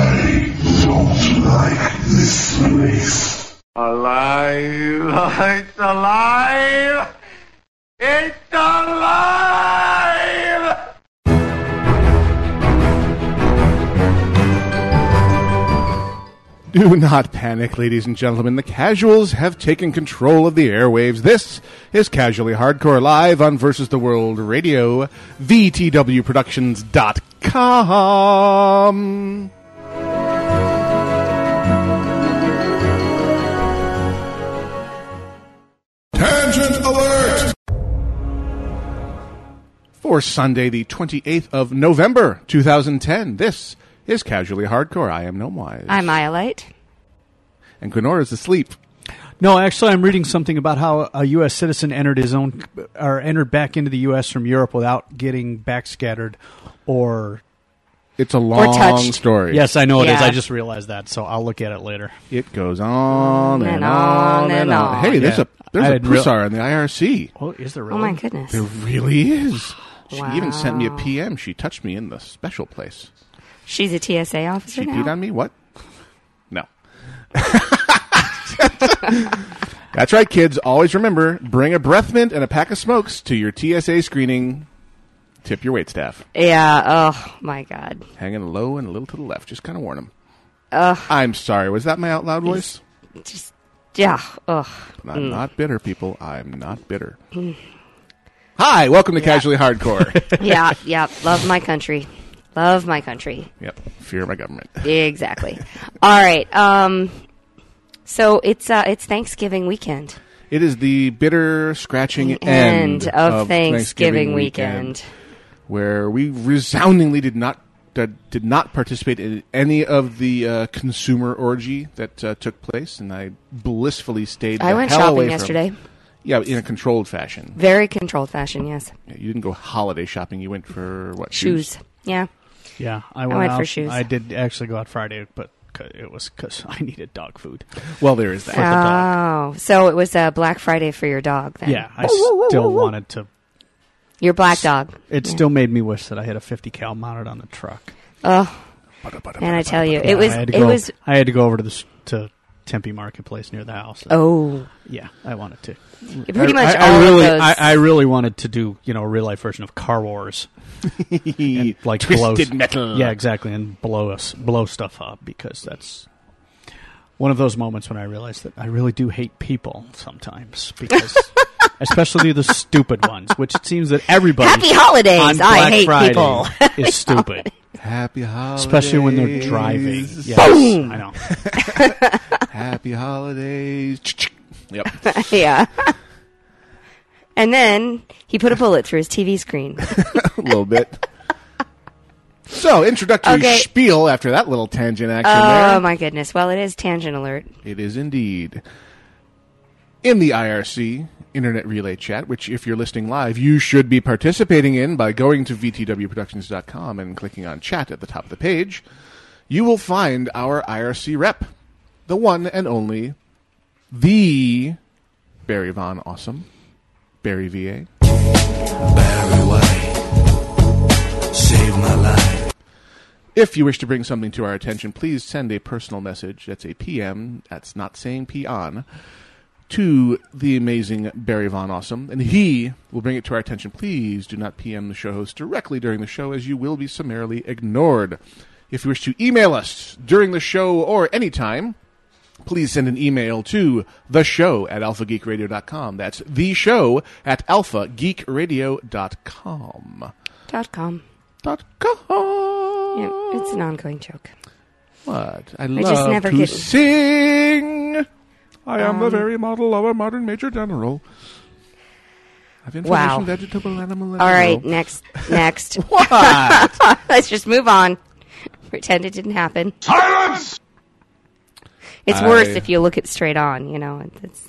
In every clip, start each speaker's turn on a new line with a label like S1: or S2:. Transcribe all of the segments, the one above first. S1: It's alive! It's alive!
S2: Do not panic, ladies and gentlemen. The casuals have taken control of the airwaves. This is Casually Hardcore Live on Versus the World Radio, VTWProductions.com.
S3: Tangent alert!
S2: For Sunday, the 28th of November, 2010, this is Casually Hardcore. I am Gnomewise.
S4: I'm Iolite.
S2: and Gwenora is asleep.
S5: No, actually, I'm reading something about how a U.S. citizen entered his own or entered back into the U.S. from Europe without getting backscattered or.
S2: It's a long
S4: touched.
S2: story.
S5: Yes, I know it is.
S4: Yeah.
S5: I just realized that, so I'll look at it later.
S2: It goes on and,
S4: And
S2: on,
S4: on
S2: and
S4: and
S2: on.
S4: on.
S2: Hey, there's
S5: Yeah.
S2: a there's
S5: I
S2: a
S5: had real-
S2: Prussar in the IRC.
S5: Oh, is there
S4: Oh
S5: really?
S4: my goodness.
S2: There really is. She even sent me a
S4: Wow.
S2: PM. She touched me in the special place.
S4: She's a TSA officer
S2: She
S4: now.
S2: peed on me. What? No. That's right, kids. Always remember: bring a breath mint and a pack of smokes to your TSA screening. Tip your waitstaff.
S4: Yeah. Oh my God.
S2: Hanging low and a little to the left. Just kind of warn them. I'm sorry. Was that my out loud voice?
S4: Just yeah. Ugh.
S2: I'm
S4: Mm.
S2: not bitter, people. I'm not bitter. Hi, welcome to Casually Hardcore.
S4: Yeah. yeah. Love my country. Love my country.
S2: yep, fear my government.
S4: Exactly. All right. Um. So it's uh it's Thanksgiving weekend.
S2: It is the bitter, scratching end,
S4: End of, Thanksgiving, weekend.
S2: where we resoundingly did not uh, did not participate in any of the uh, consumer orgy that uh, took place, and I blissfully stayed.
S4: I
S2: the
S4: went
S2: hell away
S4: shopping
S2: from-
S4: yesterday.
S2: Yeah, in a controlled fashion.
S4: Very controlled fashion. Yes.
S2: You didn't go holiday shopping. You went for what
S4: Shoes. Yeah.
S5: Yeah, I
S4: went
S5: went,
S4: for
S5: out-
S4: shoes.
S5: I did actually go out Friday, but c- it was because I needed dog food.
S2: Well, there is that.
S5: the
S4: Oh,
S5: dog.
S4: so it was a Black Friday for your dog then?
S5: Yeah, I still wanted to.
S4: Your black dog.
S5: It still made me wish that I had a 50 cal mounted on the truck.
S4: Oh, and I tell you, it was
S5: I had to
S4: it
S5: go,
S4: was
S5: I had to go over to the s- to Tempe Marketplace near the house.
S4: oh,
S5: yeah, I wanted to.
S4: it
S5: I-
S4: pretty much
S5: I,
S4: all
S5: I really,
S4: of those.
S5: I, I really wanted to do you know a real life version of Car Wars, and, like
S2: Twisted
S5: blow,
S2: metal.
S5: Yeah, exactly, and blow us blow stuff up because that's one of those moments when I realized that I really do hate people sometimes because. Especially the stupid ones, which it seems that everybody
S4: Happy holidays!
S5: on
S4: I
S5: Black
S4: hate
S5: Friday
S4: people.
S5: is stupid,
S2: Happy holidays.
S5: especially when they're driving. Yes, I know.
S2: Happy holidays. yep.
S4: yeah. and then he put a bullet through his TV screen.
S2: A little bit. So, introductory
S4: Okay.
S2: spiel after that little tangent action
S4: oh
S2: there.
S4: my goodness! Well, it is tangent alert.
S2: It is indeed. In the IRC Internet Relay Chat, which, if you're listening live, you should be participating in by going to VTWProductions.com and clicking on chat at the top of the page, you will find our IRC rep, the one and only, the Barry Von Awesome, Barry VA.
S3: Barry White, save my life.
S2: If you wish to bring something to our attention, please send a personal message. That's a PM. That's not saying peon. To the amazing Barry Von Awesome, and he will bring it to our attention. Please do not PM the show host directly during the show, as you will be summarily ignored. If you wish to email us during the show or anytime, please send an email to the show at alphageekradio.com. That's the show at alphageekradio.com.
S4: Dot com.
S2: Dot com.
S4: Yeah, it's an ongoing joke.
S2: What? I
S4: just
S2: love
S4: never
S2: to
S4: get- Um,
S2: sing. I am the very model of a modern major general. I've information,
S4: Wow.
S2: vegetable, animal, and
S4: All
S2: mineral.
S4: right, next, next.
S2: What?
S4: Let's just move on. Pretend it didn't happen.
S3: Silence!
S4: It's
S2: I-
S4: worse if you look it straight on. You know, it's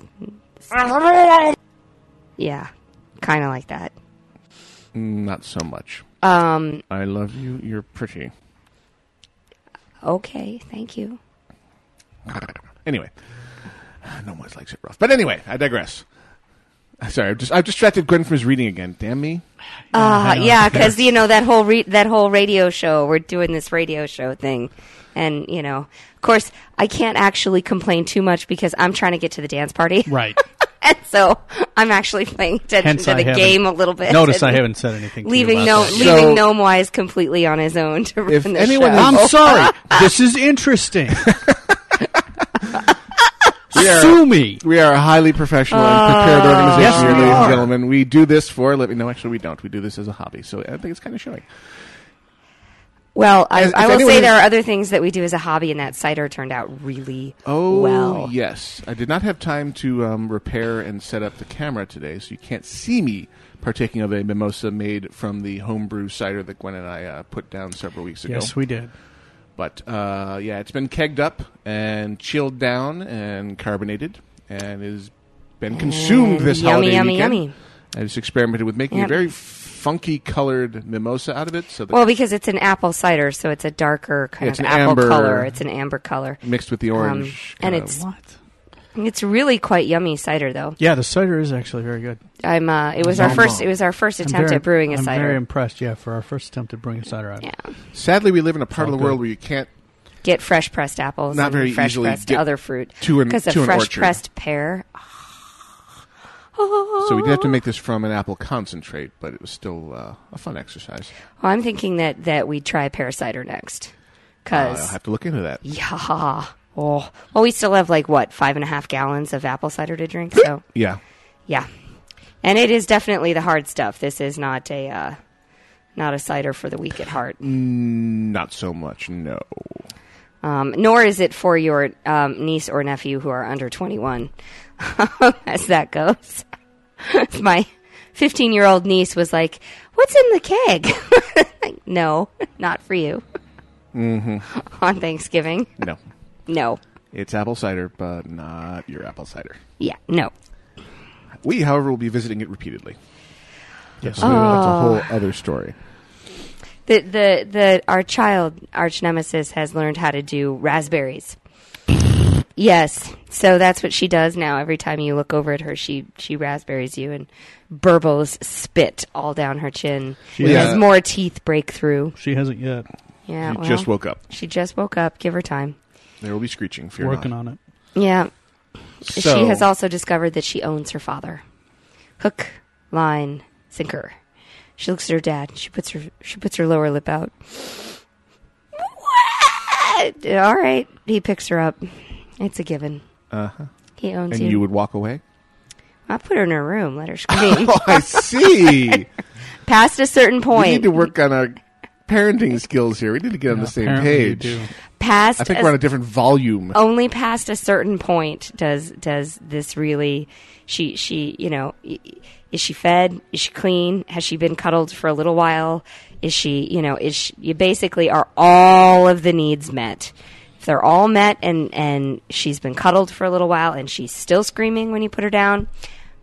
S4: yeah, kind of like that.
S2: Not so much.
S4: Um,
S2: I love you. You're pretty.
S4: Okay, thank you.
S2: Anyway, no one likes it rough. But anyway, I digress. I'm sorry. I've just I've distracted Gwen from his reading again. Damn me.
S4: Uh, yeah, because you know that whole re- that whole radio show. We're doing this radio show thing, and you know, of course, I can't actually complain too much because I'm trying to get to the dance party.
S5: Right.
S4: and so I'm actually paying attention
S5: Hence,
S4: to
S5: I
S4: the
S5: haven't-
S4: game a little bit.
S5: Notice
S4: and
S5: I haven't said anything. to you
S4: leaving no
S5: about that.
S2: So-
S4: leaving Gnome Wise completely on his own to run
S2: If
S4: the
S2: anyone
S4: show.
S2: is-
S5: I'm sorry. this is interesting.
S2: Yeah.
S5: Sue me.
S2: We are a highly professional and prepared organization,
S5: Yes,
S2: here,
S5: we
S2: ladies and
S5: are.
S2: gentlemen. We do this for a living. No, actually, we don't. We do this as a hobby. So I think it's kind of showing.
S4: well, I,
S2: If-
S4: I
S2: if
S4: will
S2: anyone
S4: say
S2: is-
S4: there are other things that we do as a hobby, and that cider turned out really
S2: Oh,
S4: well.
S2: yes. I did not have time to um, repair and set up the camera today, so you can't see me partaking of a mimosa made from the homebrew cider that Gwen and I uh, put down several weeks ago.
S5: Yes, we did.
S2: But uh, yeah, it's been kegged up and chilled down and carbonated and is been consumed
S4: And
S2: this
S4: Mm, yummy,
S2: holiday
S4: yummy,
S2: weekend.
S4: yummy.
S2: I just experimented with making
S4: Yep.
S2: a very funky colored mimosa out of it, so that
S4: Well, because it's an apple cider, so it's a darker kind
S2: It's
S4: of
S2: an
S4: apple
S2: amber-
S4: color. It's an amber color.
S2: mixed with the orange,
S4: um,
S2: um,
S4: and
S2: kinda-
S4: it's-
S5: What?
S4: It's really quite yummy cider, though.
S5: Yeah, the cider is actually very good.
S4: I'm. Uh, it was our
S2: Nom
S4: first.
S2: nom.
S4: It was our first
S5: I'm
S4: attempt
S5: very-
S4: at brewing a
S5: I'm
S4: cider.
S5: very impressed. Yeah, for our first attempt at brewing a cider out.
S4: yeah,
S2: sadly we live in a part of the
S5: all
S2: world
S5: good.
S2: where you can't
S4: get fresh pressed apples.
S2: Not
S4: and
S2: very
S4: fresh
S2: easily
S4: pressed
S2: get
S4: other fruit.
S2: to an-
S4: because a
S2: to an
S4: fresh
S2: orchard.
S4: pressed pear.
S2: So we did have
S4: Oh.
S2: to make this from an apple concentrate, but it was still uh, a fun exercise.
S4: Well, Oh, I'm thinking that that we try pear cider next,
S2: Oh, I'll
S4: because
S2: have to look into that.
S4: yeah. Oh, well, we still have like what five and a half gallons of apple cider to drink. So
S2: Yeah.
S4: yeah, and it is definitely the hard stuff. This is not a uh, not a cider for the weak at heart.
S2: Not so much, no.
S4: Um, nor is it for your um, niece or nephew who are under 21, as that goes. My 15 year old niece was like, What's in the keg? Like, no, not for you. Mm-hmm. On Thanksgiving.
S2: No.
S4: No.
S2: It's apple cider, but not your apple cider.
S4: Yeah, no.
S2: We, however, will be visiting it repeatedly.
S5: Yes.
S2: So that's a
S4: Oh.
S2: whole other story.
S4: The, the, the, our child, arch nemesis, has learned how to do raspberries. Yes, so that's what she does now. Every time you look over at her, she she raspberries you and burbles spit all down her chin.
S5: She
S2: Yeah.
S4: As more teeth break through.
S5: She hasn't yet.
S4: Yeah,
S2: You
S4: well,
S2: just woke up.
S4: She just woke up. Give her time.
S2: There will be screeching. Fear
S5: Working
S2: not.
S5: on it.
S4: Yeah,
S2: So,
S4: she has also discovered that she owns her father. Hook, line, sinker. She looks at her dad. She puts her she puts her lower lip out. What? All right. He picks her up. It's a given.
S2: Uh-huh.
S4: He owns
S2: And
S4: you.
S2: you would walk away?
S4: I put her in her room. Let her scream.
S2: Oh, I see.
S4: Past a certain
S2: we
S4: point.
S2: need to work on our parenting skills here. We need to get on the same
S5: Apparently you
S2: page.
S5: do.
S4: Past
S2: I think
S4: a
S2: we're on a different volume.
S4: only past a certain point does does this really she she you know i- is she fed is she clean has she been cuddled for a little while is she you know is she, you basically are all of the needs met if they're all met and and she's been cuddled for a little while and she's still screaming when you put her down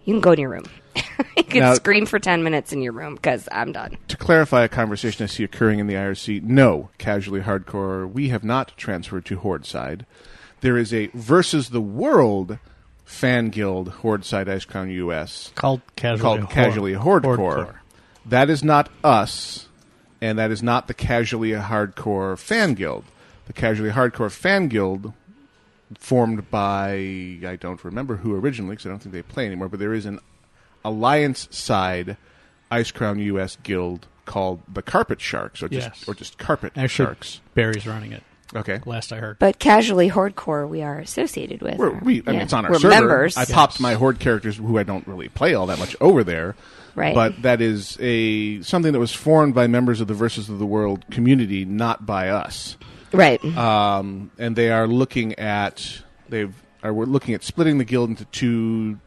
S4: you can go to your room you can
S2: Now-
S4: scream for 10 minutes in your room because i'm done
S2: to clarify a conversation I see occurring in the IRC, no, casually hardcore, we have not transferred to Horde Side. There is a Versus the World fan guild, Horde Side Icecon US,
S5: Called casually.
S2: called
S5: whore.
S2: Casually Hardcore.
S5: Hardcore.
S2: That is not us, and that is not the Casually Hardcore fan guild. The Casually Hardcore fan guild, formed by, I don't remember who originally, because I don't think they play anymore, but there is an alliance side Ice Crown US guild called the Carpet Sharks, or just,
S5: Yes.
S2: or just Carpet
S5: Actually,
S2: Sharks.
S5: Barry's running it.
S2: Okay.
S5: Last I heard.
S4: but casually hardcore we are associated with
S2: We're, we, I mean,
S4: Yeah.
S2: it's on our
S4: We're
S2: server.
S4: members.
S2: I popped my horde characters, who I don't really play all that much, over there.
S4: Right.
S2: But that is a something that was formed by members of the Versus of the World community, not by us.
S4: right
S2: Um, and they are looking at they've are we're looking at splitting the guild into two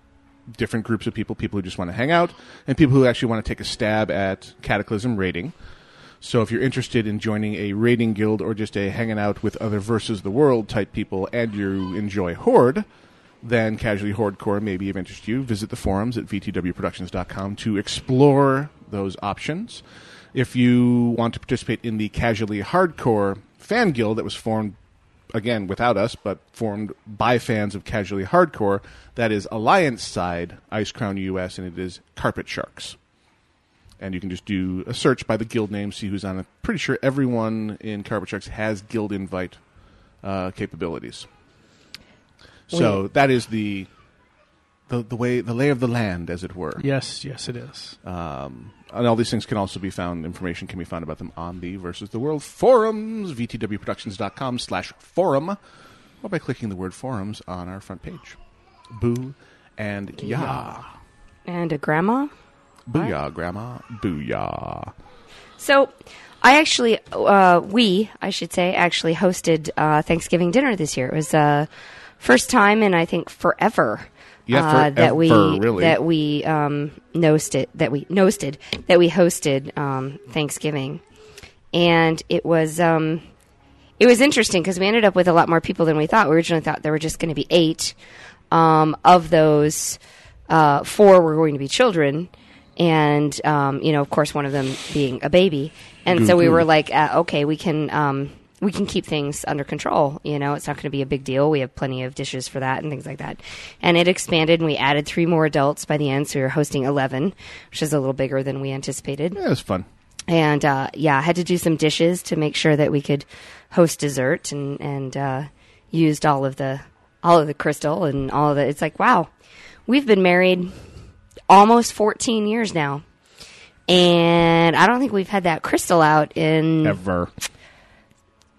S2: different groups of people: people who just want to hang out and people who actually want to take a stab at Cataclysm raiding. So if you're interested in joining a raiding guild or just a hanging out with other versus the world type people and you enjoy Horde, then Casually Hordecore may be of interest to you. Visit the forums at vtwproductions.com to explore those options. If you want to participate in the Casually Hardcore fan guild that was formed again without us but formed by fans of Casually Hardcore, that is Alliance side Ice Crown US and it is Carpet Sharks and you can just do a search by the guild name, see who's on it. Pretty sure everyone in Carpet Sharks has guild invite uh, capabilities. So that is the the, the way the lay of the land, as it were.
S5: Yes, yes, it is.
S2: Um, and all these things can also be found. Information can be found about them on the Versus the World forums, vtwproductions.com slash forum, or by clicking the word forums on our front page. Boo and yah.
S4: and a grandma.
S2: Booyah, Grandma. Booyah.
S4: So, I actually, uh, we, I should say, actually hosted uh, Thanksgiving dinner this year. It was uh, first time in I think forever.
S2: Yeah,
S4: uh, that we
S2: forever, really.
S4: that we um, nosted that we nosted that we hosted um, Thanksgiving, and it was um, it was interesting because we ended up with a lot more people than we thought. We originally thought there were just going to be eight. Um, of those, uh, four were going to be children, and um, you know, of course, one of them being a baby. And so we were like, uh, okay, we can um, we can keep things under control. You know, it's not going to be a big deal. We have plenty of dishes for that and things like that. And it expanded, and we added three more adults by the end. So we were hosting eleven, which is a little bigger than we anticipated
S2: Yeah, it was fun.
S4: and uh, yeah, I had to do some dishes to make sure that we could host dessert, and and uh, used all of the all of the crystal and all of the. It's like wow, we've been married almost 14 years now, and I don't think we've had that crystal out in
S2: Ever.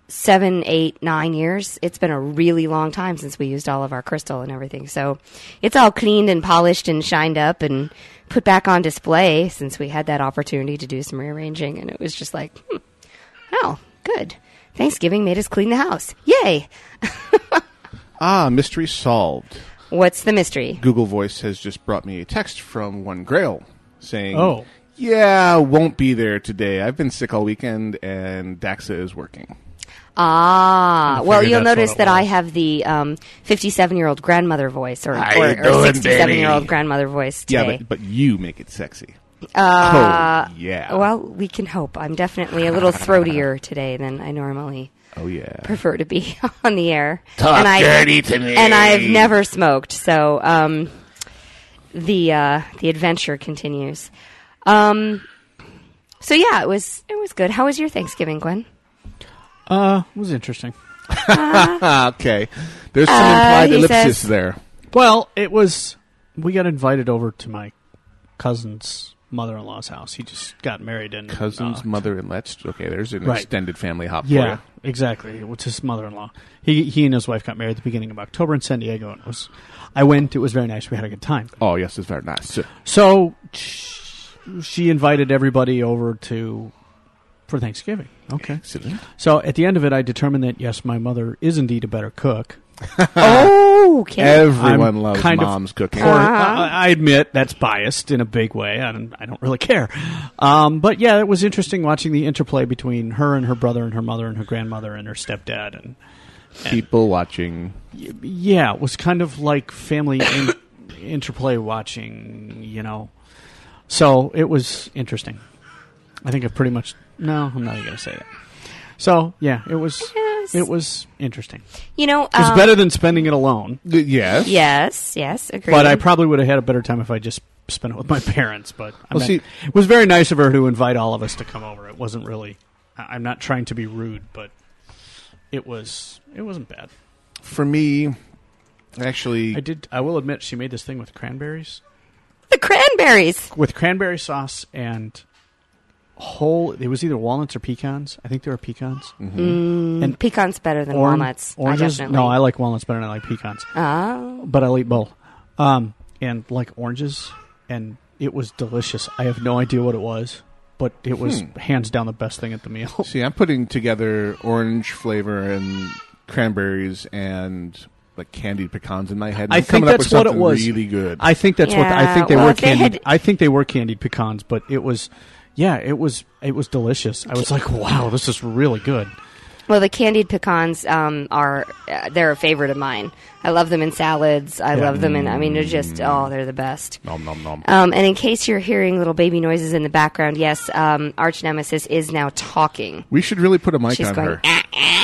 S4: seven, eight, nine years. It's been a really long time since we used all of our crystal and everything. So it's all cleaned and polished and shined up and put back on display since we had that opportunity to do some rearranging. And it was just like, hmm, oh, good. Thanksgiving made us clean the house. Yay.
S2: Ah, mystery solved.
S4: What's the mystery?
S2: Google Voice has just brought me a text from one Grail saying,
S5: Oh.
S2: yeah, won't be there today. I've been sick all weekend and Daxa is working."
S4: Ah, well,
S5: figured
S4: you'll
S5: that's what
S4: notice
S5: it
S4: that I
S5: was.
S4: have the um, 57-year-old grandmother voice or
S2: How you doing,
S4: 67-year-old
S2: baby?
S4: grandmother voice today.
S2: Yeah, but but you make it sexy.
S4: Uh,
S2: oh yeah.
S4: Well, we can hope. I'm definitely a little throatier today than I normally
S2: oh yeah.
S4: prefer to be on the air. and I, And I've never smoked, so um, the uh, the adventure continues. Um, so yeah, it was it was good. How was your Thanksgiving, Gwen?
S5: Uh, it was interesting.
S2: Ah, okay. There's some implied
S4: Uh, he
S2: ellipsis
S4: says-
S2: there.
S5: Well, it was. We got invited over to my cousin's mother-in-law's house. He just got married and
S2: Cousin's
S5: uh,
S2: mother and let's okay. There's an
S5: Right.
S2: extended family hop. for
S5: Yeah,
S2: you.
S5: exactly. It's his mother-in-law. He he and his wife got married at the beginning of October in San Diego, and it was. I went. It was very nice. We had a good time.
S2: Oh yes, it's very nice.
S5: So sh- she invited everybody over to for Thanksgiving. Okay.
S2: Excellent.
S5: So at the end of it, I determined that yes, my mother is indeed a better cook.
S4: oh, okay.
S2: Everyone
S5: I'm
S2: loves
S5: kind of
S2: mom's cooking.
S5: Or- I I admit that's biased in a big way. I don't, I don't really care. Um, but yeah, it was interesting watching the interplay between her and her brother and her mother and her grandmother and her stepdad. And
S2: People watching.
S5: yeah, it was kind of like family in, interplay watching, you know. So it was interesting. I think I've pretty much. No, I'm not even going to say that. So yeah, it was.
S4: Yes.
S5: It was interesting. It
S4: you know,
S5: was
S4: um,
S5: better than spending it alone.
S2: Yes.
S4: Yes, yes, agreed.
S5: But I probably would have had a better time if I just spent it with my parents. But I
S2: Well,
S5: meant-
S2: see-
S5: it was very nice of her to invite all of us to come over. It wasn't really. I- I'm not trying to be rude, but it was. It wasn't bad.
S2: For me, actually,
S5: I did. I will admit, she made this thing with cranberries,
S4: the cranberries.
S5: with cranberry sauce and whole. It was either walnuts or pecans. I think there were pecans.
S4: Mm, Pecans better than
S5: Oran-
S4: Mm-hmm. walnuts. I
S5: Oranges.
S4: definitely.
S5: no, I like walnuts better than I like pecans.
S4: Oh.
S5: but I'll eat both. Um, and like oranges, and it was delicious. I have no idea what it was, but it was
S4: Hmm.
S5: hands down the best thing at the meal.
S2: See, I'm putting together orange flavor and cranberries and like candied pecans in my head. and
S5: I
S2: I'm
S5: think
S2: coming up with
S5: that's what it
S2: something
S5: was.
S2: Really good.
S5: I think that's what I
S4: Yeah,
S5: think they
S4: well,
S5: were
S4: if they
S5: candied.
S4: had-
S5: I think they were candied pecans, but it was, yeah, it was it was delicious. I was like, wow, this is really good.
S4: Well, the candied pecans um, are uh, they're a favorite of mine. I love them in salads. I love them in I mean they're just oh they're the best.
S2: nom nom nom.
S4: Um, and in case you're hearing little baby noises in the background, yes, um, Arch Nemesis is now talking.
S2: we should really put a mic
S4: She's
S2: on
S4: going. "Ah,
S2: her.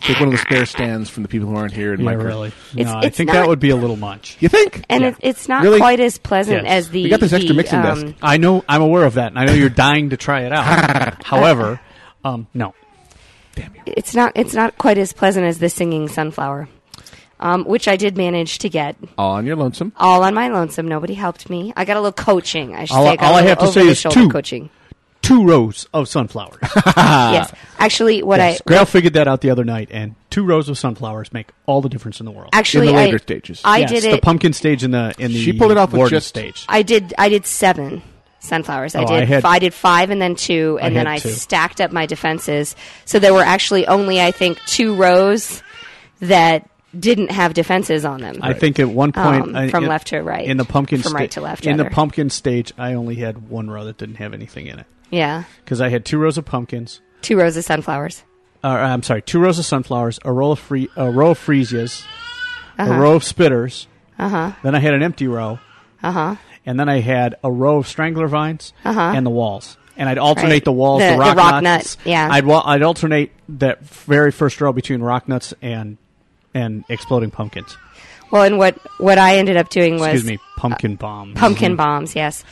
S2: Take one of the spare stands from the people who aren't here and
S5: Yeah,
S2: mic her.
S5: really.
S4: It's-
S5: no, I
S4: it's
S5: think
S4: not-
S5: that would be a little much.
S2: You think?
S4: And
S5: Yeah.
S4: it, it's not
S2: Really?
S4: quite as pleasant
S5: Yes.
S4: as the.
S2: We got this
S4: the,
S2: extra mixing
S4: um,
S2: desk.
S5: I know I'm aware of that, and I know you're dying to try it out. However, um, no,
S4: It's not. It's not quite as pleasant as the singing sunflower. um, which I did manage to get
S2: On your lonesome.
S4: all on my lonesome. Nobody helped me. I got a little coaching. I should
S5: All-
S4: say. I got
S5: all
S4: a
S5: I
S4: little
S5: have to say is
S4: over-the-shoulder
S5: two.
S4: coaching.
S5: Two rows of sunflowers.
S4: yes, actually, what
S5: Ah. yes.
S4: I
S5: Grail figured that out the other night, and two rows of sunflowers make all the difference in the world.
S4: actually
S2: in the later
S4: I,
S2: stages.
S4: I
S5: Yes,
S4: did
S5: the
S4: it.
S5: pumpkin stage and the in the
S2: She pulled it off with
S5: warden
S2: just-
S5: stage.
S4: I did. I did seven sunflowers. I
S5: Oh,
S4: did.
S5: I had-
S4: f- I did five and then two, and then
S5: had
S4: I
S5: two.
S4: stacked up my defenses. So there were actually only, I think, two rows that didn't have defenses on them.
S5: I think at one point
S4: Um,
S5: I-
S4: from
S5: in-
S4: left to right.
S5: in the pumpkin
S4: From
S5: sta-
S4: right to left,
S5: in the
S4: rather.
S5: pumpkin stage I only had one row that didn't have anything in it
S4: yeah,
S5: because I had two rows of pumpkins
S4: two rows of sunflowers.
S5: uh, I'm sorry two rows of sunflowers a row of, free, a row of freesias a
S4: Uh-huh.
S5: row of spitters
S4: Uh huh.
S5: then I had an empty row
S4: Uh huh.
S5: and then I had a row of strangler vines
S4: Uh-huh.
S5: and the walls. And I'd alternate
S4: Right.
S5: the walls,
S4: The-
S5: the,
S4: the
S5: rock,
S4: rock
S5: nuts.
S4: nut, yeah.
S5: I'd wa- I'd alternate that very first row between rock nuts and and exploding pumpkins.
S4: Well, and what what I ended up doing was
S5: Excuse me, pumpkin bombs.
S4: pumpkin bombs. Yes,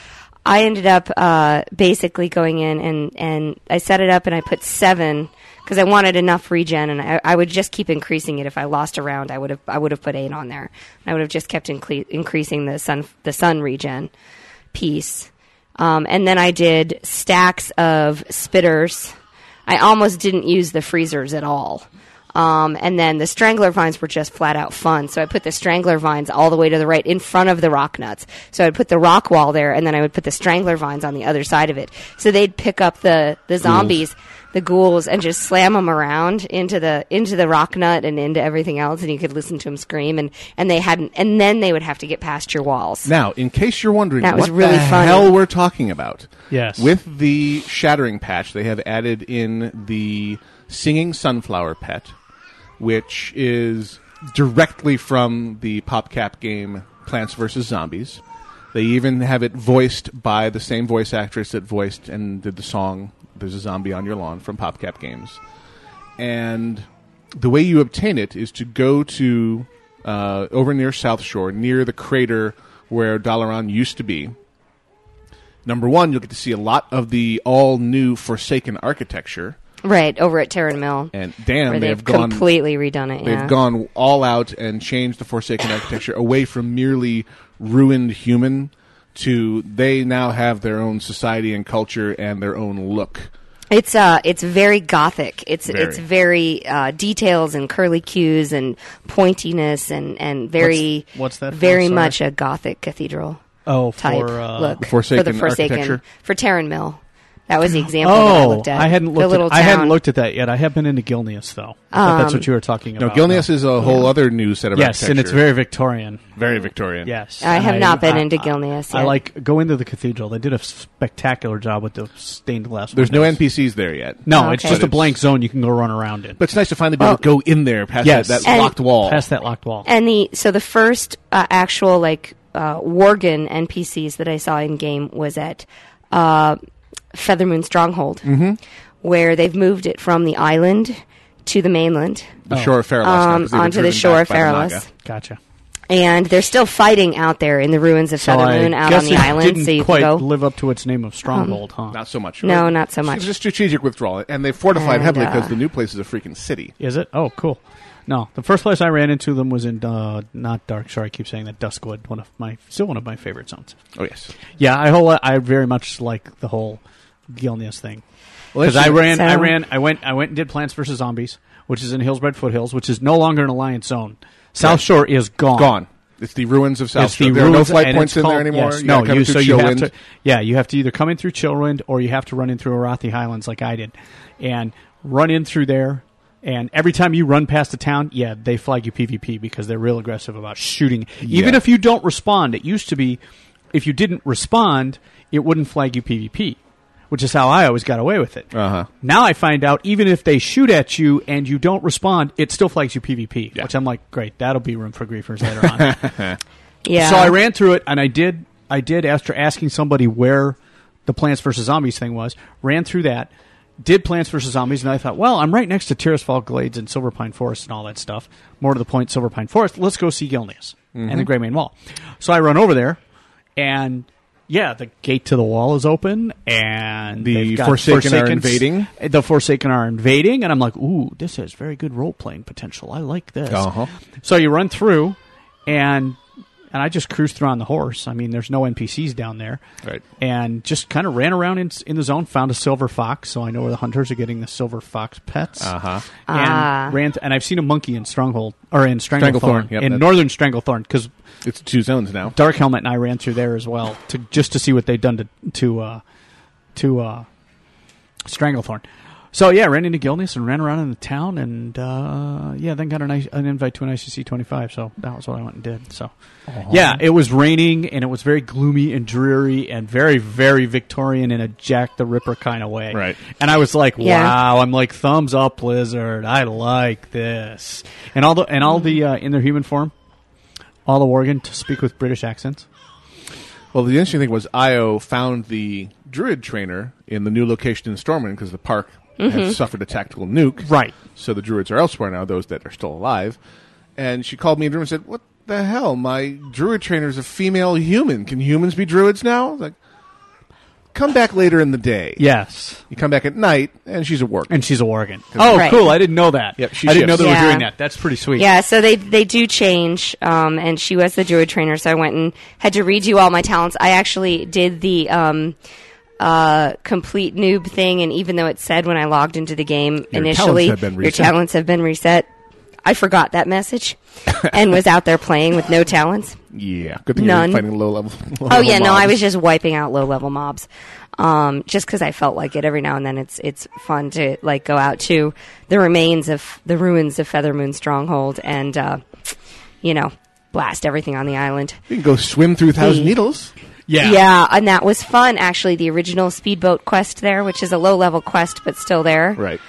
S4: I ended up uh, basically going in and and I set it up and I put seven because I wanted enough regen and I, I would just keep increasing it. If I lost a round, I would have I would have put eight on there. I would have just kept incle- increasing the sun the sun regen piece. Um, and then I did stacks of spitters. I almost didn't use the freezers at all. Um, and then the strangler vines were just flat out fun. So I put the strangler vines all the way to the right in front of the rock nuts. So I'd put the rock wall there and then I would put the strangler vines on the other side of it. So they'd pick up the, the zombies, the ghouls and just slam them around into the, into the rock nut and into everything else. And you could listen to them scream and, and they hadn't, and then they would have to get past your walls.
S2: Now, in case you're wondering
S4: That was
S2: what
S4: really
S2: the
S4: funny.
S2: hell we're talking about,
S5: Yes.
S2: with the shattering patch, they have added in the singing sunflower pet, which is directly from the PopCap game Plants vs. Zombies. They even have it voiced by the same voice actress that voiced and did the song "There's a Zombie on Your Lawn" from PopCap Games and the way you obtain it is to go to uh, over near South Shore, near the crater where Dalaran used to be. Number one, you'll get to see a lot of the all new Forsaken architecture,
S4: Right. Over at Terran Mill.
S2: and damn,
S4: where
S2: they
S4: they've,
S2: have gone
S4: completely redone it.
S2: they've
S4: yeah.
S2: gone all out and changed the Forsaken architecture away from merely ruined human to they now have their own society and culture and their own look.
S4: It's uh, it's very gothic. It's
S2: Very.
S4: it's very uh, details and curly cues and pointiness and and very
S5: What's- what's that for?
S4: Very
S5: Sorry.
S4: much a gothic cathedral
S5: Oh,
S4: type
S5: for uh,
S4: look
S2: Forsaken
S4: for the Forsaken
S2: architecture?
S4: for Terran Mill. That was the example that I
S5: Oh,
S4: looked at.
S5: I hadn't
S4: the
S5: looked.
S4: little
S5: At, I hadn't
S4: town. Um,
S5: looked at that yet. I have been into Gilneas though. I thought that's what you were talking
S2: Now,
S5: about.
S2: Gilneas is a whole other new set of
S5: Oh, yes, and it's
S2: architecture.
S5: very Victorian.
S2: very Victorian.
S5: Yes,
S4: I
S5: and
S4: have not been
S5: I-
S4: into
S5: I-
S4: Gilneas
S5: I
S4: yet.
S5: like go into the cathedral. They did a spectacular job with the stained glass.
S2: There's no
S5: windows.
S2: NPCs there yet.
S5: No,
S4: Oh,
S5: it's
S4: okay.
S5: just a
S2: But it's-
S5: blank zone you can go run around in.
S2: But it's nice to finally be able to go in there past
S5: Yes.
S2: that, that
S4: And-
S2: locked wall.
S5: past that locked wall.
S4: And the so the first uh, actual like uh, Worgen NPCs that I saw in game was at uh, Feathermoon Stronghold,
S2: Mm-hmm.
S4: where they've moved it from the island to the mainland,
S2: the shore of Fairlos. now,
S4: um,
S2: 'cause they were
S4: onto the
S2: driven
S4: shore
S2: back
S4: of
S2: by the Naga.
S4: Fairlos,
S5: gotcha.
S4: and they're still fighting out there in the ruins of Feathermoon out on the
S5: it
S4: island.
S5: didn't
S4: so you
S5: quite
S4: can go. Hmm.
S5: live up to its name of stronghold, huh?
S2: Not so much.
S4: No,
S2: Or-
S4: not so much.
S2: It was a strategic withdrawal, and they fortified
S4: And,
S2: heavily because
S4: uh,
S2: the new place is a freaking city.
S5: Is it? Oh, cool. No, the first place I ran into them was in uh, not dark. Sorry, I keep saying that Duskwood, one of my still one of my favorite zones.
S2: Oh yes,
S5: Yeah, I whole I very much like the whole Gilneas thing
S2: Well,
S5: because I ran, I
S4: So-
S5: ran, I went, I went and did Plants vs Zombies, which is in Hills Red Foothills, which is no longer an Alliance zone. South Shore is gone.
S2: gone. It's the ruins of South
S5: It's the
S2: Shore. There are no
S5: ruins,
S2: flight
S5: and it's
S2: points in there
S5: called-
S2: anymore.
S5: yes,
S2: You
S5: no,
S2: gotta come
S5: you,
S2: through
S5: so you have
S2: Chillwind.
S5: to. Yeah, you have to either come in through Chillwind or you have to run in through Arathi Highlands, like I did, and run in through there. And every time you run past a town, yeah, they flag you PvP because they're real aggressive about shooting. Even
S2: Yeah.
S5: if you don't respond, it used to be if you didn't respond, it wouldn't flag you PvP, which is how I always got away with it.
S2: Uh-huh.
S5: Now I find out even if they shoot at you and you don't respond, it still flags you PvP,
S2: Yeah.
S5: which I'm like, great, that'll be room for griefers later on.
S4: Yeah.
S5: So I ran through it, and I did. I did after asking somebody where the Plants vs Zombies thing was. Ran through that, did Plants vs Zombies, and I thought, well, I'm right next to Terrasfall Glades and Silver Pine Forest and all that stuff. More to the point,
S2: Mm-hmm.
S5: Silver Pine Forest. Let's go see Gilneas and the Gray Main Wall. So I run over there, and Yeah, the gate to the wall is open, and
S2: The
S5: they've got
S2: Forsaken are
S5: Forsakens-
S2: invading?
S5: The Forsaken are invading, and I'm like, ooh, this has very good role playing potential. I like this.
S2: Uh-huh.
S5: So you run through, and and I just cruised through on the horse. I mean, there's no NPCs down there,
S2: Right.
S5: and just kind of ran around in, in the zone. Found a silver fox, so I know where the hunters are getting the silver fox pets.
S2: Uh-huh.
S5: And
S4: Ah.
S5: ran, and I've seen a monkey in Stronghold or in Stranglethorn,
S2: Stranglethorn, yep,
S5: in
S2: that's-
S5: Northern Stranglethorn because
S2: It's two zones now.
S5: Dark Helmet and I ran through there as well to just to see what they'd done to to uh, to uh, Stranglethorn. So yeah, ran into Gilneas and ran around in the town, and uh, yeah, then got an, I- an invite to an ICC twenty five. So that was what I went and did. So yeah, it was raining and it was very gloomy and dreary and very very Victorian in a Jack the Ripper kind of way.
S2: Right.
S5: And I was like,
S4: Yeah.
S5: wow. I'm like, thumbs up, Blizzard. I like this. And all the and all the uh, in their human form, all the Worgen to speak with British accents.
S2: Well, the interesting thing was Io found the druid trainer in the new location in Stormwind because the park
S4: Mm-hmm.
S2: had suffered a tactical nuke.
S5: Right.
S2: So the druids are elsewhere now, those that are still alive. And she called me in the room and said, What the hell? My druid trainer is a female human. Can humans be druids now? I was like, come back later in the day.
S5: Yes.
S2: You come back at night, and she's at work.
S5: And she's a Worgen. Oh,
S4: Right.
S5: cool. I didn't know that.
S2: Yep, she
S5: I didn't know
S2: shifts.
S5: they
S4: Yeah.
S5: were doing that. That's pretty sweet.
S4: Yeah, so they they do change, um, and she was the druid trainer, so I went and had to redo all my talents. I actually did the um, uh, complete noob thing, and even though it said when I logged into the game
S2: Your
S4: initially,
S2: talents have been
S4: your
S2: reset."
S4: talents have been reset. I forgot that message and was out there playing with no talents.
S2: yeah. Good thing
S4: None.
S2: you're finding low level.
S4: Oh yeah, no, I was just wiping out low level mobs, um, just because I felt like it every now and then. It's it's fun to like go out to the remains of the ruins of Feathermoon Stronghold and uh, you know blast everything on the island.
S2: You can go swim through Thousand
S4: Hey.
S2: Needles.
S5: Yeah.
S4: and that was fun actually. The original speedboat quest there, which is a low level quest but still there.
S2: Right.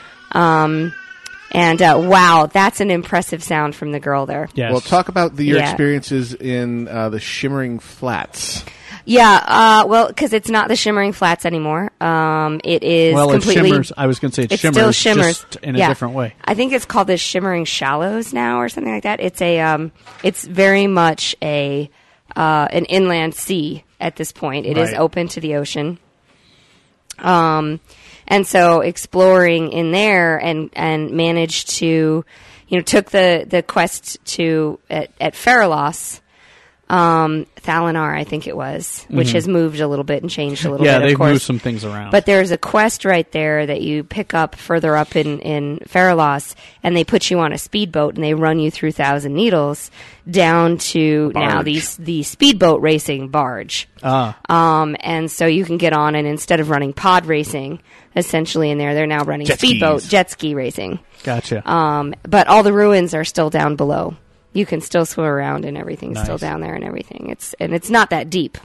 S4: And uh, wow, that's an impressive sound from the girl there.
S5: Yes.
S2: Well, talk about the, your
S4: Yeah.
S2: experiences in uh, the Shimmering Flats.
S4: Yeah, uh, well, because it's not the Shimmering Flats anymore. Um, it is
S5: Well, it
S4: completely.
S5: shimmers. I was going to say it
S4: It
S5: shimmers,
S4: still shimmers
S5: just in a
S4: Yeah.
S5: different way.
S4: I think it's called the Shimmering Shallows now, or something like that. It's a, um, it's very much a uh, an inland sea at this point. It is
S5: Right.
S4: open to the ocean, um, and so exploring in there and and managed to, you know, took the the quest to at, at Faralos. Um, Thalinar, I think it was, which has moved a little bit and changed a
S5: Mm-hmm.
S4: little
S5: Yeah,
S4: bit.
S5: they've
S4: of course.
S5: moved some things around.
S4: But there's a quest right there that you pick up further up in in Faralos, and they put you on a speedboat and they run you through Thousand Needles down to now
S2: Barge.
S4: these the speedboat racing barge.
S5: Ah.
S4: Um, and so you can get on, and instead of running pod racing, essentially in there, they're now running
S2: Jet
S4: speedboat
S2: skis.
S4: jet ski racing.
S5: gotcha.
S4: Um, but all the ruins are still down below. You can still swim around, and everything's still
S5: Nice.
S4: down there, and everything. It's and it's not that deep.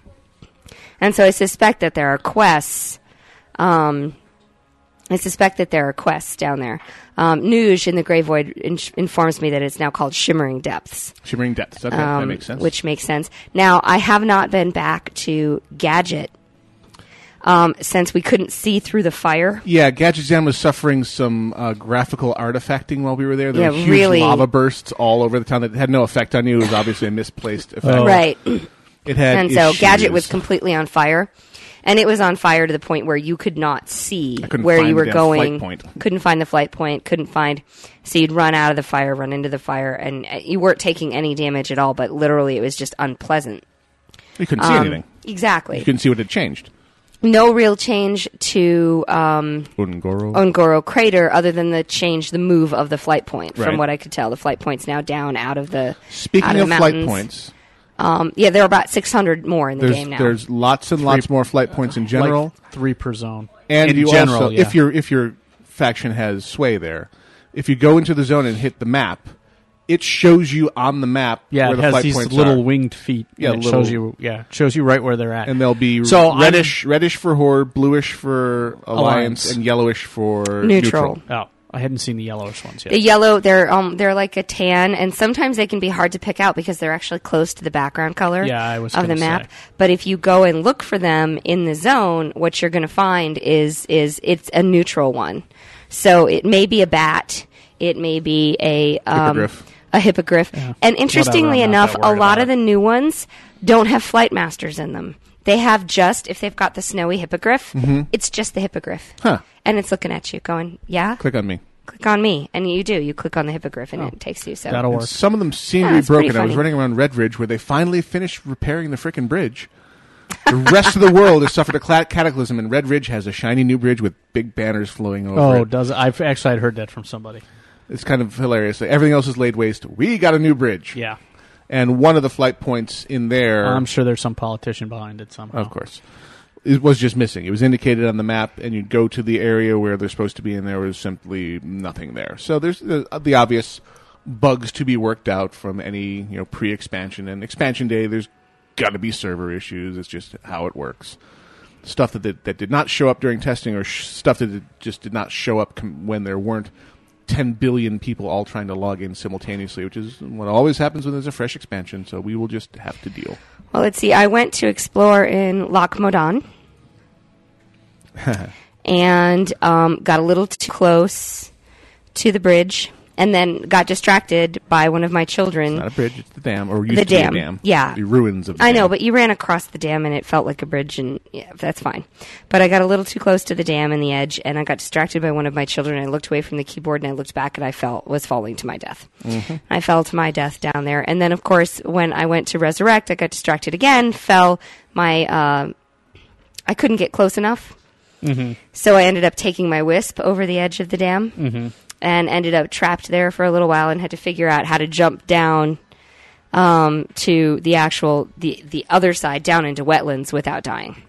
S4: And so I suspect that there are quests. Um, I suspect that there are quests down there. Um, Nuge in the Grey Void in- informs me that it's now called Shimmering Depths,
S2: Shimmering Depths. Okay, that
S4: um,
S2: makes sense.
S4: which makes sense. Now I have not been back to Gadget um, since we couldn't see through the fire.
S2: Yeah, Gadget Jam was suffering some uh, graphical artifacting while we were there. There
S4: Yeah,
S2: were huge
S4: really.
S2: lava bursts all over the town that had no effect on you. It was obviously a misplaced effect.
S4: Oh. Right.
S2: It had
S4: and so
S2: issues.
S4: gadget was completely on fire and it was on fire to the point where you could not see
S2: couldn't
S4: where
S2: find
S4: you
S2: the
S4: were
S2: damn
S4: going
S2: flight point.
S4: couldn't find the flight point couldn't find so you'd run out of the fire run into the fire and uh, you weren't taking any damage at all but literally it was just unpleasant Um,
S2: You couldn't see anything.
S4: exactly
S2: You couldn't see what had changed.
S4: no real change to um,
S2: Ungoro.
S4: Ongoro crater other than the change the move of the flight point from
S2: Right.
S4: what I could tell the flight point's now down out of the out
S2: Speaking
S4: of,
S2: of
S4: the
S2: flight
S4: mountains.
S2: points,
S4: um, yeah there are about 600 more in the
S2: there's
S4: game now
S2: there's lots and lots more flight points in general.
S5: like three per zone.
S2: and
S5: in
S2: you
S5: general,
S2: also
S5: yeah.
S2: if your if your faction has sway there, if you go into the zone and hit the map, it shows you on the map
S5: yeah,
S2: where
S5: it
S2: the
S5: has
S2: flight
S5: these
S2: points
S5: little
S2: are.
S5: winged feet.
S2: Yeah,
S5: and it
S2: little-
S5: shows you. Yeah, it shows you right where they're at.
S2: and they'll be
S5: So I'm-
S2: reddish reddish for horde, bluish for alliance,
S5: Alliance.
S2: and yellowish for neutral.
S4: Neutral.
S5: oh, I hadn't seen the yellowish ones yet.
S4: The yellow, they're um, they're like a tan, and sometimes they can be hard to pick out because they're actually close to the background color
S5: Yeah, I was
S4: of the
S5: gonna
S4: map.
S5: say.
S4: But if you go and look for them in the zone, what you're going to find is is it's a neutral one. So it may be a bat, it may be a um,
S2: Hippogriff.
S4: a hippogriff, and
S5: Whatever,
S4: interestingly
S5: I'm not
S4: enough,
S5: that
S4: a
S5: worried
S4: lot
S5: about
S4: of the new ones don't have flight masters in them. They have just if they've got the snowy hippogriff, it's just the hippogriff,
S2: Huh.
S4: and it's looking at you, going, "Yeah,
S2: Click on me.
S4: click on me," and you do. You click on the hippogriff, and it takes you. So
S5: That'll work.
S2: Some of them seem
S4: Yeah,
S2: to be
S4: it's pretty
S2: broken. I was
S4: funny.
S2: running around Red Ridge where they finally finished repairing the frickin' bridge. The rest of the world has suffered a cla- cataclysm, and Red Ridge has a shiny new bridge with big banners flowing over
S5: Oh,
S2: it.
S5: does it? I've actually I'd heard that from somebody.
S2: It's kind of hilarious. Like, everything else is laid waste. We got a new bridge.
S5: Yeah,
S2: And one of the flight points in there,
S5: I'm sure there's some politician behind it somehow.
S2: of course, it was just missing. It was indicated on the map, and you'd go to the area where they're supposed to be, and there was simply nothing there. So there's the, the obvious bugs to be worked out from any you know pre-expansion and expansion day. There's got to be server issues. It's just how it works. Stuff that that, that did not show up during testing, or sh- stuff that did, just did not show up com- when there weren't. 10 billion people all trying to log in simultaneously, which is what always happens when there's a fresh expansion, so we will just have to deal.
S4: Well, let's see. I went to explore in Lac Modan and um, got a little too close to the bridge and then got distracted by one of my children.
S2: Not a bridge, it's the dam, or used
S4: The
S2: to
S4: dam,
S2: be a dam.
S4: yeah.
S2: The ruins of the
S4: I know,
S2: dam.
S4: but you ran across the dam and it felt like a bridge, and yeah, that's fine. But I got a little too close to the dam and the edge, and I got distracted by one of my children. I looked away from the keyboard and I looked back, and I fell was falling to my death.
S2: Mm-hmm.
S4: I fell to my death down there, and then of course when I went to resurrect, I got distracted again, fell. My uh, I couldn't get close enough,
S2: Mm-hmm.
S4: so I ended up taking my wisp over the edge of the dam.
S2: Mm-hmm.
S4: And ended up trapped there for a little while and had to figure out how to jump down um, to the actual the the other side down into wetlands without dying.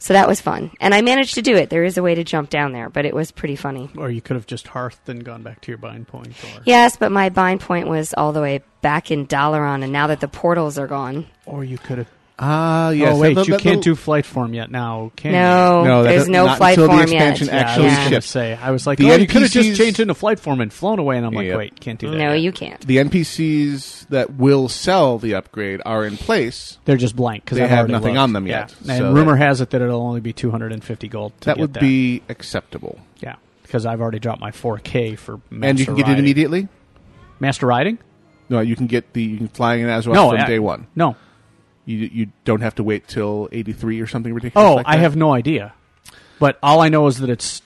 S4: So that was fun, and I managed to do it. There is a way to jump down there, but it was pretty funny.
S5: Or you could have just hearthed and gone back to your bind point. Or,
S4: Yes, but my bind point was all the way back in Dalaran, and now that the portals are gone,
S5: or you could have.
S2: Ah, yes.
S5: oh wait,
S2: That-
S5: you
S2: that-
S5: can't
S2: that-
S5: do flight form yet. Now can
S4: no,
S5: you?
S2: No, that
S4: there's
S2: does-
S4: no
S2: not
S4: flight
S2: until the
S4: form
S2: expansion
S4: yet.
S5: Yeah,
S2: actually
S5: I was
S4: Yeah.
S5: gonna
S2: ships.
S5: say. I was like,
S2: The
S5: oh, you could have just
S2: NPCs
S5: changed into flight form and flown away, and I'm like,
S2: Yep.
S5: wait, can't do that.
S4: No,
S5: yet.
S4: you can't.
S2: The NPCs that will sell the upgrade are in place.
S5: They're just blank because
S2: They
S5: I've
S2: have
S5: already
S2: nothing
S5: looked.
S2: on them yet,
S5: Yeah. And
S2: so
S5: rumor has it that it'll only be 250 gold. To
S2: That
S5: get
S2: would be acceptable.
S5: yeah, because I've already dropped my 4K for master
S2: and you can get
S5: riding.
S2: it immediately?
S5: Master riding?
S2: No, you can get the you can fly in as well
S5: No,
S2: from
S5: I-
S2: day one.
S5: No.
S2: You you don't have to wait till eighty three or something ridiculous.
S5: Oh,
S2: like
S5: I
S2: that.
S5: have no idea. But all I know is that it's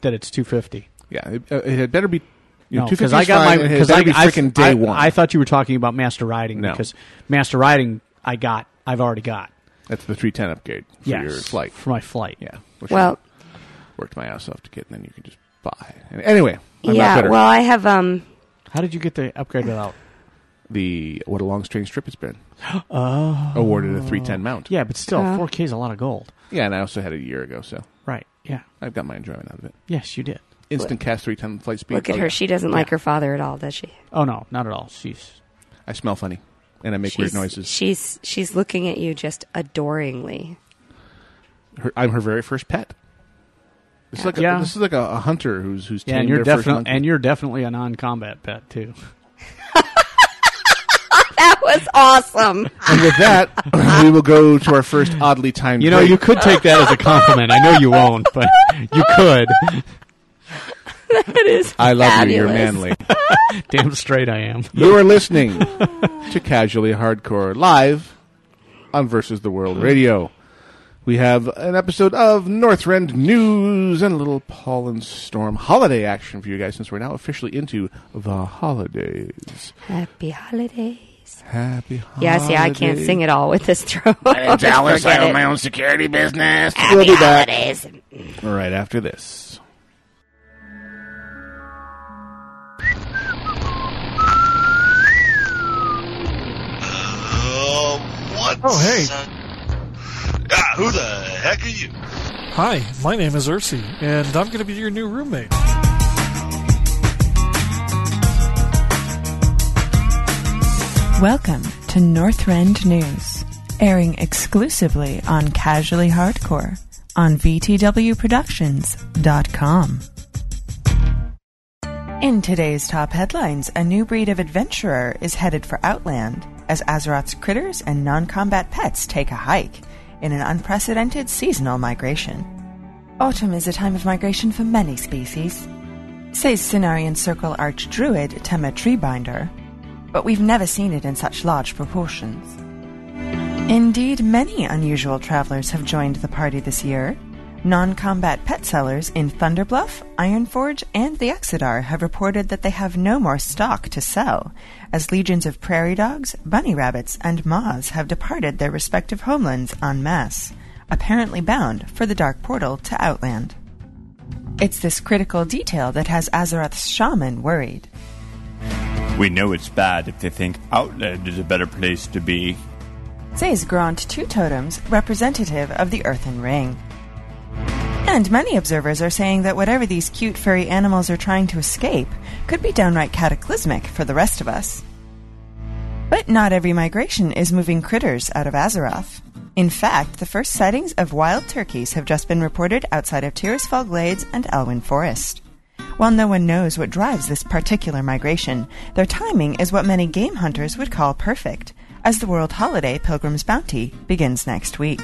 S5: that it's 250.
S2: Yeah, it, uh, it had better be. You know,
S5: No, because
S2: 250
S5: I
S2: is
S5: got
S2: fine,
S5: my
S2: and it had
S5: because
S2: better
S5: I,
S2: be
S5: I-
S2: freaking day
S5: I-
S2: one.
S5: I thought you were talking about master riding
S2: No.
S5: because master riding I got I've already got
S2: That's the three ten upgrade for
S5: yes,
S2: your flight.
S5: for my flight.
S2: Yeah, which
S4: Well,
S2: I worked my ass off to get, and then you can just buy. And anyway, I'm not
S4: yeah.
S2: bitter.
S4: Well, I have um.
S5: How did you get the upgrade without?
S2: the what a long strange trip it's been. Awarded a 310 mount.
S5: Oh. Yeah, but still,
S4: Uh.
S5: 4K is a lot of gold.
S2: Yeah, and I also had it a year ago, so
S5: Right. Yeah.
S2: I've got my enjoyment out of it.
S5: Yes, you did.
S2: Instant cast 310 flight speed.
S4: Look at
S2: Oh,
S4: her.
S2: yeah.
S4: She doesn't like her father at all, does she?
S5: Oh no, not at all. She's
S2: I smell funny and I make weird
S4: She's-
S2: noises.
S4: She's she's looking at you just adoringly.
S2: Her, I'm her very first pet. It's like a,
S5: Yeah.
S2: this is like a, a hunter who's who's
S5: yeah,
S2: tamed
S5: and you're
S2: their first
S5: definitely
S2: monkey.
S5: and you're definitely a non-combat pet too.
S4: That was awesome.
S2: And with that, we will go to our first oddly timed.
S5: You know,
S2: break.
S5: you could take that as a compliment. I know you won't, but you could.
S4: it is.
S2: I love you. You're
S4: fabulous.
S2: manly.
S5: Damn straight I am.
S2: You are listening to Casually Hardcore live on Versus the World Radio. We have an episode of Northrend News and a little Paul and Storm holiday action for you guys since we're now officially into the holidays.
S4: Happy holidays.
S2: Happy holidays.
S4: Yeah, see, I can't sing at all with this throat. Forget it.
S2: own security business.
S4: Happy holidays.
S2: right after this.
S3: Um, what?
S6: Oh, hey.
S3: Ah, who the heck are you?
S6: Hi, my name is Ursi, and I'm going to be your new roommate.
S7: Welcome to Northrend News, airing exclusively on Casually Hardcore on VTWProductions.com. In today's top headlines, a new breed of adventurer is headed for Outland as Azeroth's critters and non combat pets take a hike in an unprecedented seasonal migration. Autumn is a time of migration for many species, says Cenarian Circle Archdruid Tema Treebinder but we've never seen it in such large proportions. Indeed, many unusual travelers have joined the party this year. Non combat pet sellers in Thunderbluff, Ironforge, and the Exodar have reported that they have no more stock to sell, as legions of prairie dogs, bunny rabbits, and moths have departed their respective homelands en masse, apparently bound for the dark portal to Outland. It's this critical detail that has Azeroth's shaman worried.
S8: We know it's bad if they think Outland is a better place to be.
S7: Says Grant Two Totems, representative of the Earthen Ring. And many observers are saying that whatever these cute furry animals are trying to escape could be downright cataclysmic for the rest of us. But not every migration is moving critters out of Azeroth. In fact, the first sightings of wild turkeys have just been reported outside of Tirisfal Glades and Elwyn Forest. While no one knows what drives this particular migration, their timing is what many game hunters would call perfect, as the world holiday Pilgrim's Bounty begins next week.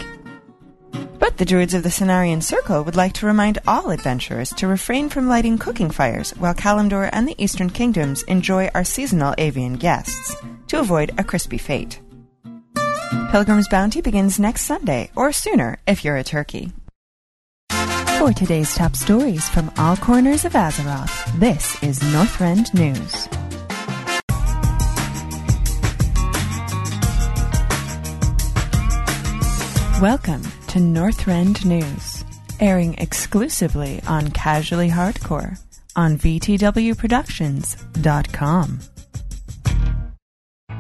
S7: But the Druids of the Cenarian Circle would like to remind all adventurers to refrain from lighting cooking fires while Kalimdor and the Eastern Kingdoms enjoy our seasonal avian guests, to avoid a crispy fate. Pilgrim's Bounty begins next Sunday, or sooner if you're a turkey. For today's top stories from all corners of Azeroth, this is Northrend News. Welcome to Northrend News, airing exclusively on Casually Hardcore on VTWProductions.com.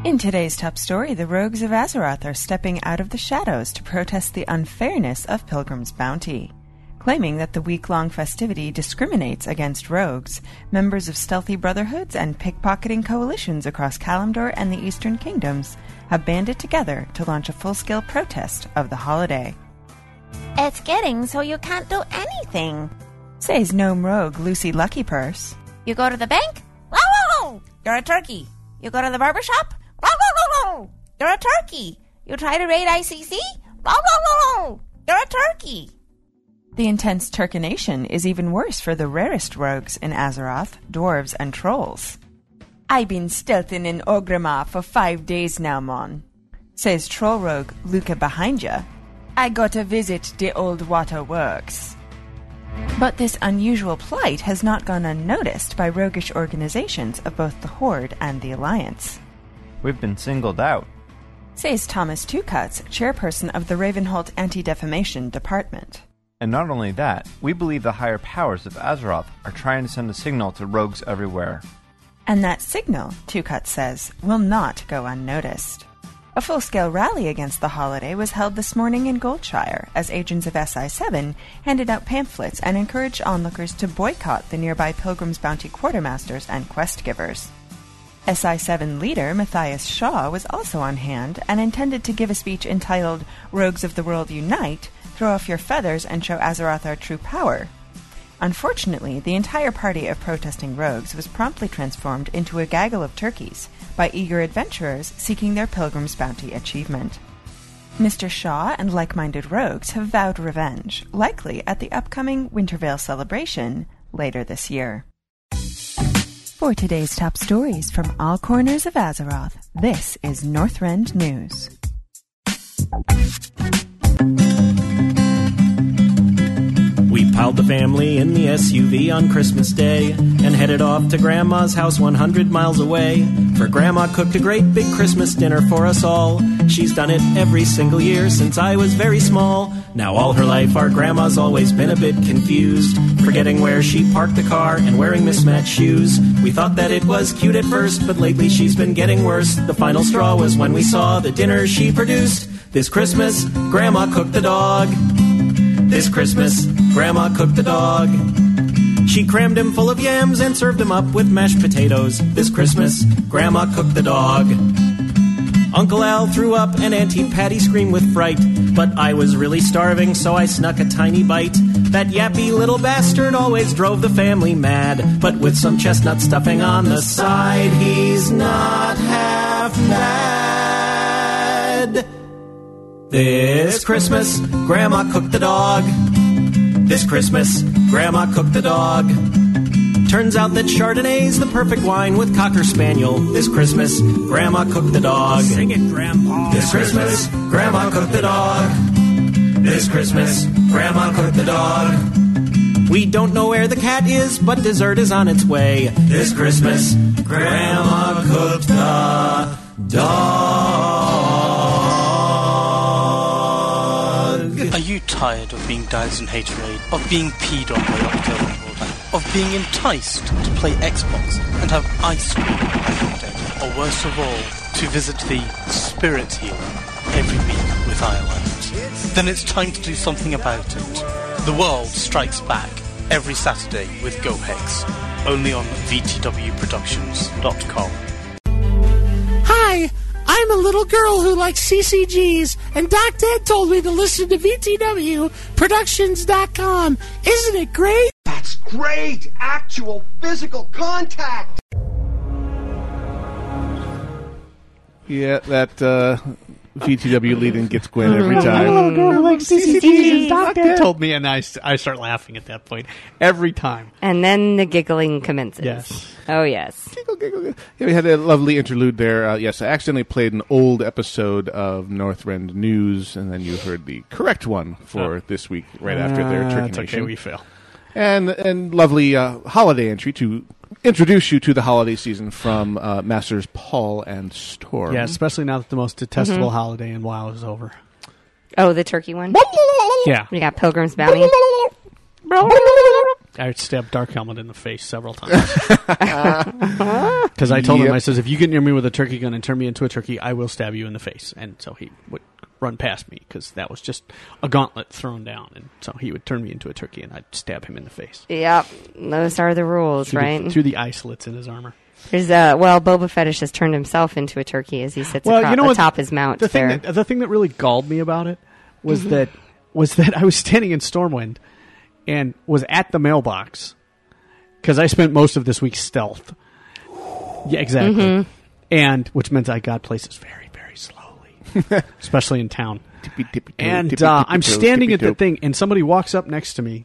S7: In today's top story, the rogues of Azeroth are stepping out of the shadows to protest the unfairness of Pilgrim's Bounty. Claiming that the week long festivity discriminates against rogues, members of stealthy brotherhoods and pickpocketing coalitions across Kalimdor and the Eastern Kingdoms have banded together to launch a full scale protest of the holiday.
S9: It's getting so you can't do anything.
S7: Says gnome rogue Lucy Luckypurse.
S9: You go to the bank? Wow, wow, wow. You're a turkey. You go to the barber shop? Wow, wow, wow, wow. You're a turkey. You try to raid ICC? Wow, wow, wow, wow. You're a turkey.
S7: The intense turcanation is even worse for the rarest rogues in Azeroth, dwarves, and trolls. i been stealthin' in Ogrimmar for five days now, mon, says troll rogue Luca behind ya. I got to visit the old waterworks. But this unusual plight has not gone unnoticed by roguish organizations of both the Horde and the Alliance
S8: We've been singled out.
S7: says Thomas Tucutz, chairperson of the Ravenholt Anti Defamation Department.
S8: And not only that, we believe the higher powers of Azeroth are trying to send a signal to rogues everywhere.
S7: And that signal, Tucut says, will not go unnoticed. A full scale rally against the holiday was held this morning in Goldshire as agents of SI7 handed out pamphlets and encouraged onlookers to boycott the nearby Pilgrim's Bounty quartermasters and quest givers. SI7 leader Matthias Shaw was also on hand and intended to give a speech entitled Rogues of the World Unite, Throw Off Your Feathers and Show Azeroth Our True Power. Unfortunately, the entire party of protesting rogues was promptly transformed into a gaggle of turkeys by eager adventurers seeking their Pilgrim's Bounty achievement. Mr. Shaw and like minded rogues have vowed revenge, likely at the upcoming Wintervale celebration later this year. For today's top stories from all corners of Azeroth, this is Northrend News.
S10: We piled the family in the SUV on Christmas Day and headed off to Grandma's house 100 miles away. For Grandma cooked a great big Christmas dinner for us all. She's done it every single year since I was very small. Now, all her life, our grandma's always been a bit confused, forgetting where she parked the car and wearing mismatched shoes. We thought that it was cute at first, but lately she's been getting worse. The final straw was when we saw the dinner she produced. This Christmas, Grandma cooked the dog. This Christmas, Grandma cooked the dog. She crammed him full of yams and served him up with mashed potatoes. This Christmas, Grandma cooked the dog. Uncle Al threw up and Auntie Patty screamed with fright. But I was really starving, so I snuck a tiny bite. That yappy little bastard always drove the family mad. But with some chestnut stuffing on the side, he's not half bad. This Christmas, Grandma cooked the dog. This Christmas, Grandma cooked the dog. Turns out that Chardonnay's the perfect wine with Cocker Spaniel. This Christmas, Grandma cooked the dog. Sing it, Grandpa. This Christmas, Grandma cooked the dog. This Christmas, Grandma cooked the dog. We don't know where the cat is, but dessert is on its way. This Christmas, Grandma cooked the dog.
S11: Are you tired of being doused in haterade, of being peed on by Octo and Worldbank, of being enticed to play Xbox and have ice cream every day, or worse of all, to visit the Spirit Healer every week with Ireland? Then it's time to do something about it. The World Strikes Back every Saturday with GoHex, only on VTWProductions.com.
S12: Hi, I'm a little girl who likes CCGs, and Doc Dad told me to listen to VTWProductions.com. Isn't it great? That's great! Actual physical contact!
S2: Yeah, that uh, VTW lead-in gets Gwen every time.
S5: Oh, like
S4: CCTV.
S5: Doctor told me, and I, s- I start laughing at that point every time.
S4: And then the giggling commences.
S5: Yes.
S4: Oh, yes.
S2: Yeah, we had a lovely interlude there. Uh, yes, I accidentally played an old episode of Northrend News, and then you heard the correct one for
S5: Oh.
S2: this week right after their
S5: Ah,
S2: Turkey
S5: it's okay,
S2: Nation.
S5: we fail.
S2: And and lovely uh, holiday entry to introduce you to the holiday season from uh, Masters Paul and Storm.
S5: Yeah, especially now that the most detestable
S4: Mhm.
S5: holiday in WoW is over.
S4: Oh, the turkey one?
S5: Yeah.
S4: We got Pilgrim's Bounty.
S5: I stabbed Dark Helmet in the face several times because I told him,
S2: Yep.
S5: I says, if you get near me with a turkey gun and turn me into a turkey, I will stab you in the face. And so he would run past me because that was just a gauntlet thrown down, and so he would turn me into a turkey and I'd stab him in the face.
S4: Yep. Those are the rules,
S5: through
S4: right?
S5: The, through the eye slits in his armor.
S4: There's uh, well, Boba Fetish has turned himself into a turkey as he sits
S5: Well,
S4: acro-
S5: you know what-
S4: atop his mount
S5: the
S4: there.
S5: thing that, the thing that really galled me about it was
S4: Mhm.
S5: that was that I was standing in Stormwind and was at the mailbox because I spent most of this week stealth. Yeah, exactly.
S4: Mhm.
S5: And which meant I got places very, very slowly, especially in town.
S2: toe,
S5: and
S2: tippy,
S5: uh,
S2: tippy
S5: I'm
S2: toe,
S5: standing
S2: tippy
S5: at the
S2: toe.
S5: thing, and somebody walks up next to me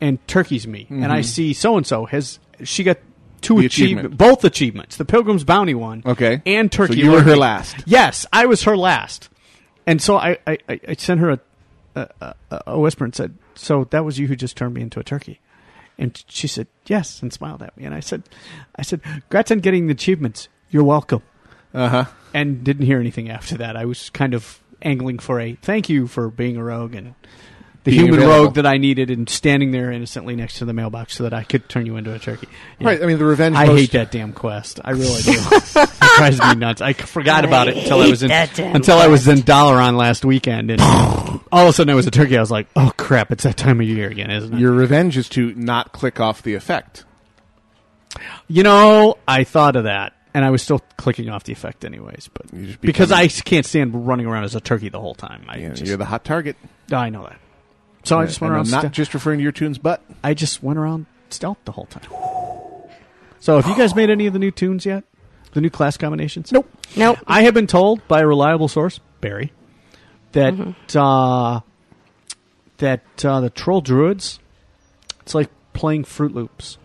S5: and turkeys me, and I
S2: Mhm.
S5: see so and so has she got two
S2: The
S5: achievement.
S2: achievement.
S5: both achievements, the Pilgrim's Bounty one,
S2: Okay.
S5: and
S2: So
S5: Turkey.
S2: you were her
S5: Lurking.
S2: last.
S5: Yes, I was her last, and so I I, I I sent her a, a a a whisper and said, "So that was you who just turned me into a turkey." And she said yes and smiled at me, and I said, "I said, congrats on getting the achievements. You're welcome."
S2: Uh huh.
S5: And didn't hear anything after that. I was kind of angling for a thank you for being a rogue and the
S2: Being
S5: human
S2: available.
S5: rogue that I needed, and standing there innocently next to the mailbox so that I could turn you into a turkey. Yeah.
S2: Right, I mean, the revenge
S5: I
S2: most-
S5: hate that damn quest. I really do. it drives me nuts. I forgot
S2: I
S5: about it until I was
S2: hate
S5: in
S2: that damn
S5: until I was in Dalaran last weekend, and all of a sudden I was a turkey. I was like, oh crap, it's that time of year again, isn't it?
S2: Your revenge is to not click off the effect.
S5: You know, I thought of that, and I was still clicking off the effect anyways, but because I s- can't stand running around as a turkey the whole time. I just,
S2: You're the hot target.
S5: I know that. So I
S2: And-
S5: just went
S2: and
S5: around
S2: I'm not
S5: stealth-
S2: just referring to your tunes, but
S5: I just went around stealth the whole time. So, have you guys made any of the new tunes yet? The new class combinations? Nope.
S4: Nope.
S5: I have been told by a reliable source, Barry, that uh, that uh, the troll druids, it's like playing Fruit Loops.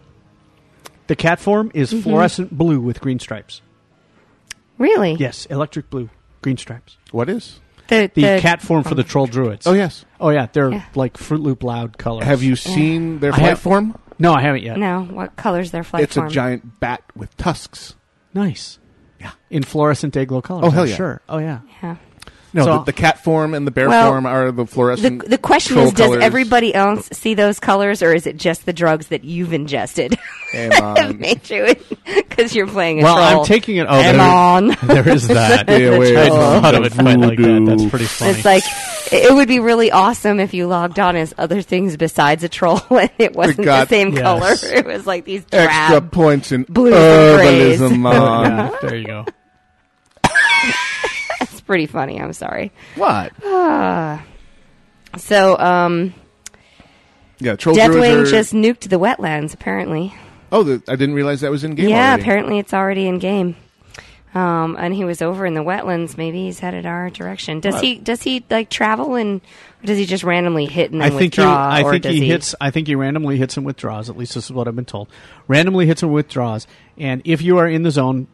S5: The cat form is
S4: Mhm.
S5: fluorescent blue with green stripes.
S4: really?
S5: Yes, electric blue, green stripes.
S2: What is
S4: The,
S5: the, cat form for the troll druids?
S2: Oh, yes.
S5: Oh yeah, they're
S4: Yeah.
S5: like Fruit Loop loud colors.
S2: Have you seen their
S5: I have-
S2: flight form?
S5: No, I haven't yet.
S4: No. What color's their flight
S2: it's
S4: form?
S2: a giant bat with tusks.
S5: Nice. Yeah. In fluorescent aglow colors.
S2: Oh, hell
S5: I'm
S2: yeah.
S5: Sure. Oh yeah.
S4: Yeah.
S2: No,
S5: So-
S2: the, the cat form and the bear
S4: Well,
S2: form are the fluorescent.
S4: The, the question
S2: troll
S4: is, does
S2: colors.
S4: everybody else see those colors, or is it just the drugs that you've ingested
S2: Am I-
S4: that made you? Because you're playing a
S5: Well,
S4: troll.
S5: I'm taking it. Oh,
S4: Am
S5: there-
S4: on.
S5: there is that.
S4: The
S5: I hadn't
S4: troll.
S5: thought of it quite like that. That's pretty funny.
S4: It's like it would be really awesome if you logged on as other things besides a troll, and it wasn't the
S2: got-
S4: same
S2: Yes.
S4: color. It was like these drab.
S2: extra points in
S4: Blues and grays.
S2: herbalism.
S5: Um,
S2: on.
S5: Yeah, there you go.
S4: It's pretty funny. I'm sorry.
S2: What?
S4: Ah. so, um,
S2: Yeah, troll
S4: Deathwing
S2: druids are-
S4: just nuked the wetlands. Apparently,
S2: Oh, the, I didn't realize that was in game.
S4: yeah.
S2: already.
S4: Apparently, it's already in game. Um, and he was over in the wetlands. Maybe he's headed our direction. Does
S5: Uh,
S4: he? Does he like travel and or does he just randomly hit and then
S5: I think he,
S4: withdraw?
S5: I
S4: or
S5: think
S4: does
S5: he hits. I think he randomly hits and withdraws. At least this is what I've been told. Randomly hits and withdraws. And if you are in the zone,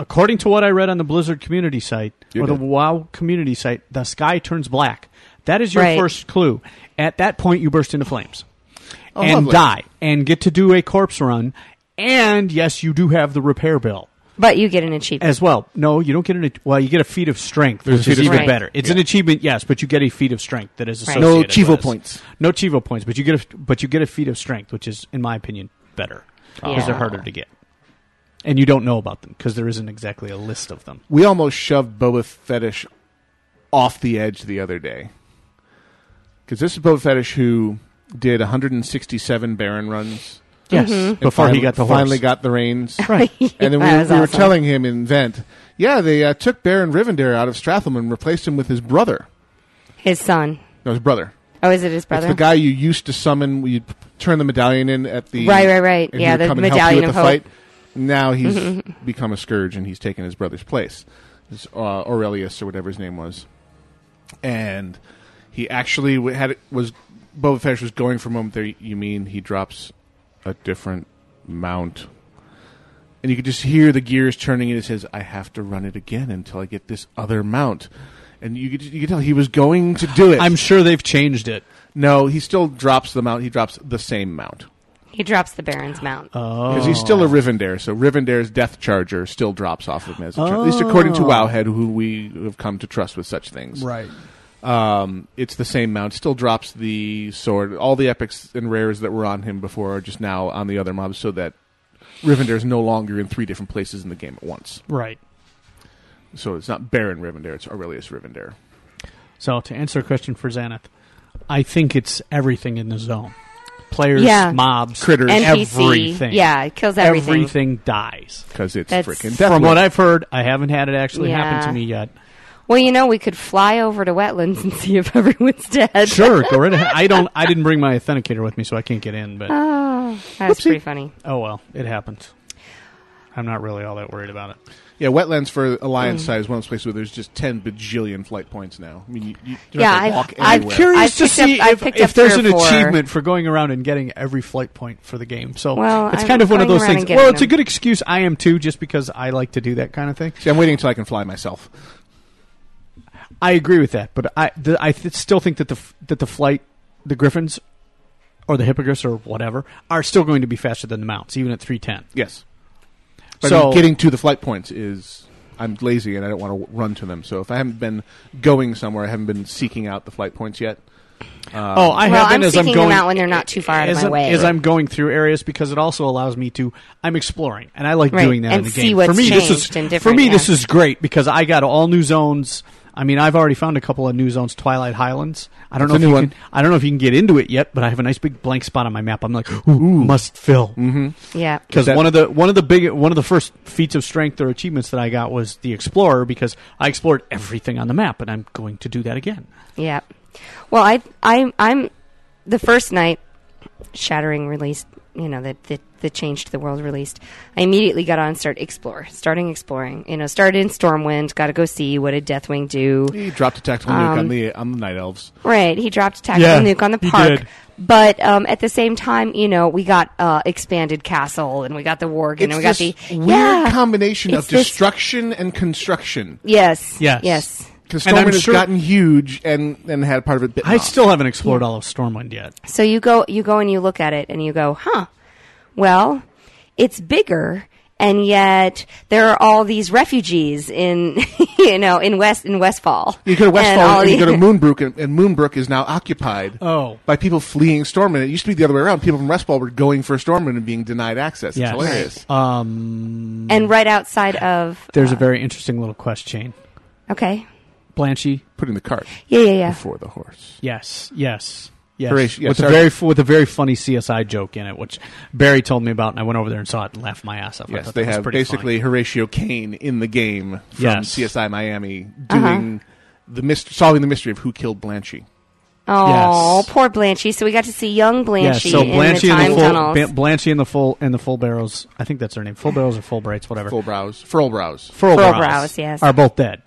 S5: according to what I read on the Blizzard community site
S2: You're
S5: or the
S2: dead.
S5: WoW community site, the sky turns black. That is your
S2: Right.
S5: first clue. At that point, you burst into flames
S2: Oh,
S5: and
S2: lovely.
S5: die, and get to do a corpse run. And yes, you do have the repair bill.
S4: But you get an achievement
S5: as well. No, you don't get an. ach- Well, you get a feat of strength,
S2: There's a
S5: which
S2: feat
S5: is
S2: of
S5: even
S2: strength.
S5: better. It's an achievement, yes, but you get a feat of strength that is
S2: Right.
S5: associated.
S2: No Chivo
S5: with this.
S2: points.
S5: No chivo points, but you get a but you get a feat of strength, which is, in my opinion, better because they're
S2: Oh. Yeah.
S5: harder to get, and you don't know about them because there isn't exactly a list of them.
S2: We almost shoved Boba Fetish off the edge the other day. Because this is Boba Fetish who did 167 Baron runs.
S5: Yes. Mhm.
S2: And
S5: Before he
S2: finally-
S5: got the horse.
S2: Finally got the reins.
S5: Right.
S2: and then we,
S5: That was
S2: we were
S5: awesome.
S2: telling him in Vent, yeah, they uh, took Baron Rivendare out of Stratham and replaced him with his brother.
S4: his son.
S2: No, his brother.
S4: Oh, is it his brother?
S2: It's the guy you used to summon. You turn the medallion in at the
S4: Right, right, right.
S2: and he
S4: Yeah,
S2: would
S4: the
S2: come and help you
S4: medallion
S2: with
S4: of
S2: the
S4: hope.
S2: Fight. Now he's
S4: Mhm.
S2: become a scourge, and he's taken his brother's place. It's, uh, Aurelius or whatever his name was, and he actually w- had it was Boba Fett was going for a moment there. You mean he drops a different mount? And you could just hear the gears turning, and it says, "I have to run it again until I get this other mount." And you could you could tell he was going to do it.
S5: I'm sure they've changed it.
S2: No, he still drops the mount. He drops the same mount
S4: He drops the Baron's mount.
S5: Uh,
S2: because he's still
S5: Oh.
S2: a Rivendare. So Rivendare's Death Charger still drops off of him, as a char- at least
S5: Oh.
S2: according to Wowhead, who we have come to trust with such things.
S5: Right.
S2: Um, it's the same mount. Still drops the sword. All the epics and rares that were on him before are just now on the other mob, so that Rivendare is no longer in three different places in the game at once.
S5: Right.
S2: So it's not Baron Rivendare; it's Aurelius Rivendare.
S5: So to answer a question for Xanath, I think it's everything in the zone. Players,
S4: Yeah.
S5: mobs,
S4: Critters. NPC.
S5: everything.
S4: Yeah, it kills everything.
S5: Everything dies
S2: because it's
S4: That's- frickin'
S5: From
S4: deathloop.
S5: what I've heard, I haven't had it actually happen
S4: Yeah.
S5: to me yet.
S4: Well, you know, we could fly over to wetlands and see if everyone's dead.
S5: Sure, go right ahead. I don't. I didn't bring my authenticator with me, so I can't get in. But
S4: Oh, that was
S5: Whoopsie.
S4: pretty funny.
S5: oh well, it happens. I'm not really all that worried about it.
S2: Yeah, wetlands for Alliance
S5: Mm.
S2: side is one of those places where there's just ten bajillion flight points now. I mean, you, you don't
S4: Yeah,
S2: have to
S4: I've-
S2: walk
S4: I've
S2: anywhere.
S4: Well,
S5: Curious
S4: I've
S5: to
S4: picked
S5: see
S4: up- I've
S5: if,
S4: picked
S5: if
S4: up
S5: there's
S4: three
S5: an
S4: or four.
S5: achievement for going around and getting every flight point for the game. So
S4: Well,
S5: it's
S4: I'm
S5: kind of one of
S4: going
S5: those
S4: around
S5: things.
S4: and
S5: Well,
S4: getting
S5: it's a
S4: them.
S5: good excuse. I am too, just because I like to do that kind of thing.
S2: See, I'm waiting until I can fly myself.
S5: I agree with that, but I the, I th- still think that the f- that the flight the griffins or the hippogriffs or whatever are still going to be faster than the mounts, even at three ten.
S2: Yes. But I
S5: so
S2: mean, getting to the flight points is I'm lazy and I don't want to w- run to them. So if I haven't been going somewhere, I haven't been seeking out the flight points yet. Um,
S5: Oh, I
S4: well,
S5: have been
S4: I'm
S5: as I'm
S4: seeking
S5: going
S4: them out when they're not too far out of
S5: as,
S4: my
S5: I'm,
S4: way.
S5: as I'm going through areas because it also allows me to I'm exploring and I like
S4: Right,
S5: doing that in
S4: and
S5: the
S4: see
S5: game.
S4: what's
S5: for me, this
S4: changed
S5: is
S4: and
S5: for
S4: different,
S5: me
S4: yeah.
S5: this is great because I got all new zones. I mean, I've already found a couple of new zones. Twilight Highlands. I don't
S2: That's
S5: know
S2: a
S5: if
S2: new
S5: you
S2: one.
S5: can. I don't know if you can get into it yet, but I have a nice big blank spot on my map. I'm like, ooh, must fill. Mm-hmm.
S4: Yeah.
S5: Because
S2: That-
S5: one of the one of the big one of the first feats of strength or achievements that I got was the explorer because I explored everything on the map and I'm going to do that again.
S4: Yeah. Well, I I I'm the first night Shattering released, you know, the the, the change to the world released. I immediately got on and started explore, starting exploring. You know, started in Stormwind, got to go see what did Deathwing do.
S2: He dropped a tactical nuke on
S4: Um,
S2: the on the night elves.
S4: Right, he dropped a tactical
S2: Yeah,
S4: nuke on the
S2: he
S4: park.
S2: did.
S4: But um, at the same time, you know, we got uh, expanded castle and we got the worg and
S2: It's
S4: we got the
S2: this weird
S4: yeah,
S2: combination of
S4: It's this-
S2: destruction and construction.
S4: Yes.
S5: Yes.
S4: Yes.
S2: Because
S5: And I'm
S2: Stormwind has
S5: sure-
S2: gotten huge and, and had part of it bitten
S5: I
S2: off.
S5: still haven't explored all of Stormwind yet.
S4: So you go you go and you look at it and you go, "Huh. Well, it's bigger and yet there are all these refugees in you know, in West in Westfall."
S2: You go to
S4: And
S2: Westfall
S4: all
S2: and, you
S4: the-
S2: go to Moonbrook, and, and Moonbrook is now occupied
S5: Oh.
S2: by people fleeing Stormwind. It used to be the other way around. People from Westfall were going for Stormwind and being denied access. It's
S5: Yes. Uh,
S2: hilarious.
S5: Um,
S4: and right outside of
S5: there's a very interesting little quest chain.
S4: Okay.
S5: Blanchie,
S2: putting the cart.
S4: Yeah, yeah, yeah.
S2: Before the horse.
S5: Yes, yes, yes.
S2: Horatio- yeah,
S5: with a
S2: sorry.
S5: very f- with a very funny CSI joke in it, which Barry told me about, and I went over there and saw it and laughed my ass off. I
S2: Yes,
S5: thought
S2: they
S5: that was
S2: have
S5: pretty
S2: basically Horatio Kane in the game from
S5: Yes.
S2: CSI Miami
S5: Uh-huh.
S2: doing the myst- solving the mystery of who killed Blanchie.
S4: Oh, poor Blanchie. So we got to see young Blanchie
S5: yeah, so Blanchie
S4: in the time
S5: and the full
S4: tunnels.
S5: Ban- Blanchie and the full and the full barrels. I think that's her name. Full barrels or full brights, whatever.
S2: Full brows. Furl brows.
S5: Full
S4: Furl
S5: brows.
S4: brows, yes.
S5: Are both dead.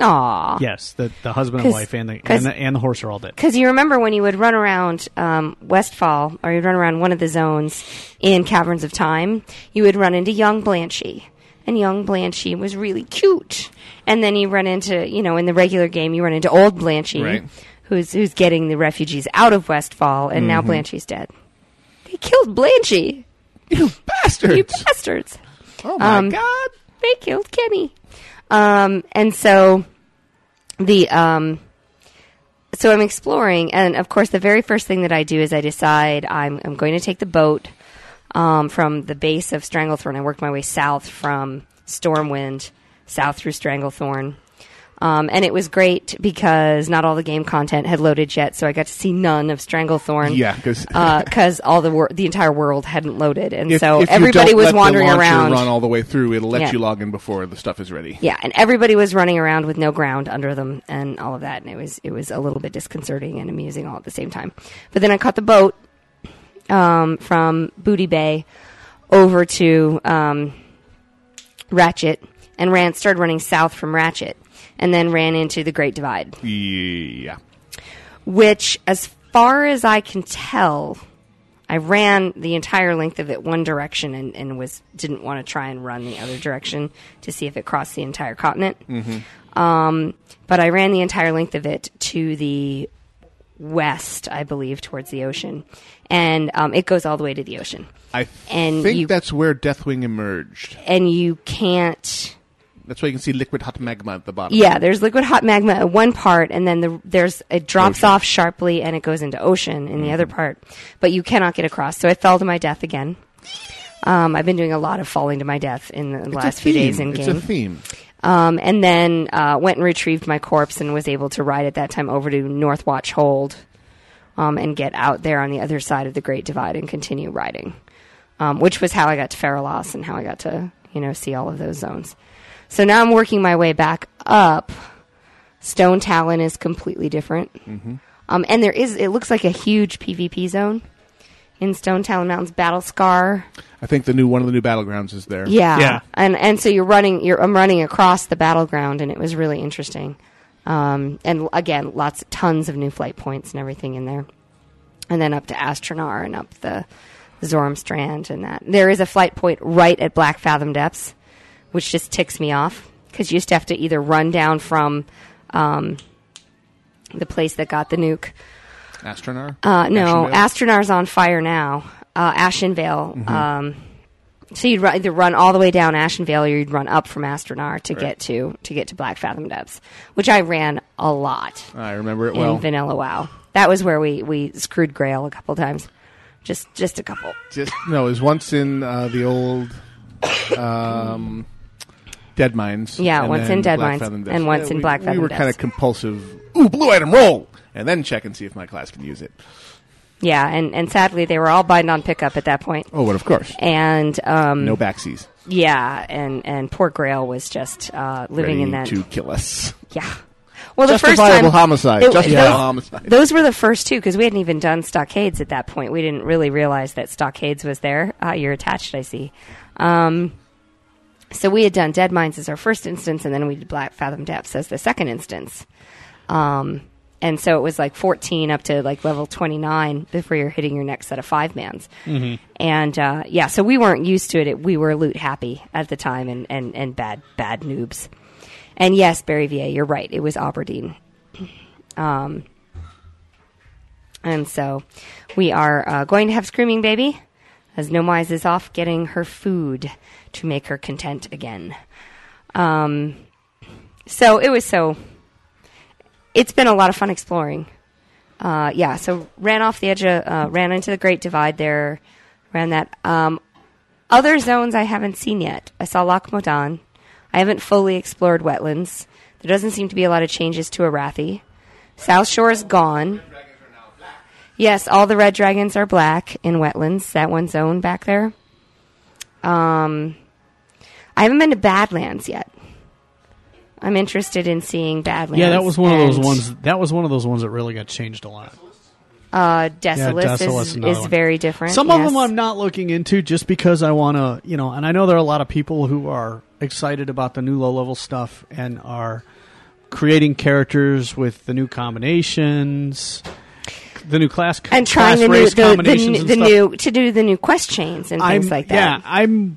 S4: Aw.
S5: Yes, the the husband and
S4: 'Cause-
S5: wife and the,
S4: 'cause-
S5: and the and the horse are all dead.
S4: Because you remember when you would run around um, Westfall, or you'd run around one of the zones in Caverns of Time, you would run into young Blanchie. And young Blanchie was really cute. And then you run into, you know, in the regular game, you run into old Blanchie,
S2: Right.
S4: who's, who's getting the refugees out of Westfall, and now
S2: Mhm.
S4: Blanchie's dead. They killed Blanchie.
S2: Bastards.
S4: You Um, bastards.
S2: Oh, my
S4: God. They killed Kenny. Um, and so the um, so I'm exploring, and of course, the very first thing that I do is I decide I'm, I'm going to take the boat um, from the base of Stranglethorn. I worked my way south from Stormwind, south through Stranglethorn. Um, and it was great because not all the game content had loaded yet, so I got to see none of Stranglethorn.
S2: Yeah, 'cause-
S4: because all the wor- the entire world hadn't loaded, and
S2: If-
S4: uh, so
S2: if you
S4: everybody
S2: don't
S4: was
S2: let the
S4: wandering
S2: launcher
S4: around.
S2: Run all the way through. It'll let
S4: Yeah.
S2: you log in before the stuff is ready.
S4: Yeah, and everybody was running around with no ground under them and all of that, and it was it was a little bit disconcerting and amusing all at the same time. But then I caught the boat um, from Booty Bay over to um, Ratchet, and ran started running south from Ratchet, and then ran into the Great Divide
S2: Yeah.
S4: which, as far as I can tell, I ran the entire length of it one direction and, and was didn't want to try and run the other direction to see if it crossed the entire continent.
S13: Mhm.
S4: Um, but I ran the entire length of it to the west, I believe, towards the ocean, and um, it goes all the way to the ocean.
S2: I
S4: and
S2: think
S4: you
S2: that's where Deathwing emerged.
S4: and you can't.
S2: That's why you can see liquid hot magma at the bottom.
S4: Yeah, there's liquid hot magma at one part, and then the, there's it drops off sharply and it goes into ocean in the other
S2: Mm-hmm.
S4: part. But you cannot get across, so I fell to my death again. Um, I've been doing a lot of falling to my death in the
S2: It's a
S4: last few days
S2: theme.
S4: in
S2: It's
S4: game.
S2: a theme.
S4: Um, and then uh, went and retrieved my corpse and was able to ride at that time over to North Watch Hold um, and get out there on the other side of the Great Divide and continue riding, um, which was how I got to Faralos and how I got to you know see all of those zones. So now I'm working my way back up. Stone Talon is completely different,
S13: Mhm.
S4: um, and there is it looks like a huge PvP zone in Stone Talon Mountains. Battle Scar.
S2: I think the new one of the new battlegrounds is there.
S4: Yeah. And and so you're running you're I'm running across the battleground and it was really interesting. Um, and l- again, lots tons of new flight points and everything in there. And then up to Astronar and up the Zorm Strand and that. There is a flight point right at Black Fathom Depths, which just ticks me off because you just have to either run down from um, the place that got the nuke
S2: Astronar?
S4: uh, no,
S2: Ashenvale?
S4: Astronar's on fire now. Uh, Ashenvale.
S2: Mhm.
S4: Um, so you'd ru- either run all the way down Ashenvale, or you'd run up from Astronar to
S2: Right.
S4: get to to get to Black Fathom Depths, which I ran a lot
S2: I remember it
S4: in
S2: well.
S4: Vanilla WoW. That was where we we screwed Grail a couple times, just just a couple.
S2: Just no, it was once in uh, the old um, Dead Mines.
S4: Yeah,
S2: and
S4: once
S2: then
S4: in Dead
S2: Black
S4: Mines,
S2: Fathom Depths.
S4: and once
S2: Yeah,
S4: in
S2: we-
S4: Black
S2: We
S4: Fathom
S2: were kind of
S4: Depths.
S2: compulsive. Ooh, blue item roll, and then check and see if my class can use it.
S4: Yeah, and and sadly they were all bind on pickup at that point.
S2: Oh, but of course.
S4: And um,
S2: No backsies.
S4: Yeah, and and poor Grail was just uh, living
S2: Ready
S4: in that
S2: to kill us.
S4: Yeah. Well, the first
S2: Justifiable
S4: time
S2: homicide.
S4: it-
S2: Justifiable
S4: those,
S2: homicide.
S4: Those were the first two because we hadn't even done stockades at that point. We didn't really realize that stockades was there. Ah, you're attached, I see. Um, so we had done Dead Mines as our first instance, and then we did Black Fathom Depths as the second instance. Um, and so it was like 14 up to like level 29 before you're hitting your next set of five mans.
S13: Mhm.
S4: And uh, yeah, so we weren't used to it. it. We were loot happy at the time and, and, and bad bad noobs. And yes, Barry Va, you're right. It was Aberdeen. Um, and so we are uh, going to have Screaming Baby as Nomize is off getting her food to make her content again. Um, so it was so. It's been a lot of fun exploring. Uh, yeah, so ran off the edge of, uh, ran into the Great Divide there, ran that. Um, other zones I haven't seen yet. I saw Loch Modan. I haven't fully explored wetlands. There doesn't seem to be a lot of changes to Arathi. South Shore is gone. Yes, all the red dragons are black in wetlands. That one zone back there. Um, I haven't been to Badlands yet. I'm interested in seeing Badlands.
S5: Yeah, that was one of those
S4: and,
S5: ones. That was one of those ones that really got changed a lot.
S4: Uh,
S5: Yeah,
S4: Desolus
S5: Desolus
S4: is,
S5: another
S4: is
S5: one.
S4: very different.
S5: Some of
S4: yes.
S5: them I'm not looking into just because I want to, you know. And I know there are a lot of people who are excited about the new low level stuff and are creating characters with the new combinations, the new class
S4: and trying
S5: class
S4: the new
S5: race
S4: the, the,
S5: combinations
S4: new-
S5: and
S4: the
S5: stuff.
S4: new to do the new quest chains and things
S5: I'm-
S4: like that.
S5: Yeah, I'm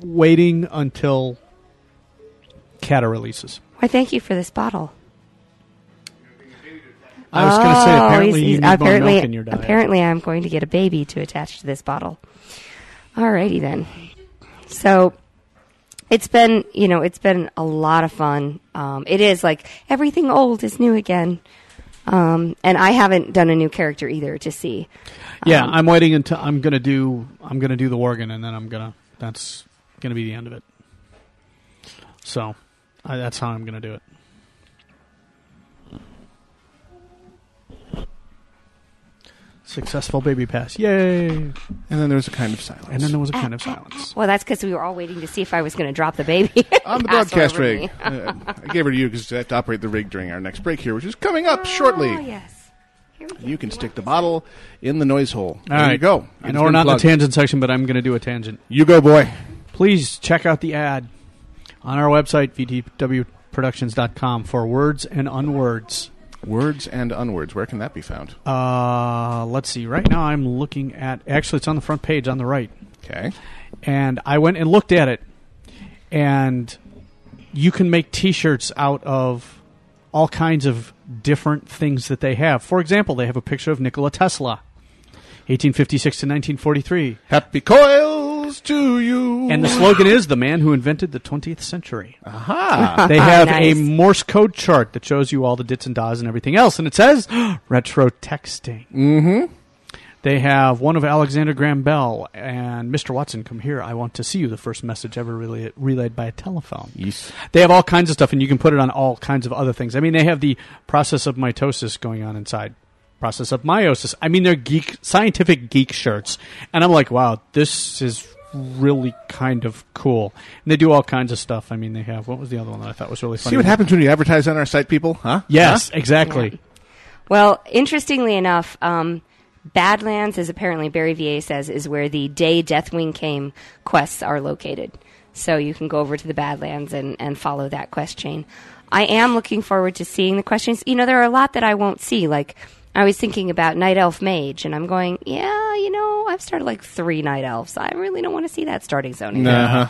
S5: waiting until Cata releases.
S4: Why? Thank you for this bottle.
S5: I was going to say
S4: Oh,
S5: apparently
S4: he's-
S5: you
S4: he's-
S5: need more
S4: apparently,
S5: milk in your diet.
S4: apparently I'm going to get a baby to attach to this bottle. Alrighty then. So it's been, you know, it's been a lot of fun. Um, it is like everything old is new again. Um, and I haven't done a new character either to see.
S5: Yeah,
S4: um,
S5: I'm waiting until I'm gonna do I'm gonna do the Worgen, and then I'm gonna that's gonna be the end of it. So I, that's how I'm gonna do it. Successful baby pass, yay! And
S2: then there was a kind of silence.
S5: And then there was a kind of silence.
S4: Well, that's because we were all waiting to see if I was going to drop the baby
S2: on the broadcast rig. Uh, I gave her to you because I have to operate the rig during our next break here, which is coming up shortly.
S4: Oh, yes.
S2: You can stick the bottle in the noise hole.
S5: All
S2: there
S5: right,
S2: you go.
S5: I
S2: It's
S5: know we're not in
S2: been
S5: the
S2: plugged.
S5: tangent section, but I'm going to do a tangent.
S2: You go, boy.
S5: Please check out the ad on our website, vtwproductions.com, for words and unwords.
S2: Words and unwords. Where can that be found?
S5: Uh, let's see. Right now, I'm looking at. Actually, it's on the front page on the right.
S2: Okay.
S5: And I went and looked at it, and you can make T-shirts out of all kinds of different things that they have. For example, they have a picture of Nikola Tesla, 1856 to 1943.
S2: Happy coils to you.
S5: And the slogan is "The man who invented the 20th century."
S2: Aha!
S5: They have
S2: Nice.
S5: a Morse code chart that shows you all the dits and daws and everything else, and it says retro texting.
S2: Mm-hmm.
S5: They have one of Alexander Graham Bell and Mr. Watson. Come here, I want to see you. The first message ever relay- relayed by a telephone.
S2: Yes.
S5: They have all kinds of stuff, and you can put it on all kinds of other things. I mean, they have the process of mitosis going on inside, process of meiosis. I mean, they're geek, scientific geek shirts, and I'm like, wow, this is really kind of cool. And they do all kinds of stuff. I mean, they have what was the other one that I thought was really funny?
S2: See what happens when you advertise on our site, people? Huh?
S5: Yes,
S2: Huh?
S5: exactly.
S4: Well, interestingly enough, um, Badlands is apparently Barry VA says is where the day Deathwing came quests are located. So you can go over to the Badlands and, and follow that quest chain. I am looking forward to seeing the questions. You know, there are a lot that I won't see. Like I was thinking about Night Elf Mage, and I'm going, yeah, you know, I've started like three Night Elves. I really don't want to see that starting zone. Either.
S5: Uh-huh.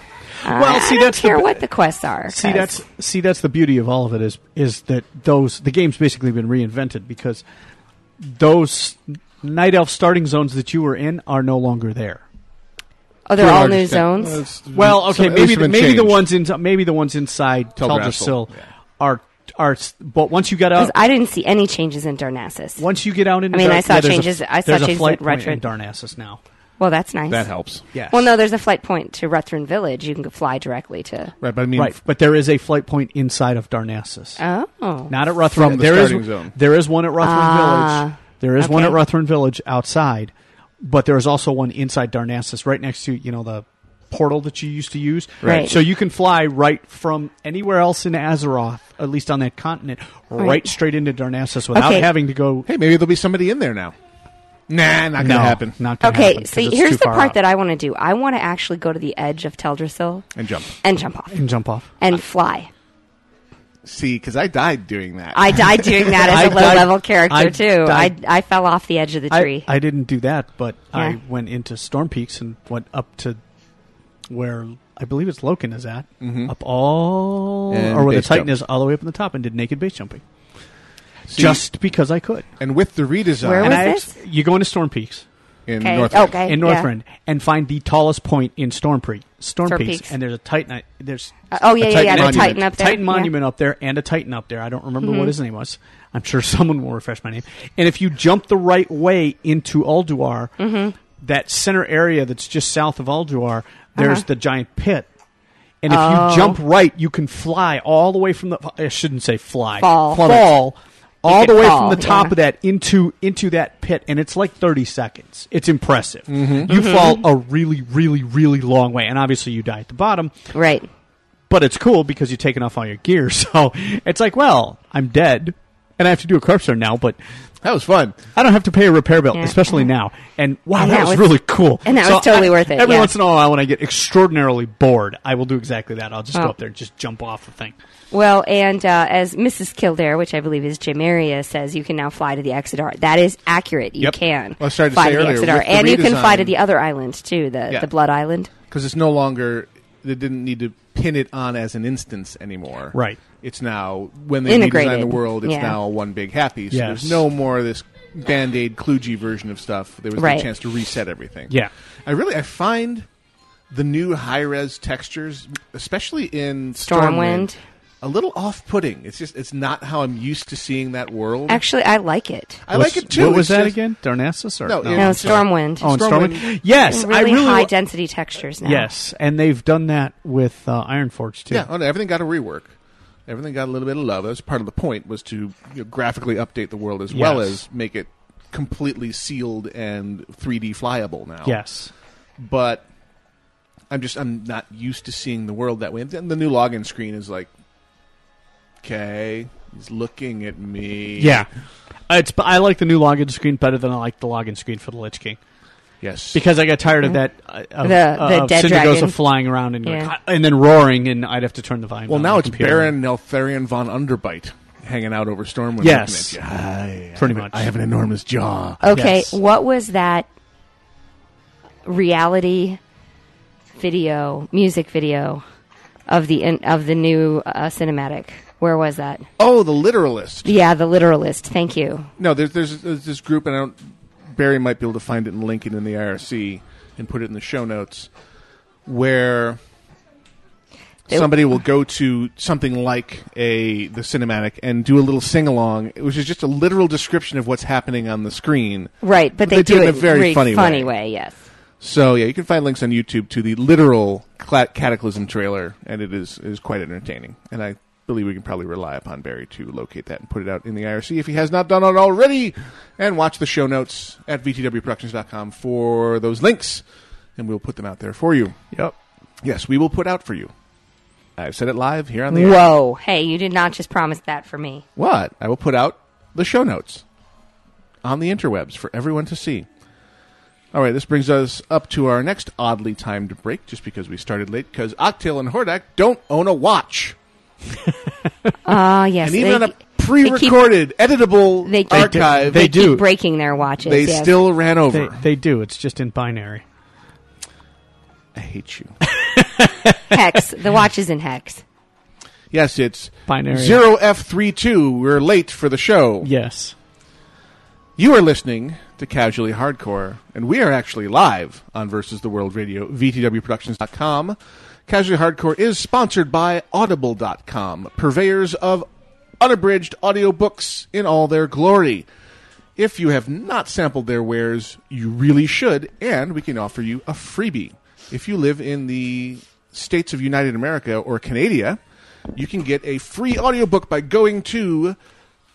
S4: Uh,
S5: Well,
S4: I
S5: see,
S4: don't
S5: that's the
S4: care
S5: b-
S4: what the quests are.
S5: See
S4: 'cause-
S5: that's see that's the beauty of all of it is is that those the game's basically been reinvented because those night elf starting zones that you were in are no longer there.
S4: Oh, they're To a all large new extent. zones? Well, it's-
S5: Well, okay,
S4: some-
S5: maybe
S4: some
S5: the, maybe the
S4: changed.
S5: ones in maybe the ones inside Teldrassil
S2: Teldrassil.
S5: are are s- but once you get
S4: 'cause
S5: out
S4: I didn't see any changes in Darnassus.
S5: once you get out into
S4: I mean,
S5: Dar-
S4: I saw
S5: yeah, there's a-
S4: changes. I saw
S5: there's a
S4: changes
S5: flight
S4: at
S5: point in
S4: Rutrin.
S5: Darnassus now.
S4: Well, that's nice.
S5: That helps. Yes.
S4: Well, no, there's a flight point to Rutherford Village. You can fly directly to.
S2: Right, but I mean,
S5: right, but there is a flight point inside of Darnassus.
S4: Oh.
S5: Not at Ruthven.
S2: From the
S5: there is-
S2: starting zone.
S5: There is one at Ruthven
S4: Ah,
S5: Village. There is one at
S4: okay.
S5: Ruthven Village outside, but there is also one inside Darnassus, right next to you know the portal that you used to use.
S2: Right.
S5: So you can fly right from anywhere else in Azeroth, at least on that continent, right,
S2: Right.
S5: straight into Darnassus without
S4: Okay.
S5: having to go.
S2: Hey, maybe there'll be somebody in there now. Nah, not gonna
S5: No,
S2: happen.
S5: Not gonna
S4: Okay,
S5: happen, 'cause
S4: so
S5: it's
S4: here's
S5: too
S4: the
S5: far
S4: part
S5: out.
S4: that I want to do. I want to actually go to the edge of Teldrassil
S2: And jump.
S4: and jump off
S5: and jump off.
S4: and fly.
S2: See, because I died doing that.
S4: I died doing that as
S5: I
S4: a low
S5: died-
S4: level character
S5: I
S4: too. I,
S5: died-
S4: I fell off the edge of the
S5: I-
S4: tree.
S5: I, didn't do that, but
S4: Yeah.
S5: I went into Storm Peaks and went up to where I believe it's Loken is at, up all
S2: Mm-hmm. And
S5: or where the
S2: base
S5: Titan
S2: jump.
S5: is, all the way up in the top, and did naked base jumping.
S2: See-
S5: Just because I could,
S2: and with the redesign,
S5: And I ex- You go into Storm Peaks
S2: in
S5: in
S2: North.
S5: Northrend,
S4: okay,
S5: in
S4: yeah.
S5: Northrend, and find the tallest point in Storm, Pre- Storm,
S4: Storm
S5: Peaks,
S4: Peaks.
S5: and there's a Titan. There's
S4: Uh, oh, yeah,
S5: a
S4: yeah, yeah, the Titan up there,
S5: Titan
S4: yeah.
S5: monument up there, and a Titan up there. I don't remember
S4: Mhm.
S5: what his name was. I'm sure someone will refresh my name. And if you jump the right way into Alduar,
S4: Mm-hmm.
S5: that center area that's just south of Alduar, there's
S4: Uh-huh.
S5: the giant pit. And if
S4: Oh.
S5: you jump right, you can fly all the way from the. I shouldn't say fly.
S4: Fall.
S5: Fall.
S4: You
S5: All
S4: could
S5: the way
S4: fall,
S5: from the top
S4: yeah.
S5: of that into into that pit, and it's like thirty seconds. It's impressive. You
S4: Mhm.
S5: fall a really, really, really long way, and obviously you die at the bottom.
S4: Right.
S5: But it's cool because you've taken off all your gear, so it's like, well, I'm dead, and I have to do a carpster now. But
S2: that was fun.
S5: I don't have to pay a repair bill,
S4: Yeah.
S5: especially now. And wow,
S4: And
S5: that,
S4: that
S5: was,
S4: was-
S5: really cool.
S4: and that was
S5: I-
S4: totally worth it,
S5: Every
S4: yeah.
S5: once in a while, when I get extraordinarily bored, I will do exactly that. I'll just go
S4: Oh.
S5: up there and just jump off the thing.
S4: Well, and uh, as Mrs. Kildare, which I believe is Jim Area, says, you can now fly to the Exidar. That is accurate. You
S2: Yep.
S4: can
S2: Well, I started to
S4: fly
S2: say
S4: to the
S2: earlier,
S4: Exidar,
S2: with the
S4: and you can fly to
S2: redesign-
S4: the other island too, the
S2: Yeah.
S4: the Blood Island.
S2: because it's no longer they didn't need to pin it on as an instance anymore.
S5: Right.
S2: It's now when they redesign
S4: Integrated.
S2: the world, it's
S4: Yeah.
S2: now one big happy. So
S5: Yes.
S2: there's no more of this band aid kludgy version of stuff. There was
S4: Right.
S2: the chance to reset everything.
S5: Yeah.
S2: I really I find the new high res textures, especially in
S4: Stormwind.
S2: Stormwind, a little off putting. It's just it's not how I'm used to seeing that world.
S4: Actually, I like it.
S2: I like it too.
S5: What was
S2: It's
S5: that
S2: just-
S5: again? Darnassus or
S2: No,
S4: No, Stormwind.
S5: Oh, and Stormwind.
S2: Stormwind.
S5: Yes,
S4: really
S5: I really
S4: high
S5: wa-
S4: density textures now.
S5: Yes, and they've done that with uh, Ironforge too.
S2: Yeah, oh, no, everything got a rework. Everything got a little bit of love. That was part of the point was to you know, graphically update the world as well
S5: Yes.
S2: as make it completely sealed and 3D flyable now.
S5: Yes.
S2: but I'm just I'm not used to seeing the world that way. And then the new login screen is like, okay, he's looking at me.
S5: Yeah. Uh, It's but I like the new login screen better than I like the login screen for the Lich King
S2: Yes.
S5: because I got tired of that uh, of,
S4: The- the
S5: of
S4: dead
S5: Cindergosa
S4: dragon.
S5: flying around and going,
S4: Yeah.
S5: "Ah," and then roaring and I'd have to turn the volume.
S2: Well,
S5: down
S2: now
S5: on
S2: it's
S5: the computer.
S2: Baron Neltharion von Underbite hanging out over Stormwind.
S5: Yes.
S2: looking at you. Hi, I
S5: Pretty
S2: have a-
S5: much.
S2: I have an enormous jaw.
S4: Okay,
S5: Yes.
S4: what was that reality video, music video of the in, of the new uh, cinematic? Where was that?
S2: Oh, the literalist.
S4: Yeah, the literalist. Thank you.
S2: No, there's, there's there's this group, and I don't, Barry might be able to find it and link it in the IRC and put it in the show notes, where
S4: They-
S2: somebody will go to something like a the cinematic and do a little sing along, which is just a literal description of what's happening on the screen.
S4: Right, but,
S2: But they do it in a very funny way.
S4: way. Yes.
S2: So yeah, you can find links on YouTube to the literal cla- Cataclysm trailer, and it is is quite entertaining. And I believe we can probably rely upon Barry to locate that and put it out in the IRC if he has not done it already. And watch the show notes at vtwproductions.com for those links, and we'll put them out there for you.
S5: Yep.
S2: Yes, we will put out for you. I've said it live here on the air.
S4: Whoa! Hey, you did not just promise that for me.
S2: What? I will put out the show notes on the interwebs for everyone to see. All right, this brings us up to our next oddly timed break just because we started late because Octail and Hordak don't own a watch.
S4: Ah, yes.
S2: and even
S4: they,
S2: on a pre recorded, editable
S4: they keep-
S2: archive,
S5: They
S4: they
S5: do.
S4: keep breaking their watches.
S2: they
S4: yes.
S2: still ran
S5: They,
S2: over.
S5: they do. It's just in binary.
S2: I hate you.
S4: hex. The watch is in hex.
S2: yes, it's
S5: Binary.
S2: 0F32. We're late for the show.
S5: Yes.
S2: You are listening to Casually Hardcore, and we are actually live on Versus the World Radio, VTWProductions.com. Casually Hardcore is sponsored by Audible.com, purveyors of unabridged audiobooks in all their glory. If you have not sampled their wares, you really should, and we can offer you a freebie. If you live in the states of United America or Canada, you can get a free audiobook by going to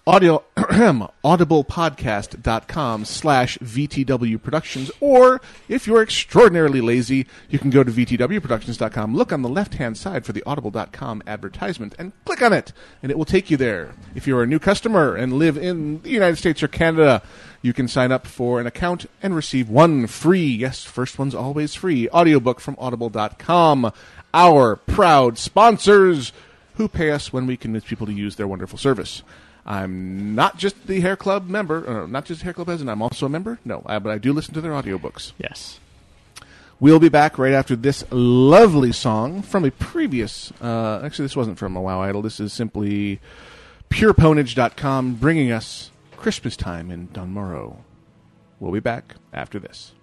S2: audio audiblepodcast.com slash vtw productions or if you're extraordinarily lazy you can go to vtwproductions.com look on the left hand side for the audible.com advertisement and click on it and it will take you there if you're a new customer and live in the united states or canada you can sign up for an account and receive one free yes first one's always free audiobook from audible.com our proud sponsors who pay us when we convince people to use their wonderful service. I'm not just the Hair Club member, or not just Hair Club as, and I'm also a member. No, I, but I do listen to their audiobooks.
S5: Yes.
S2: We'll be back right after this lovely song from a previous. Uh, actually, this wasn't from a Wow Idol. This is simply pureponage.com bringing us Christmas time in Dunmorrow. We'll be back after this.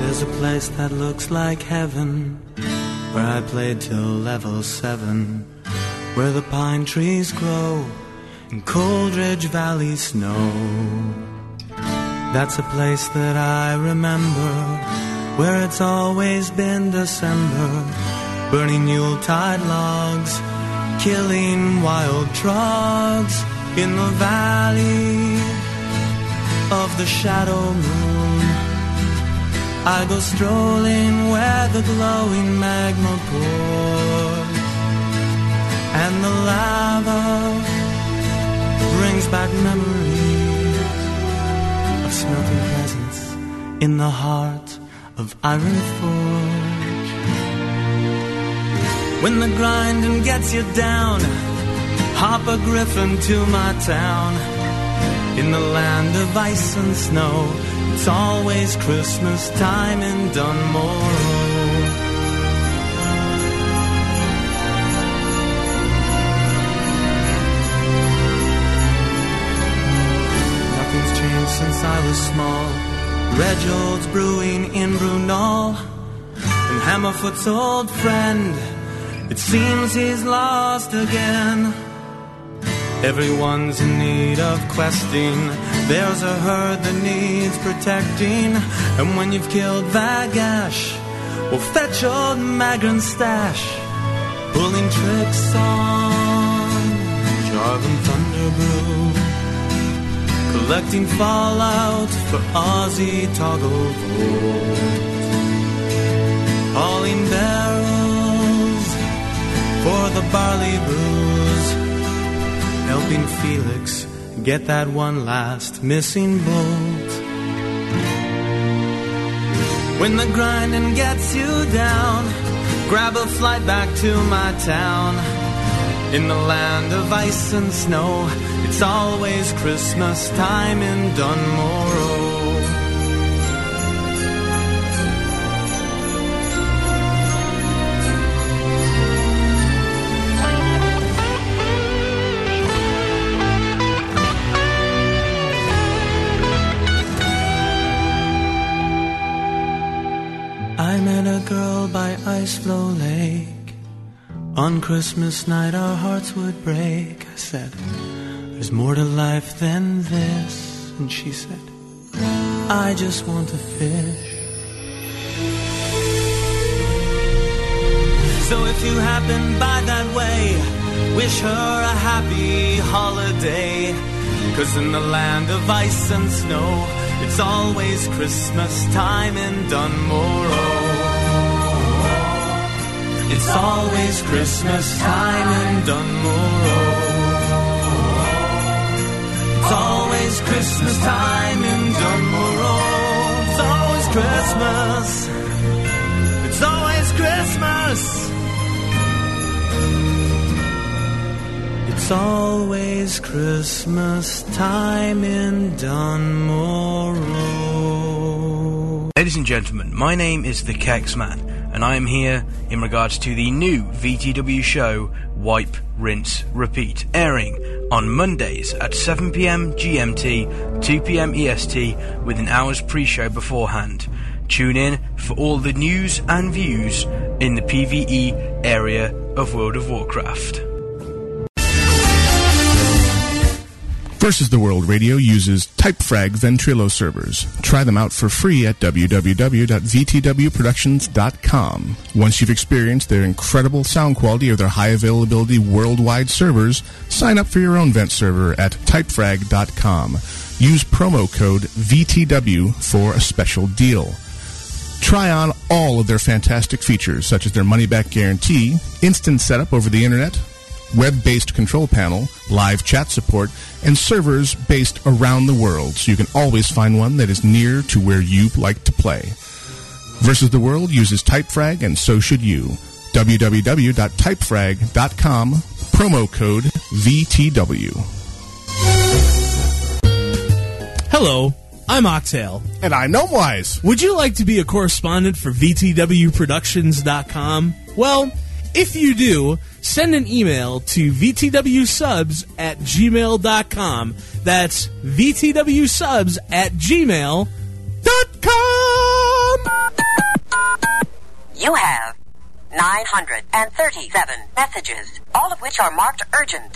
S11: There's a place that looks like heaven where I played till level seven, where the pine trees grow
S13: in Coldridge Valley snow. That's a place that I remember, where it's always been December, burning Yuletide logs, killing wild frogs in the valley of the shadow moon. I go strolling where the glowing magma pours and the lava brings back memories of smelting presents in the heart of Iron Forge. When the grinding gets you down, hop a griffin to my town. In the land of ice and snow, it's always Christmas time in Dunmore. Nothing's changed since I was small. Reg Old's brewing in Brunel. And Hammerfoot's old friend, it seems he's lost again. Everyone's in need of questing. There's a herd that needs protecting. And when you've killed Vagash, well, fetch old Magrin's stash. Pulling tricks on Jarvan Thunderbrew collecting fallout for Aussie toggle vote. Hauling barrels for the barley booze, helping Felix get that one last missing bolt. When the grinding gets you down, grab a flight back to my town. In the land of ice and snow, it's always Christmas time in Dunmore. I met a girl by Ice Flow Lake. On Christmas night, our hearts would break. I said, There's more to life than this. And she said, I just want to fish. So if you happen by that way, wish her a happy holiday. Cause in the land of ice and snow, it's always Christmas time in Dunmore. It's always Christmas time in Dunmore. It's always Christmas time in Dunmore. It's always Christmas. It's always Christmas. It's always Christmas time in Dunmore.
S14: Ladies and gentlemen, my name is the Kex Man, and I am here in regards to the new VTW show Wipe, Rinse, Repeat, airing on Mondays at 7 pm GMT, 2 pm EST, E with an hour's pre show beforehand. Tune in for all the news and views in the PvE area of World of Warcraft.
S2: Versus the World Radio uses Typefrag Ventrilo servers. Try them out for free at www.vtwproductions.com. Once you've experienced their incredible sound quality or their high availability worldwide servers, sign up for your own vent server at typefrag.com. Use promo code VTW for a special deal. Try on all of their fantastic features, such as their money back guarantee, instant setup over the internet, web based control panel, live chat support, and servers based around the world, so you can always find one that is near to where you like to play. Versus the World uses Typefrag, and so should you. www.typefrag.com, promo code VTW.
S15: Hello, I'm Oxtail.
S2: And I'm Gnomewise.
S15: Would you like to be a correspondent for VTWProductions.com? Well, if you do, send an email to VTWSubs at gmail.com. That's VTWSubs at gmail.com.
S16: You have 937 messages, all of which are marked urgent.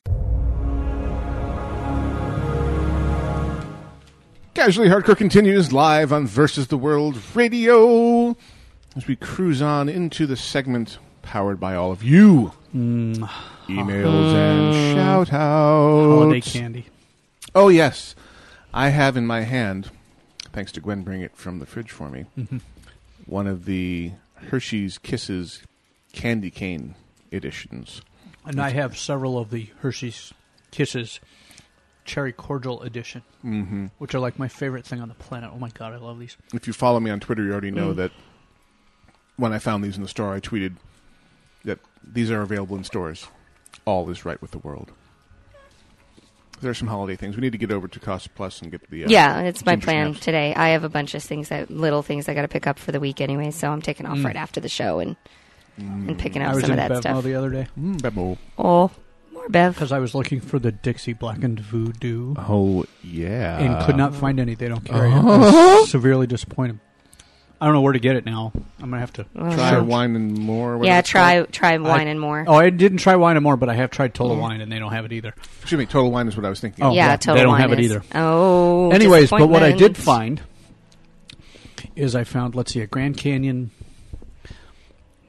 S2: Casually Hardcore continues live on Versus the World Radio as we cruise on into the segment powered by all of you. Emails and shout outs.
S5: Holiday candy.
S2: Oh, yes. I have in my hand, thanks to Gwen bringing it from the fridge for me,
S5: Mhm.
S2: one of the Hershey's Kisses candy cane editions.
S5: And I have several of the Hershey's Kisses Cherry Cordial Edition,
S2: Mhm.
S5: which are like my favorite thing on the planet. Oh my God, I love these.
S2: if you follow me on Twitter, you already know
S5: Mm.
S2: that when I found these in the store, I tweeted that these are available in stores. All is right with the world. There are some holiday things. We need to get over to Cost Plus and get the. Uh,
S4: Yeah, it's my
S2: ginger
S4: plan
S2: snaps.
S4: today. I have a bunch of things that little things I got to pick up for the week anyway, so I'm taking off
S5: Mm.
S4: right after the show and and picking
S5: I
S4: up
S5: was
S4: some of
S5: in
S4: that
S5: Bevmo
S4: stuff.
S5: the other day.
S2: Mm, Bevmo.
S4: Oh, more Bev.
S5: Because I was looking for the Dixie Blackened Voodoo.
S2: Oh, yeah.
S5: And could not find any. They don't carry it. I
S2: Uh-huh.
S5: was severely disappointed. I don't know where to get it now. I'm going to have to
S4: Oh.
S2: Try
S5: search.
S2: wine and more. whatever
S4: Yeah,
S2: it's
S4: try
S2: called.
S4: try wine and more.
S5: Oh, I didn't try wine and more, but I have tried Total
S4: Yeah.
S5: Wine, and they don't have it either.
S2: Excuse me. Total wine is what I was thinking.
S5: Oh,
S4: yeah,
S5: yeah,
S4: total
S5: they don't have
S4: wine
S5: it
S4: is-
S5: either.
S4: Oh,
S5: Anyways, but what I did
S4: disappointment.
S5: find is I found let's see a Grand Canyon.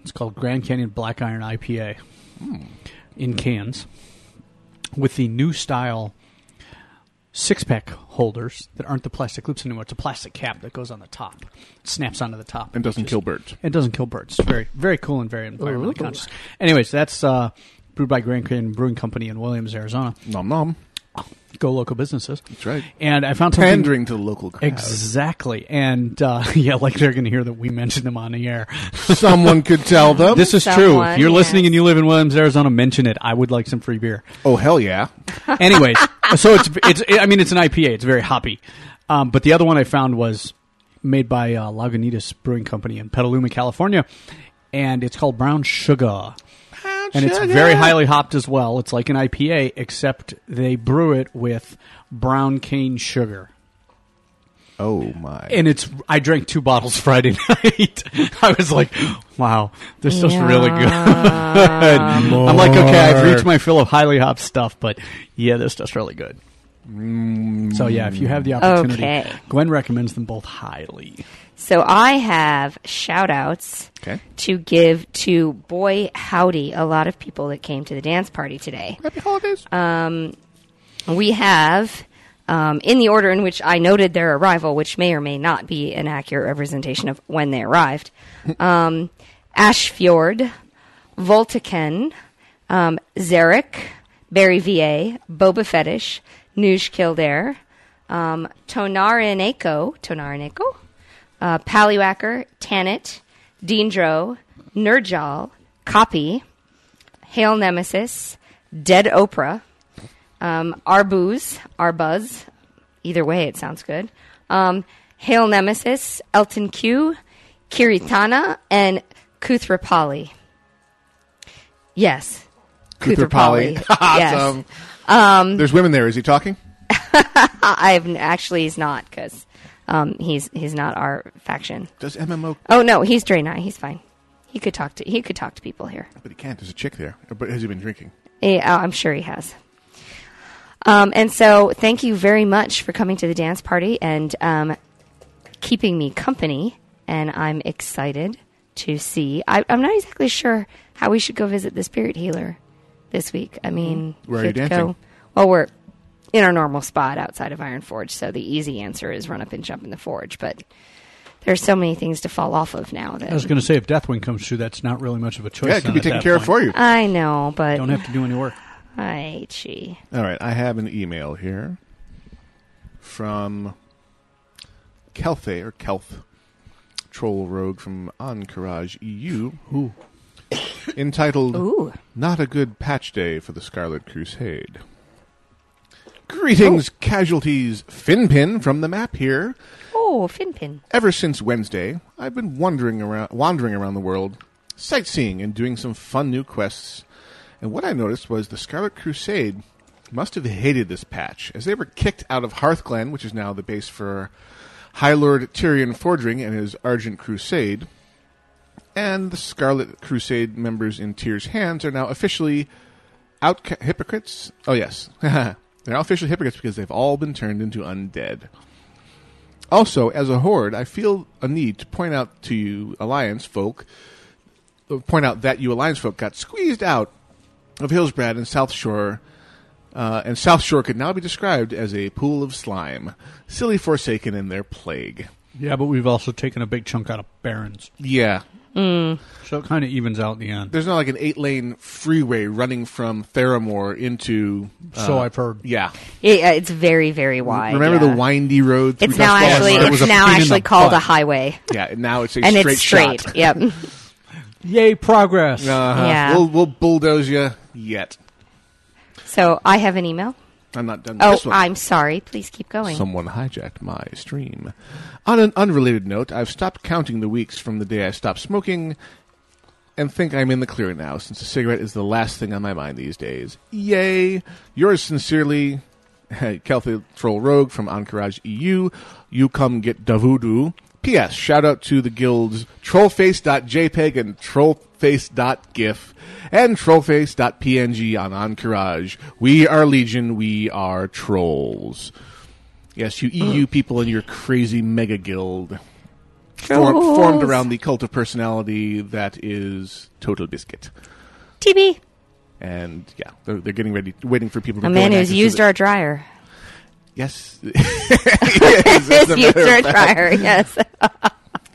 S5: It's called Grand Canyon Black Iron IPA
S2: Hmm.
S5: in cans with the new style six pack holders that aren't the plastic loops anymore. It's a plastic cap that goes on the top, it snaps onto the top,
S2: And doesn't kill birds. Oh,
S5: It doesn't kill birds. Very very cool and very environmentally
S2: Ooh.
S5: conscious. Anyways, that's uh, brewed by Grand Canyon Brewing Company in Williams, Arizona.
S2: Nom nom.
S5: Go local businesses.
S2: That's right.
S5: And I found something
S2: Pandering to the local crowd.
S5: Exactly. And uh, yeah, like they're going to hear that we mentioned them on the air.
S2: Someone could tell them.
S5: This is true.
S2: Someone,
S5: If you're
S2: yes.
S5: listening and you live in Williams, Arizona, mention it. I would like some free beer.
S2: Oh hell yeah.
S5: Anyways, so it's it's I mean it's an IPA. It's very hoppy. Um, but the other one I found was made by uh, Lagunitas Brewing Company in Petaluma, California, and it's called Brown Sugar. And it's
S12: Sugar.
S5: very highly hopped as well. It's like an IPA, except they brew it with brown cane sugar.
S2: Oh my.
S5: And it's I drank two bottles Friday night. I was like, wow, this is really good. I'm like, okay, I've reached my fill of highly hopped stuff, but yeah, this stuff's really good. So yeah, if you have the opportunity,
S4: Okay.
S5: Gwen recommends them both highly.
S4: So I have shout outs
S5: Okay.
S4: to give to boy howdy a lot of people that came to the dance party today.
S2: Happy holidays.
S4: Um, we have um, in the order in which I noted their arrival, which may or may not be an accurate representation of when they arrived. Um, Ashfjord, Voltiken, um, Zarek, Barry VA, Boba Fetish, Nuge Kildare, um, Tonarin Echo, Tonarin Echo, uh, Pallywacker, Tanit, Deandro, Nurjal, Copy, Hail Nemesis, Dead Oprah, um, Arbuz, Arbuzz, either way it sounds good, um, Hail Nemesis, Elton Q, Kiritana, and Kuthrapali. Yes.
S2: Kuthrapali.
S4: yes.
S2: Awesome.
S4: Um,
S2: There's women there. Is he talking?
S4: I've actually he's not because um, he's he's not our faction.
S2: Does MMO?
S4: Oh no, he's Draenei. He's fine. He could talk to he could talk to people here.
S2: But he can't. There's a chick there. But has he been drinking?
S4: Yeah, Eh, oh, I'm sure he has. Um, and so, thank you very much for coming to the dance party and um, keeping me company. And I'm excited to see. I, I'm not exactly sure how we should go visit the spirit healer this week. I mean,
S2: Mm-hmm. Where are you
S4: could
S2: dancing?
S4: well, we're in our normal spot outside of Iron Forge, so the easy answer is run up and jump in the forge. But there's so many things to fall off of now that
S5: I was going to say, if Deathwing comes through, that's not really much of a choice.
S2: Yeah, it
S5: then
S2: can be
S5: at
S2: taken
S5: that
S2: care of
S5: point.
S2: for you.
S4: I know, but
S5: Don't have to do any work.
S4: I gee.
S2: All right, I have an email here from Kelthe or Kelth, troll rogue from Encourage EU, who entitled
S4: Ooh.
S2: "Not a Good Patch Day for the Scarlet Crusade."
S5: Oh.
S2: Greetings, casualties. Finpin from the map here.
S4: Oh, Finpin.
S2: Ever since Wednesday, I've been wandering around, wandering around the world, sightseeing and doing some fun new quests. And what I noticed was the Scarlet Crusade must have hated this patch, as they were kicked out of Hearthglen, which is now the base for High Lord Tyrion Fordring and his Argent Crusade. And the Scarlet Crusade members in Tyr's hands are now officially outca- hypocrites. Oh yes, they're now officially hypocrites because they've all been turned into undead. Also, as a horde, I feel a need to point out to you, Alliance folk, uh, point out that you Alliance folk got squeezed out of Hillsbrad and South Shore, uh, and South Shore could now be described as a pool of slime, silly forsaken in their plague.
S5: Yeah, but we've also taken a big chunk out of Barons.
S2: Yeah.
S5: Mm. So it kind of evens out in the end.
S2: There's not like an eight lane freeway running from Theramore into. uh,
S5: So I've heard.
S2: Yeah.
S4: Yeah, uh, it's very, very wide.
S2: Remember
S4: yeah.
S2: the windy road? through
S4: It's now
S2: Tuscaloosa?
S4: actually
S2: It
S4: it's
S2: was a
S4: now
S2: pain in
S4: actually
S2: the
S4: called a
S2: butt.
S4: highway.
S2: Yeah, now it's a
S4: and
S2: straight
S4: it's straight.
S2: shot.
S4: Yep.
S5: Yay, progress.
S2: Uh-huh.
S4: Yeah.
S2: We'll, we'll bulldoze you yet.
S4: So I have an email.
S2: I'm not done with
S4: Oh,
S2: this one.
S4: I'm sorry. Please keep going.
S2: Someone hijacked my stream. On an unrelated note, I've stopped counting the weeks from the day I stopped smoking and think I'm in the clear now, since a cigarette is the last thing on my mind these days. Yay! Yours sincerely, Kelthy Troll Rogue from Encourage EU. You come get Davudu. P.S. Shout out to the guilds trollface.jpg and trollface.gif and trollface.png on Encourage. We are Legion. We are trolls. Yes, you
S4: Mm.
S2: EU people and your crazy mega guild form,
S4: Trolls.
S2: formed around the cult of personality that is Total Biscuit.
S4: TB,
S2: And yeah, they're, they're getting ready, waiting for people to
S4: a
S2: go
S4: man
S2: and
S4: who's
S2: access
S4: used
S2: to the-
S4: our dryer.
S2: Yes. yes as a
S4: used
S2: matter
S4: our
S2: of fact.
S4: dryer. Yes.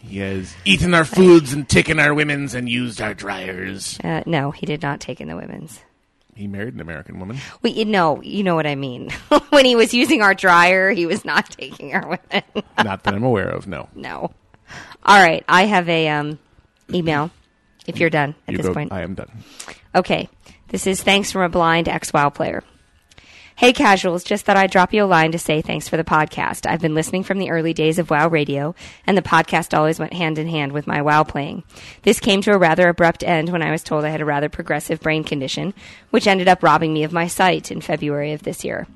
S2: He has eaten our foods and taken our women's and used our dryers.
S4: Uh, no, he did not take in the women's.
S2: He married an American woman.
S4: We, you know, you know what I mean. when he was using our dryer, he was not taking our women.
S2: Not that I'm aware of, no.
S4: no. All right, I have a um, email. If you're done at
S2: You
S4: this
S2: go-
S4: point,
S2: I am done.
S4: Okay, this is thanks from a blind ex WoW player. Hey, casuals, just thought I'd drop you a line to say thanks for the podcast. I've been listening from the early days of WoW Radio, and the podcast always went hand in hand with my WoW playing. This came to a rather abrupt end when I was told I had a rather progressive brain condition, which ended up robbing me of my sight in February of this year.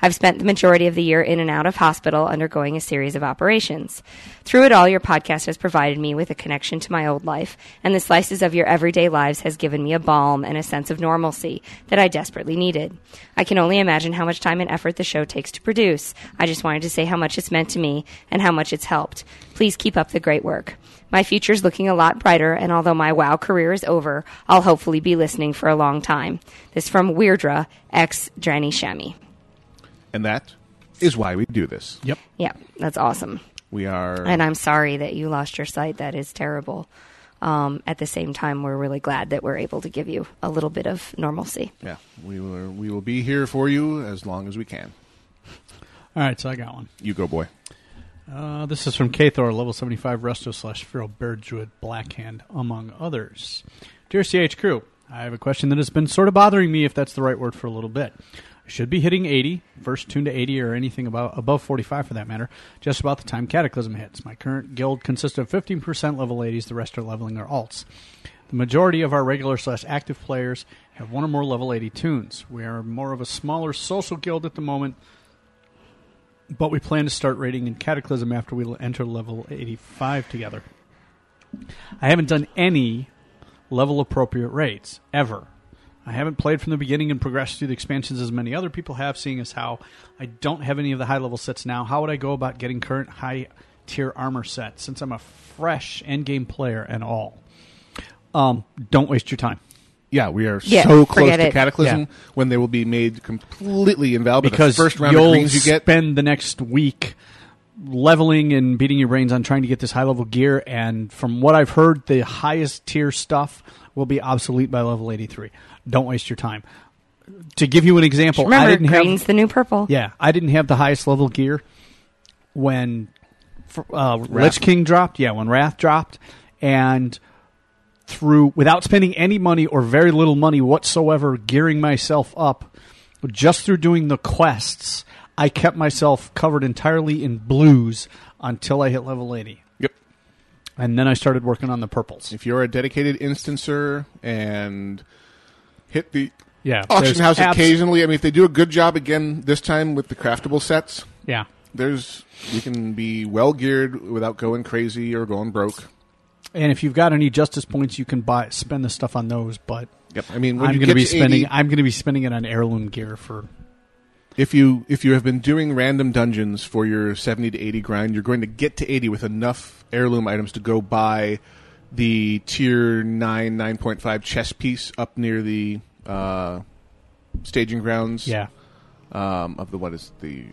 S4: I've spent the majority of the year in and out of hospital undergoing a series of operations. Through it all, your podcast has provided me with a connection to my old life, and the slices of your everyday lives has given me a balm and a sense of normalcy that I desperately needed. I can only imagine how much time and effort the show takes to produce. I just wanted to say how much it's meant to me and how much it's helped. Please keep up the great work. My future's looking a lot brighter, and although my WoW career is over, I'll hopefully be listening for a long time. This from Weirdra, ex Dranny Shammy.
S2: And that is why we do this.
S5: Yep.
S4: Yeah, that's awesome.
S2: We are.
S4: And I'm sorry that you lost your sight. That is terrible. Um, at the same time, we're really glad that we're able to give you a little bit of normalcy.
S2: Yeah, we will, we will be here for you as long as we can.
S5: All right, so I got one.
S2: You go, boy.
S5: Uh, this is from Kathor, level 75 Resto slash Feral Bear Druid Blackhand, among others. Dear CH Crew, I have a question that has been sort of bothering me, if that's the right word for a little bit. I should be hitting 80, first tune to 80 or anything about, above 45 for that matter, just about the time Cataclysm hits. My current guild consists of 15% level 80s, the rest are leveling their alts. The majority of our regular slash active players have one or more level 80 tunes. We are more of a smaller social guild at the moment, but we plan to start raiding in Cataclysm after we enter level 85 together. I haven't done any level appropriate raids ever. I haven't played from the beginning and progressed through the expansions as many other people have, seeing as how I don't have any of the high level sets now. How would I go about getting current high tier armor sets since I'm a fresh endgame player and all? Um, don't waste your time.
S2: Yeah, we are
S5: Yeah,
S2: so close
S5: forget
S2: to
S5: it.
S2: Cataclysm
S5: Yeah.
S2: when they will be made completely invaluable.
S5: because
S2: the first round
S5: you'll
S2: of greens you get.
S5: spend the next week leveling and beating your brains on trying to get this high level gear. And from what I've heard, the highest tier stuff will be obsolete by level eighty three. Don't waste your time. To give you an example, I
S4: Remember,
S5: didn't
S4: green's
S5: have
S4: the new purple.
S5: yeah, I didn't have the highest level gear when fr- uh,
S4: Wrath.
S5: Lich King dropped. Yeah, when Wrath dropped, and through without spending any money or very little money whatsoever, gearing myself up just through doing the quests, I kept myself covered entirely in blues until I hit level eighty.
S2: Yep.
S5: And then I started working on the purples.
S2: If you're a dedicated instancer and hit the
S5: Yeah,
S2: auction
S5: there's
S2: house
S5: abs-
S2: occasionally, I mean, if they do a good job again this time with the craftable sets,
S5: Yeah.
S2: there's you can be well geared without going crazy or going broke.
S5: And if you've got any justice points, you can buy spend the stuff on those. But
S2: Yep. I mean, when
S5: I'm
S2: you
S5: going to
S2: get
S5: be
S2: to
S5: spending
S2: 80
S5: I'm going to be spending it on heirloom gear for
S2: If you if you have been doing random dungeons for your 70 to 80 grind, you're going to get to 80 with enough heirloom items to go buy the tier 9 9.5 chess piece up near the uh, staging grounds.
S5: Yeah.
S2: Um, of the what is the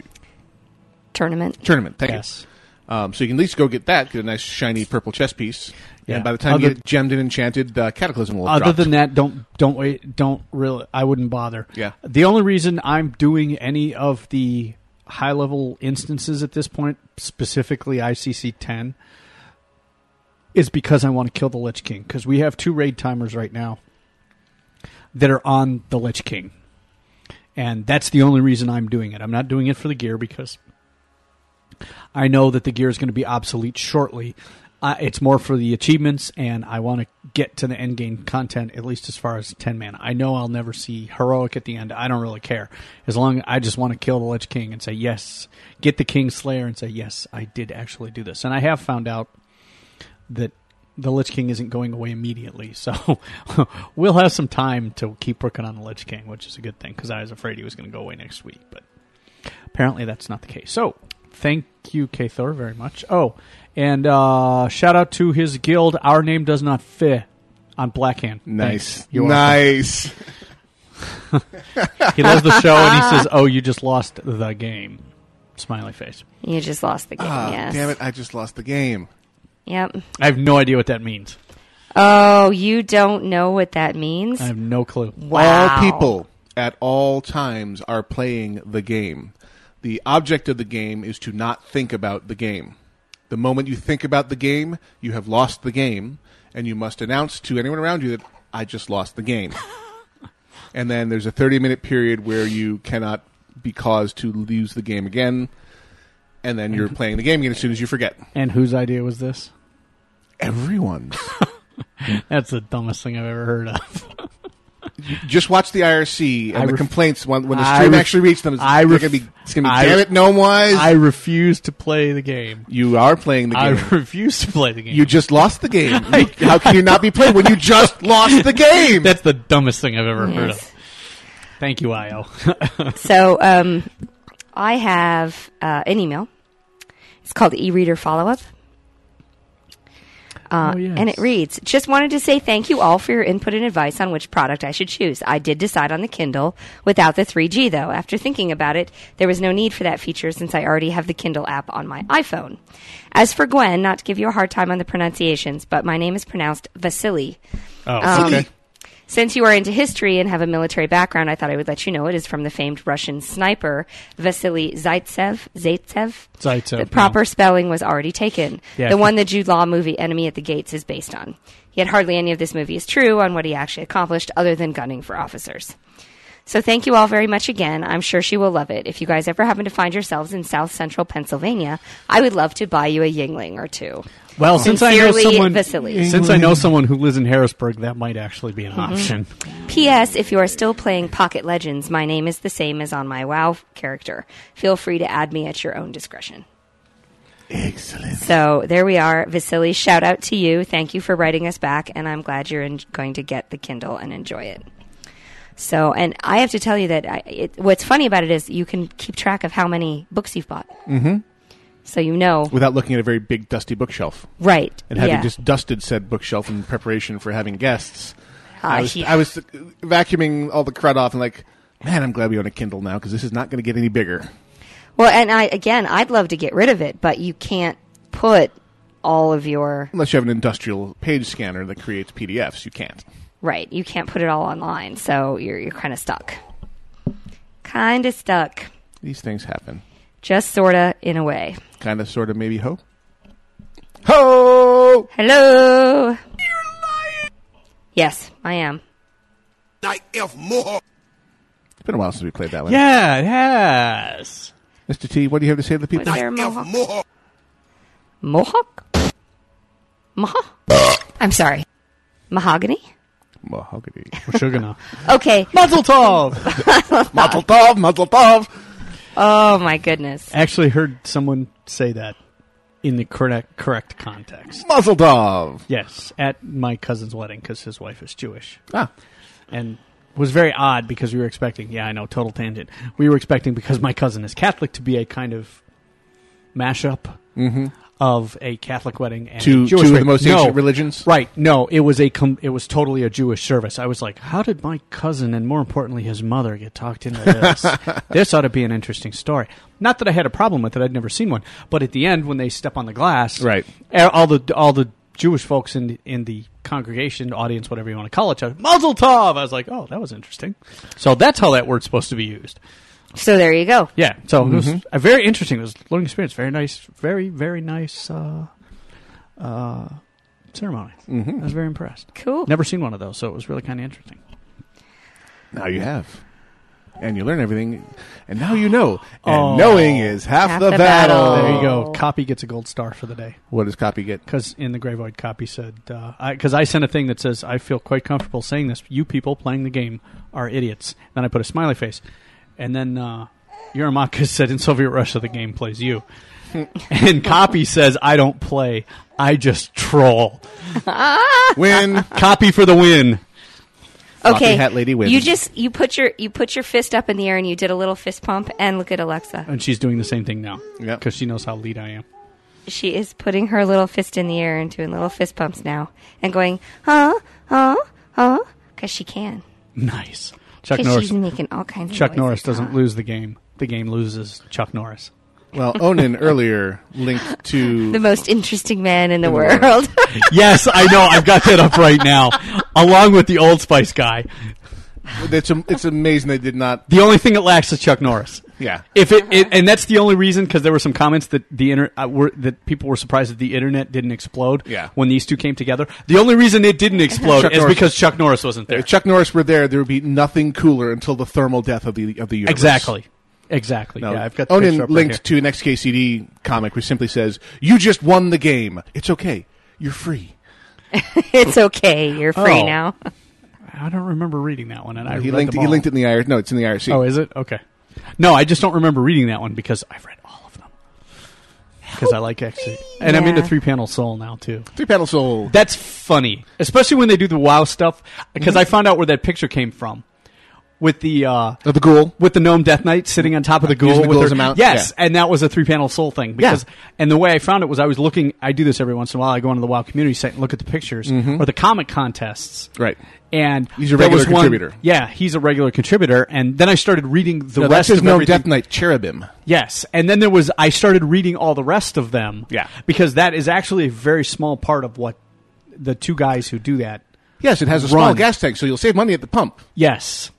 S4: Tournament.
S2: Tournament. Thank
S5: Yes.
S2: you. Um, so you can at least go get that, get a nice shiny purple chess piece,
S5: Yeah.
S2: and by the time you
S5: Other-
S2: get it gemmed and enchanted, uh, Cataclysm will have
S5: Other
S2: dropped.
S5: than that, don't don't wait. Don't really. I wouldn't bother.
S2: Yeah.
S5: The only reason I'm doing any of the high level instances at this point, specifically ICC 10, is because I want to kill the Lich King. Because we have two raid timers right now that are on the Lich King, and that's the only reason I'm doing it. I'm not doing it for the gear because I know that the gear is going to be obsolete shortly. Uh, it's more for the achievements, and I want to get to the end game content at least as far as ten man. I know I'll never see heroic at the end. I don't really care as long I just want to kill the Lich King and say yes, get the King Slayer and say yes, I did actually do this. And I have found out that the Lich King isn't going away immediately, so we'll have some time to keep working on the Lich King, which is a good thing because I was afraid he was going to go away next week, but apparently that's not the case. So thank you, K Thor, very much. Oh, and uh, shout out to his guild. Our name does not fit on Blackhand.
S2: Nice.
S5: Thanks. You're welcome.
S2: Nice.
S5: he loves the show, and he says, "Oh, you just lost the game." Smiley face.
S4: You just lost the game.
S2: Ah,
S4: yes.
S2: Damn it! I just lost the game.
S4: Yep.
S5: I have no idea what that means.
S4: Oh, you don't know what that means?
S5: I have no clue.
S4: Wow.
S2: All people at all times are playing the game. The object of the game is to not think about the game. The moment you think about the game, you have lost the game, and you must announce to anyone around you that I just lost the game. and then there's a 30 minute period where you cannot be caused to lose the game again, and then you're playing the game again as soon as you forget.
S5: And whose idea was this?
S2: Everyone's.
S5: That's the dumbest thing I've ever heard of.
S2: Just watch the IRC and
S5: I
S2: the
S5: ref-
S2: complaints when, when the
S5: I
S2: stream
S5: ref-
S2: actually reaches them. It's,
S5: I
S2: they're
S5: ref-
S2: gonna be, it's going to be,
S5: I-
S2: damn it, gnome wise.
S5: I refuse to play the game.
S2: You are playing the
S5: I
S2: game.
S5: refuse to play the game.
S2: You just lost the game. You- how can you not be playing when you just lost the game?
S5: That's the dumbest thing I've ever heard
S4: Yes. Uh,
S5: of. Thank you, Io.
S4: so um, I have uh, an email. It's called the e-reader follow-up. Uh,
S9: Oh, yes.
S4: And it reads, just wanted to say thank you all for your input and advice on which product I should choose. I did decide on the Kindle without the 3G though. After thinking about it, there was no need for that feature since I already have the Kindle app on my iPhone. As for Gwen, not to give you a hard time on the pronunciations, but my name is pronounced Vasily.
S5: Oh,
S4: um,
S5: okay.
S4: Since you are into history and have a military background, I thought I would let you know it is from the famed Russian sniper Vasily Zaitsev. Zaitsev.
S5: Zaitsev,
S4: The
S5: yeah.
S4: proper spelling was already taken.
S5: Yeah.
S4: The one the Jude Law movie Enemy at the Gates is based on. Yet hardly any of this movie is true on what he actually accomplished other than gunning for officers. So thank you all very much again. I'm sure she will love it. If you guys ever happen to find yourselves in South Central Pennsylvania, I would love to buy you a Yingling or two.
S5: Well, since I know
S4: Sincerely,
S5: someone,
S4: Vasily.
S5: since I know someone who lives in Harrisburg, that might actually be an
S4: Mm-hmm.
S5: option.
S4: P.S. If you are still playing Pocket Legends, my name is the same as on my WoW character. Feel free to add me at your own discretion. Excellent. So there we are, Vasily. Shout out to you. Thank you for writing us back, and I'm glad you're in- going to get the Kindle and enjoy it. So, and I have to tell you that I, it, what's funny about it is you can keep track of how many books you've bought,
S2: hmm
S4: so you know.
S2: Without looking at a very big dusty bookshelf,
S4: Right,
S2: And having
S4: yeah.
S2: just dusted said bookshelf in preparation for having guests, I
S4: Ah,
S2: was
S4: yeah.
S2: I was vacuuming all the crud off and like, man, I'm glad we own a Kindle now because this is not going to get any bigger.
S4: Well, and I again, I'd love to get rid of it, but you can't put all of your
S2: Unless you have an industrial page scanner that creates PDFs, you can't.
S4: Right. You can't put it all online, so you're you're kind of stuck. Kind of stuck,
S2: These things happen.
S4: just sorta in a way.
S2: Kind of, sort of, maybe hope.
S4: Ho! Hello. You're lying. Yes, I am.
S12: Night Elf more.
S2: It's been a while since we played that one.
S5: Yeah, yes.
S2: Mr. T, what do you have to say to the people?
S4: Was there a mohawk? Mohawk? Maha? I'm sorry. Mahogany?
S2: Mahogany.
S5: Sugar
S4: Okay.
S5: Mazel tov.
S2: Mazel tov. Mazel tov.
S4: Oh my goodness.
S5: Actually, heard someone say that in the correct correct context.
S2: Mazel tov.
S5: Yes, at my cousin's wedding because his wife is Jewish.
S2: Ah,
S5: and was very odd because we were expecting. Yeah, I know, total tangent. We were expecting because my cousin is Catholic to be a kind of mashup
S2: Mhm.
S5: of a Catholic wedding and
S2: Two-
S5: a Jewish
S2: two of the
S5: wedding.
S2: most
S5: no,
S2: ancient religions?
S5: Right. No, it was a com- it was totally a Jewish service. I was like, how did my cousin and more importantly his mother get talked into this? this ought to be an interesting story. Not that I had a problem with it; I'd never seen one. But at the end, when they step on the glass,
S2: Right.
S5: a- All the all the Jewish folks in in the congregation, audience, whatever you want to call it, shouted, Mazel Tov! I was like, oh, that was interesting. So that's how that word's supposed to be used.
S4: So there you go.
S5: Yeah. So it was
S4: Mhm.
S5: a very interesting. It was a learning experience. Very nice. Very very nice uh, uh, ceremony. I was very impressed.
S4: Cool.
S5: Never seen one of those, so it was really kind of interesting.
S2: Now you have. And you learn everything, and now you know. And
S5: Oh.
S2: knowing is half, the,
S4: Oh.
S2: battle.
S5: There you go. Copy gets a gold star for the day.
S2: What does copy get?
S5: Because in the Gravoid, copy said, because I, 'cause I sent a thing that says, I feel quite comfortable saying this. You people playing the game are idiots. Then I put a smiley face. And then uh, Yurimaka said, in Soviet Russia, the game plays you. and copy says, I don't play. I just troll.
S2: win.
S5: Copy for the win.
S4: Okay, You just you put your you put your fist up in the air and you did a little fist pump and look at Alexa.
S5: and she's doing the same thing now. Because she knows how lead I am.
S4: She is putting her little fist in the air and doing little fist pumps now and going huh huh huh because she can.
S5: Nice. Chuck
S4: 'Cause
S5: Norris.
S4: she's making all kinds of
S5: Chuck
S4: noises,
S5: Norris doesn't lose the game. The game loses Chuck Norris.
S2: Well, Onan earlier linked to
S4: The most interesting man in the
S2: In the
S4: world.
S5: yes, I know. I've got that up right now, along with the Old Spice guy.
S2: It's am- it's amazing they did not.
S5: The only thing it lacks is Chuck Norris.
S2: Yeah.
S5: If it, it and that's the only reason because there were some comments that the inter, uh, were, that people were surprised that the internet didn't explode.
S2: Yeah.
S5: When these two came together, the only reason it didn't explode
S2: Chuck
S5: is
S2: Norris.
S5: because Chuck Norris wasn't there.
S2: If Chuck Norris were there, there would be nothing cooler until the thermal death of the of the universe.
S5: Exactly. Exactly. Yeah, I've got the
S2: Onan
S5: picture up right
S2: linked
S5: here.
S2: to an XKCD comic which simply says, "You just won the game. It's okay. You're free."
S4: it's okay. You're free
S5: Oh.
S4: now.
S5: I don't remember reading that one, and I
S2: he
S5: read
S2: linked
S5: them
S2: he
S5: all.
S2: linked it in the IRC. No, it's in the IRC.
S5: Oh, is it okay? No, I just don't remember reading that one because I've read all of them because I like XC, and I'm
S2: Yeah.
S5: into Three Panel Soul now too.
S2: Three Panel Soul.
S5: That's funny, Mm-hmm. especially when they do the WoW stuff because I found out where that picture came from. With the uh,
S2: the ghoul,
S5: with the gnome death knight sitting on top of the ghoul,
S2: Using the
S5: with
S2: ghoul
S5: her-
S2: as a mount?
S5: Yes,
S2: Yeah.
S5: and that was a three panel soul thing because. And the way I found it was I was looking. I do this every once in a while. I go into the WoW community site and look at the pictures
S2: Mhm.
S5: or the comic contests.
S2: Right.
S5: And
S2: He's a
S5: there
S2: regular
S5: was one-
S2: contributor.
S5: yeah, he's a regular contributor. And then I started reading the
S2: No, that
S5: rest
S2: says
S5: of
S2: no
S5: everything.
S2: Death Knight Cherubim.
S5: Yes, and then there was I started reading all the rest of them.
S2: Yeah.
S5: because that is actually a very small part of what the two guys who do that.
S2: Yes, it has a small
S5: run.
S2: gas tank, so you'll save money at the pump.
S5: Yes.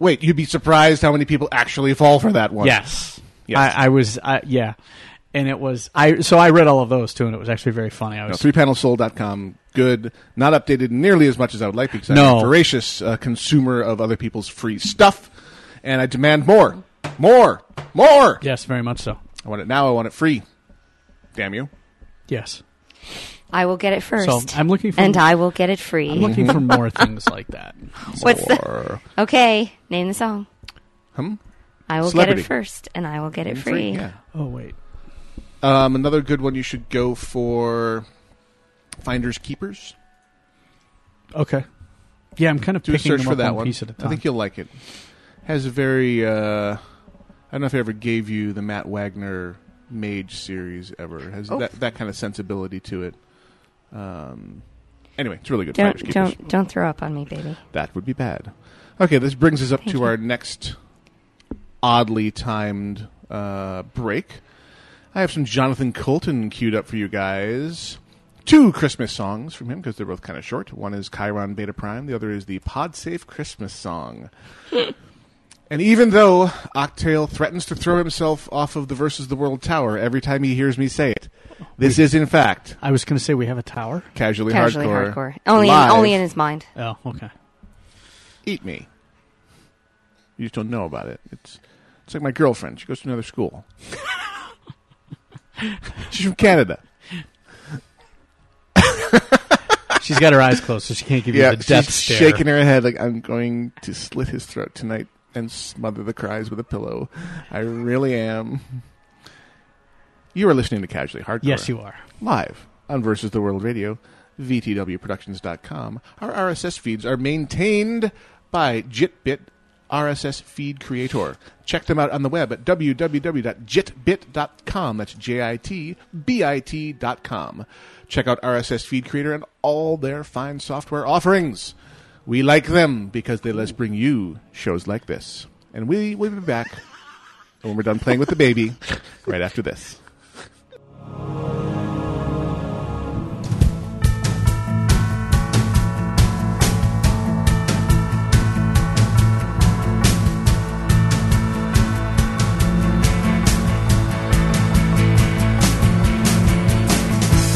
S2: Wait, you'd be surprised how many people actually fall for that one.
S5: Yes, I, I was. I, yeah, and it was. I so I read all of those too, and it was actually very funny. I
S2: No,
S5: was
S2: threepanelsoul.com, good. Not updated nearly as much as I would like because I'm
S5: No.
S2: a voracious uh, consumer of other people's free stuff, and I demand more, more, more.
S5: Yes, very much so.
S2: I want it now. I want it free. Damn you.
S5: yes.
S4: I will get it first.
S5: I'm looking for-
S4: and I will get it free.
S5: I'm looking for more things like that.
S4: What's the
S2: Mm-hmm. Or-
S4: okay? Name the song.
S2: Hmm?
S4: I will get
S2: Celebrity.
S4: it first, and I will get it
S2: And
S4: free.
S2: free, yeah.
S5: Oh wait.
S2: Um, another good one you should go for Finders Keepers.
S5: Okay. Yeah, I'm kind of
S2: Do a
S5: picking
S2: search
S5: them
S2: for
S5: up
S2: that
S5: one
S2: one.
S5: piece at a
S2: I think
S5: time.
S2: you'll like it. Has a very. Uh, I don't know if I ever gave you the Matt Wagner Mage series ever. It Has
S4: Oh.
S2: that, that kind of sensibility to it. Um, anyway, it's really good. Finders
S4: Don't
S2: Keepers.
S4: don't don't throw up on me, baby.
S2: That would be bad. Okay, this brings us up
S4: Thank
S2: to
S4: you.
S2: our next oddly timed uh, break. I have some Jonathan Colton queued up for you guys. Two Christmas songs from him because they're both kind of short. One is Chiron Beta Prime, the other is the Podsafe Christmas song. And even though Octale threatens to throw himself off of the Versus the World Tower every time he hears me say it, this is in fact
S5: I was going to say we have a tower.
S2: casually,
S4: Casually
S2: hardcore.
S4: hardcore. Only in,
S2: live.
S4: only in his mind.
S5: Oh, okay.
S2: eat me. You just don't know about it. It's it's like my girlfriend. She goes to another school. She's from Canada.
S5: She's got her eyes closed, so she can't give
S2: yeah,
S5: you the death
S2: she's
S5: stare.
S2: shaking her head like I'm going to slit his throat tonight and smother the cries with a pillow. I really am. You are listening to Casually Hardcore.
S5: Yes, you are.
S2: Live on Versus the World Radio, VTWProductions.com. Our RSS feeds are maintained by JitBit RSS feed creator. Check them out on the web at www.jitbit.com. That's J I T B I T.com. Check out RSS feed creator and all their fine software offerings. We like them because they let us bring you shows like this. And we will be back when we're done playing with the baby right after this.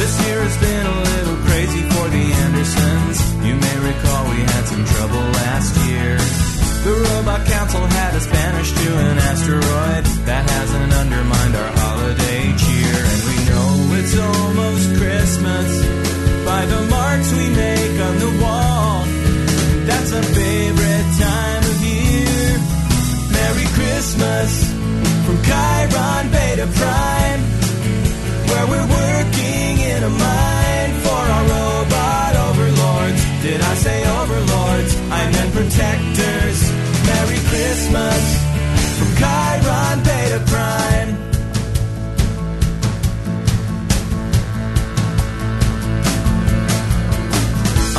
S15: This year has been a little crazy for the Andersons. You may recall we had some trouble last year. The Robot Council had us banished to an asteroid that hasn't undermined our holiday cheer. And we know it's almost Christmas by the marks we make on the wall. That's our favorite time of year. Merry Christmas from Chiron Beta Prime where we're working in a mine for our robot overlords. Did I say overlords? I meant protectors. Merry Christmas from Chiron Beta Prime.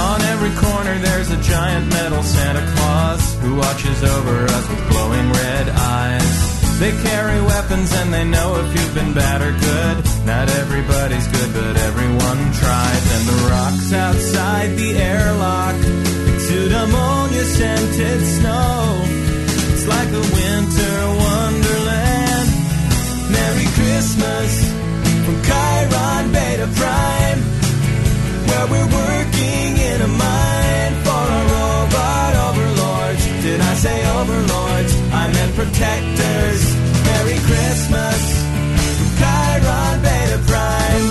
S15: On every corner there's a giant metal Santa Claus who watches over us with glowing red eyes. They carry weapons and they know if you've been bad or good. Not everybody's good, but everyone tries. And the rocks outside the airlock exude ammonia scented snow. It's like a winter wonderland. Merry Christmas from Chiron Beta Prime where we're working in a mine for our robot overlords. Did I say overlords? I meant protectors. Merry Christmas, from Chiron Beta Prime.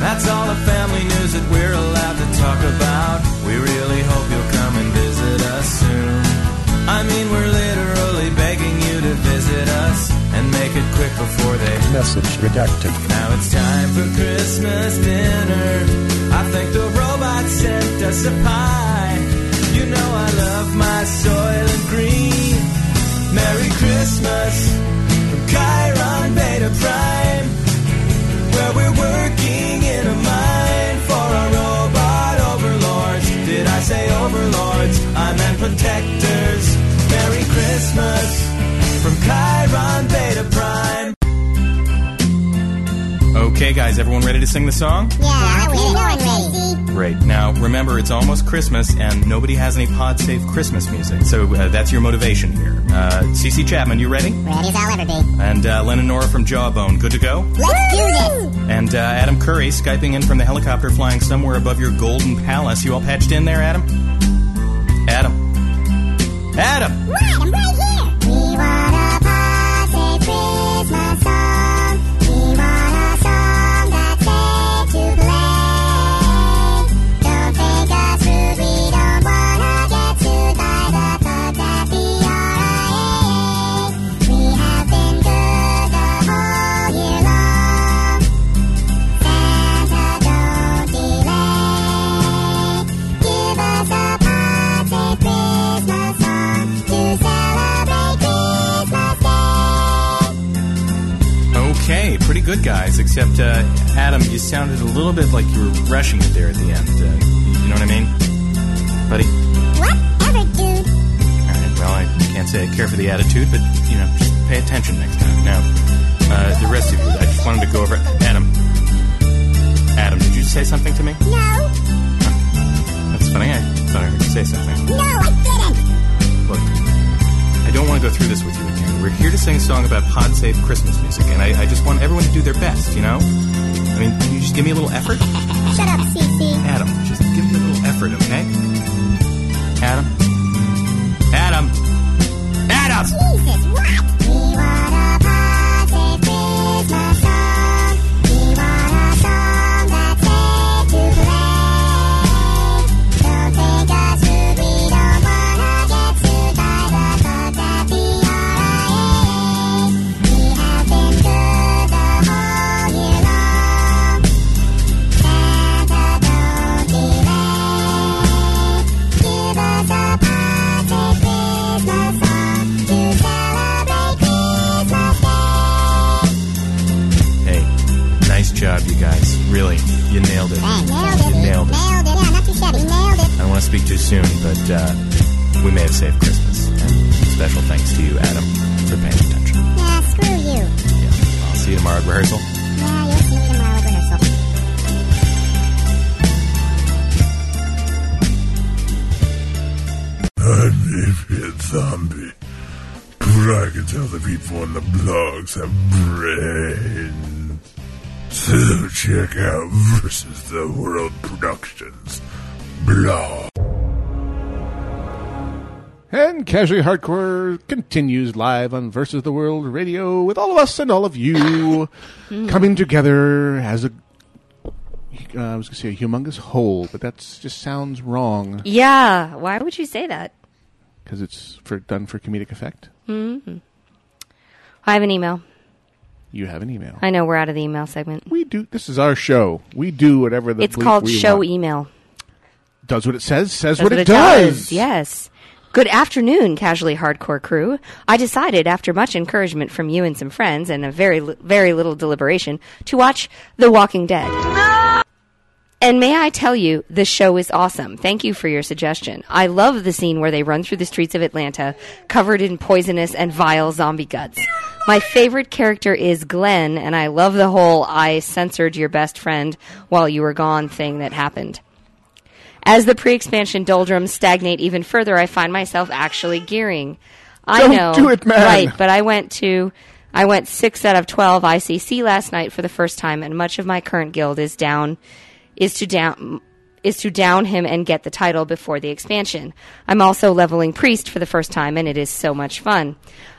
S15: That's all the family news that we're allowed to talk about. We really hope you'll come and visit us soon. I mean, we're literally begging you to visit us and make it quick before they.
S17: Message redacted.
S15: Now it's time for Christmas dinner. I think the robot sent us a pie. You know I love my soil and green. Merry Christmas from Chiron Beta Prime where we're working in a mine for our robot overlords. Did I say overlords? I meant protectors. Merry Christmas from Chiron Beta Prime.
S18: Okay, guys, everyone ready to sing the song?
S16: Yeah, I was going
S18: Great. Now, remember, it's almost Christmas, and nobody has any pod safe Christmas music. So uh, that's your motivation here. Uh, CC Chapman, you ready?
S16: Ready as I'll ever be.
S18: And uh, Lennon Nora from Jawbone, good to go?
S16: Let's do this.
S18: And uh, Adam Curry, Skyping in from the helicopter flying somewhere above your golden palace. You all patched in there, Adam? Adam. Adam!
S16: Right, I'm right here. We want a positive Christmas song. We want a song that's safe to play. Don't take us rude. We don't wanna get sued by the thought that we are a We have been good the whole year long. Santa, don't delay. Give us a positive Christmas song to celebrate Christmas Day.
S18: Okay, pretty good, guys, except, uh, Adam, you sounded a little bit like you were rushing it there at the end. Uh, you know what I mean? Buddy?
S16: Whatever, dude.
S18: Alright, well, I can't say I care for the attitude, but, you know, just pay attention next time. Now, uh, the rest of you, I just wanted to go over. Adam. Adam, did you say something to me?
S16: No,
S18: That's funny. I thought I heard you say something.
S16: no, I didn't.
S18: Look, I don't want to go through this with you again. We're here to sing a song about pod safe Christmas music, and I, I just want everyone to do their best, you know? I mean, can you just give me a little effort?
S16: Shut up, Cece.
S18: Adam, just give me a little effort, okay? Adam? Adam! Adam!
S16: Jesus, what? We want a positive Christmas song.
S18: You nailed it.
S16: Bang.
S18: You nailed
S16: Nailed
S18: it.
S16: it. Yeah, not too shabby. Nailed it.
S18: I don't want to speak too soon, but uh, we may have saved Christmas. Special thanks to you, Adam, for paying attention.
S16: Yeah, screw you.
S18: I'll see you tomorrow at rehearsal.
S16: Yeah, you'll see me tomorrow at rehearsal.
S19: I'm Avian Zombie. But I can tell the people on the blogs have brains. So check out Versus the World Productions blog.
S2: And Casually Hardcore continues live on Versus the World Radio with all of us and all of you coming together as a. Uh, I was going to say a humongous whole, but that just sounds wrong
S4: Yeah. Why would you say that?
S2: because it's for done for comedic effect.
S4: hmm I have an email.
S2: You have an email.
S4: I know we're out of the email segment.
S2: We do. This is our show. We do whatever the
S4: It's
S2: bleep
S4: called
S2: we
S4: show e-
S2: want.
S4: email.
S2: Does what it says. Says
S4: That's
S2: what, it, does.
S4: Yes. Good afternoon, casually hardcore crew. I decided, after much encouragement from you and some friends, and a very, li- very little deliberation, to watch The Walking Dead. And may I tell you, the show is awesome. Thank you for your suggestion. I love the scene where they run through the streets of Atlanta, covered in poisonous and vile zombie guts. My favorite character is Glenn, and I love the whole I censored your best friend while you were gone thing that happened. As the pre-expansion doldrums stagnate even further, I find myself actually gearing. I
S16: Don't
S4: know,
S16: do it, man.
S4: right? But I went to, I went six out of twelve ICC last night for the first time, and much of my current guild is down, is to down, is to down him and get the title before the expansion. I'm also leveling priest for the first time, and it is so much fun.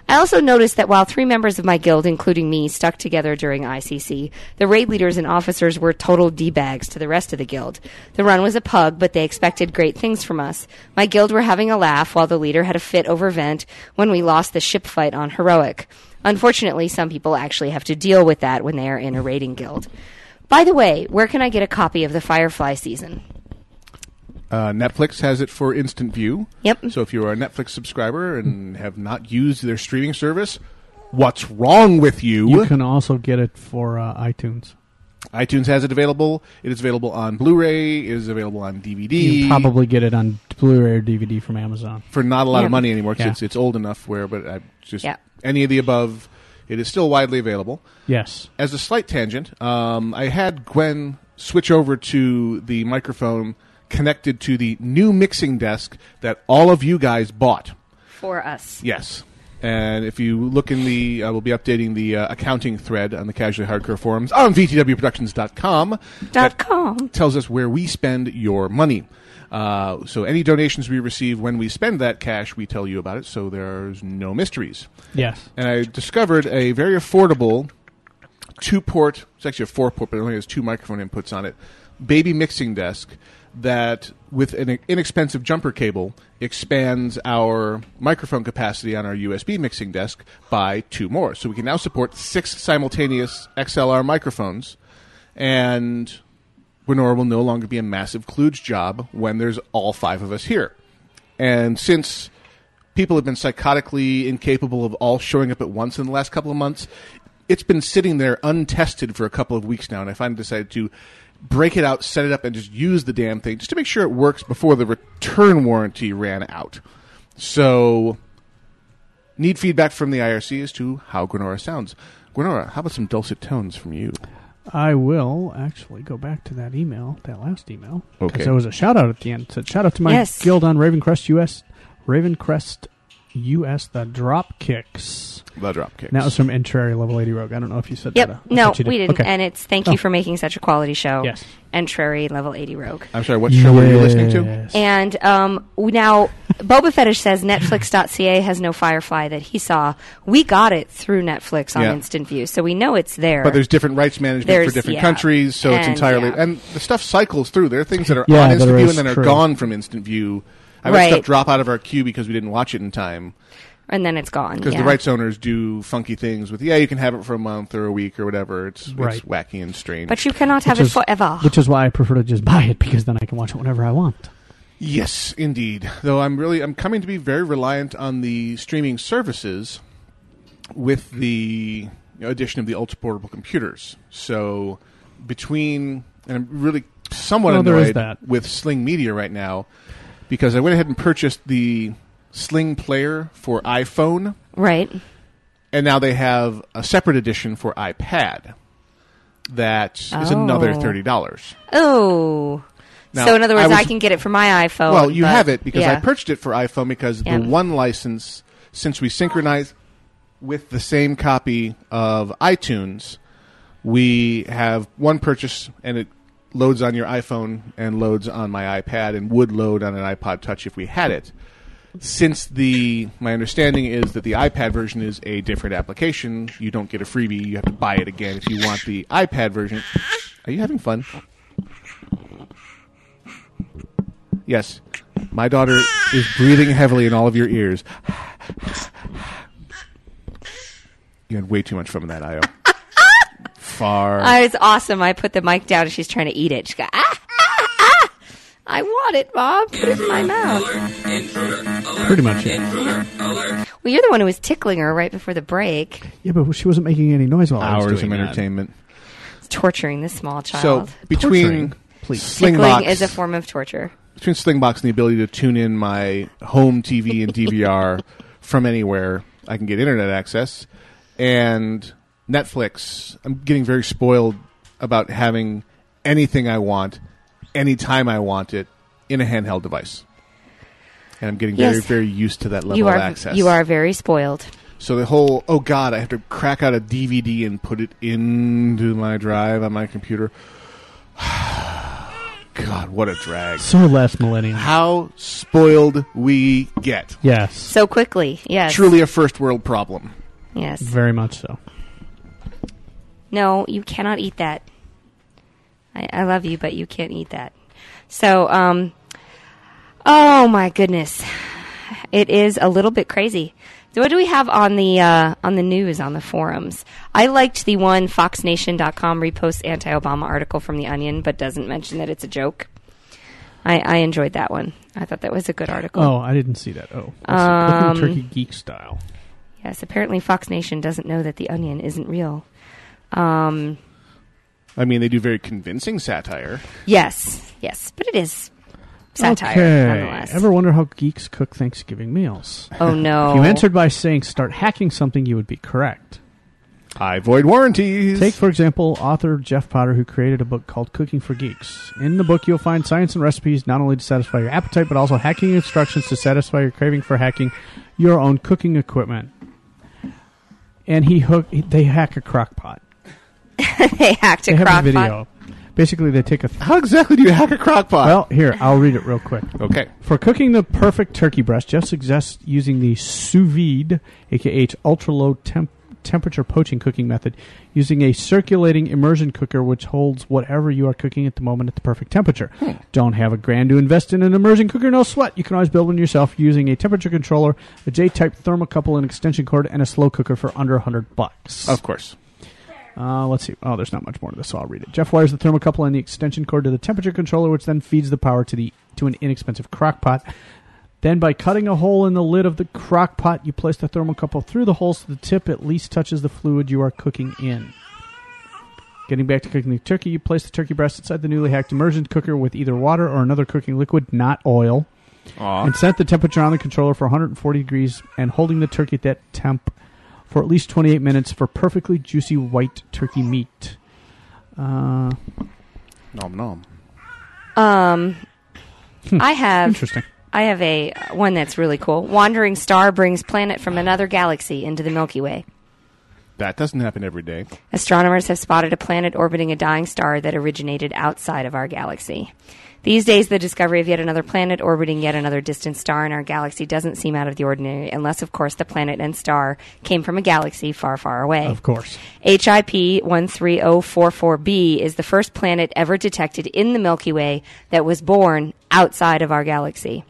S4: I also noticed that while three members of my guild, including me, stuck together during ICC, the raid leaders and officers were total D-bags to the rest of the guild. The run was a pug, but they expected great things from us. My guild were having a laugh while the leader had a fit over Vent when we lost the ship fight on Heroic. Unfortunately, some people actually have to deal with that when they are in a raiding guild. By the way, where can I get a copy of the Firefly season?
S2: Uh, Netflix has it for instant view.
S4: Yep.
S2: So if you are a Netflix subscriber and have not used their streaming service, what's wrong with you?
S5: You can also get it for uh, iTunes.
S2: iTunes has it available. It is available on Blu-ray. It is available on DVD.
S5: You can probably get it on Blu-ray or DVD from Amazon
S2: for not a lot
S5: Yeah.
S2: of money anymore 'cause
S5: Yeah.
S2: it's it's old enough. Where, but I just
S5: Yeah.
S2: any of the above, it is still widely available.
S5: Yes.
S2: As a slight tangent, um, I had Gwen switch over to the microphone connected to the new mixing desk that all of you guys bought.
S4: For us.
S2: Yes. And if you look in the, uh, we'll be updating the uh, accounting thread on the Casually Hardcore forums on VTWProductions.com. Dot
S4: com.
S2: Tells us where we spend your money. Uh, so any donations we receive when we spend that cash, we tell you about it. So there's no mysteries.
S5: Yes.
S2: And I discovered a very affordable two port, it's actually a four port, but it only has two microphone inputs on it, baby mixing desk that with an inexpensive jumper cable expands our microphone capacity on our USB mixing desk by two more. So we can now support six simultaneous XLR microphones and Winora will no longer be a massive kludge job when there's all five of us here. And since people have been psychotically incapable of all showing up at once in the last couple of months, it's been sitting there untested for a couple of weeks now, and I finally decided to break it out, set it up, and just use the damn thing just to make sure it works before the return warranty ran out. So, need feedback from the IRC as to how Gwenora sounds. Gwenora, how about some dulcet tones from you?
S5: I will actually go back to that email, that last email. 'cause
S2: Okay.
S5: There was a shout out at the end. It said, shout out to my
S2: Yes.
S5: guild on Ravencrest US, Ravencrest US, the Dropkicks.
S2: The Dropkicks.
S5: And that was from Entreri Level 80 Rogue. I don't know if you said
S4: Yep.
S5: that. uh, I
S4: no,
S5: thought you
S4: we didn't.
S5: Okay. Oh.
S4: And it's thank you for making such a quality show.
S5: Yes.
S4: And Trary Level 80 Rogue.
S2: I'm sorry, what show were you listening to?
S4: And um, we now, Boba Fetish says Netflix.ca has no Firefly that he saw. We got it through Netflix on
S2: Yeah.
S4: Instant View, so we know it's there.
S2: But there's different rights management
S4: There's-
S2: for different
S4: yeah.
S2: countries, so it's
S4: And,
S2: entirely
S4: yeah.
S2: and the stuff cycles through. There are things that are
S5: Yeah,
S2: on
S5: there
S2: instant view
S5: is,
S2: and then are
S5: true.
S2: gone from instant view. I've
S4: Right.
S2: had stuff drop out of our queue because we didn't watch it in time.
S4: and then it's gone.
S2: Because
S4: yeah.
S2: the rights owners do funky things with yeah, you can have it for a month or a week or whatever. It's, it's
S5: Right.
S2: wacky and strange.
S4: But you cannot have
S5: Which
S4: it
S5: is-
S4: forever.
S5: Which is why I prefer to just buy it because then I can watch it whenever I want.
S2: Yes, indeed. Though I'm really I'm coming to be very reliant on the streaming services with the you know, addition of the ultra portable computers. So between and I'm really somewhat
S5: Well, there is
S2: annoyed
S5: that.
S2: with Sling Media right now because I went ahead and purchased the Sling player for iPhone.
S4: Right.
S2: And now they have a separate edition for iPad that is another
S4: Oh.
S2: $30.
S4: Oh.
S2: Now,
S4: so in other words,
S2: I
S4: I,
S2: was-
S4: can get it from my iPhone.
S2: well, you
S4: but-
S2: have it because I
S4: yeah.
S2: purchased it for iPhone because
S4: Yeah.
S2: the one license, since we synchronize with the same copy of iTunes, we have one purchase and it loads on your iPhone and loads on my iPad and would load on an iPod Touch if we had it. Since the my understanding is that the iPad version is a different application, you don't get a freebie. You have to buy it again if you want the iPad version. Are you having fun? Yes. My daughter is breathing heavily in all of your ears. You had way too much fun with that, Io. Far.
S4: Uh, it's awesome. I put the mic down and she's trying to eat it. She goes, ah, ah, ah. I want it, Mom. Put it in my mouth.
S5: Pretty much. it.
S4: Well, you're the one who was tickling her right before the break.
S5: Yeah, but she wasn't making any noise while I
S2: Hours
S5: was
S2: of
S5: doing that.
S2: entertainment.
S4: It's torturing this small
S2: So
S4: child.
S2: between
S5: Torturing. Please.
S2: Slingbox,
S4: tickling is a form of torture.
S2: between Slingbox and the ability to tune in my home TV and DVR from anywhere, I can get internet access and Netflix. I'm getting very spoiled about having anything I want, anytime I want it, in a handheld device. And I'm getting very,
S4: Yes.
S2: very used to that level
S4: You are
S2: of access.
S4: you are very spoiled.
S2: So the whole oh god, I have to crack out a DVD and put it into my drive on my computer. god, what a drag!
S5: So last millennium.
S2: How spoiled we get.
S5: Yes.
S4: So quickly, yes.
S2: Truly a first world problem.
S4: Yes.
S5: Very much so.
S4: No, you cannot eat that. I, I love you, but you can't eat that. So, um, oh my goodness, it is a little bit crazy. So what do we have on the uh, on the news on the forums? I liked the one FoxNation.com reposts anti-Obama article from The Onion, but doesn't mention that it's a joke. I, I enjoyed that one. I thought that was a good article.
S5: Oh, I didn't see that. Oh, Listen,
S4: Um,
S5: looking turkey geek style.
S4: Yes, apparently Fox Nation doesn't know that The Onion isn't real. Um,
S2: I mean, they do very convincing satire.
S4: Yes, yes, but it is satire
S5: Okay.
S4: nonetheless.
S5: Ever wonder how geeks cook Thanksgiving meals?
S4: Oh, no.
S5: if you answered by saying "start hacking something," you would be correct.
S2: I void warranties.
S5: Take for example author Jeff Potter, who created a book called "Cooking for Geeks." In the book, you'll find science and recipes not only to satisfy your appetite, but also hacking instructions to satisfy your craving for hacking your own cooking equipment. And he hook they hack a crock pot.
S4: they hacked a
S5: they have
S4: crock
S5: a video.
S4: pot.
S5: Basically, they take a.
S2: How exactly do you hack a crock pot?
S5: Well, here I'll read it real quick.
S2: Okay.
S5: For cooking the perfect turkey breast, Jeff suggests using the sous vide, aka ultra low temp- temperature poaching cooking method, using a circulating immersion cooker which holds whatever you are cooking at the moment at the perfect temperature. Don't have a grand to invest in an immersion cooker? No sweat. You can always build one yourself using a temperature controller, a J-type thermocouple, an extension cord, and a slow cooker for under hundred bucks.
S2: Of course.
S5: Uh, let's see. Oh, there's not much more to this, so I'll read it. Jeff wires the thermocouple and the extension cord to the temperature controller, which then feeds the power to the to an inexpensive crock pot. Then, by cutting a hole in the lid of the crock pot, you place the thermocouple through the hole so the tip at least touches the fluid you are cooking in. Getting back to cooking the turkey, you place the turkey breast inside the newly hacked immersion cooker with either water or another cooking liquid, not oil,
S2: Aw.
S5: and set the temperature on the controller for 140 degrees and holding the turkey at that temp for at least 28 minutes for perfectly juicy white turkey meat. Uh,
S2: Nom nom.
S4: Um, I have
S5: Hmm. Interesting.
S4: I have a one that's really cool. Wandering star brings planet from another galaxy into the Milky Way.
S2: That doesn't happen every day.
S4: Astronomers have spotted a planet orbiting a dying star that originated outside of our galaxy. These days, the discovery of yet another planet orbiting yet another distant star in our galaxy doesn't seem out of the ordinary, unless, of course, the planet and star came from a galaxy far, far away.
S5: Of course.
S4: HIP 13044b is the first planet ever detected in the Milky Way that was born outside of our galaxy.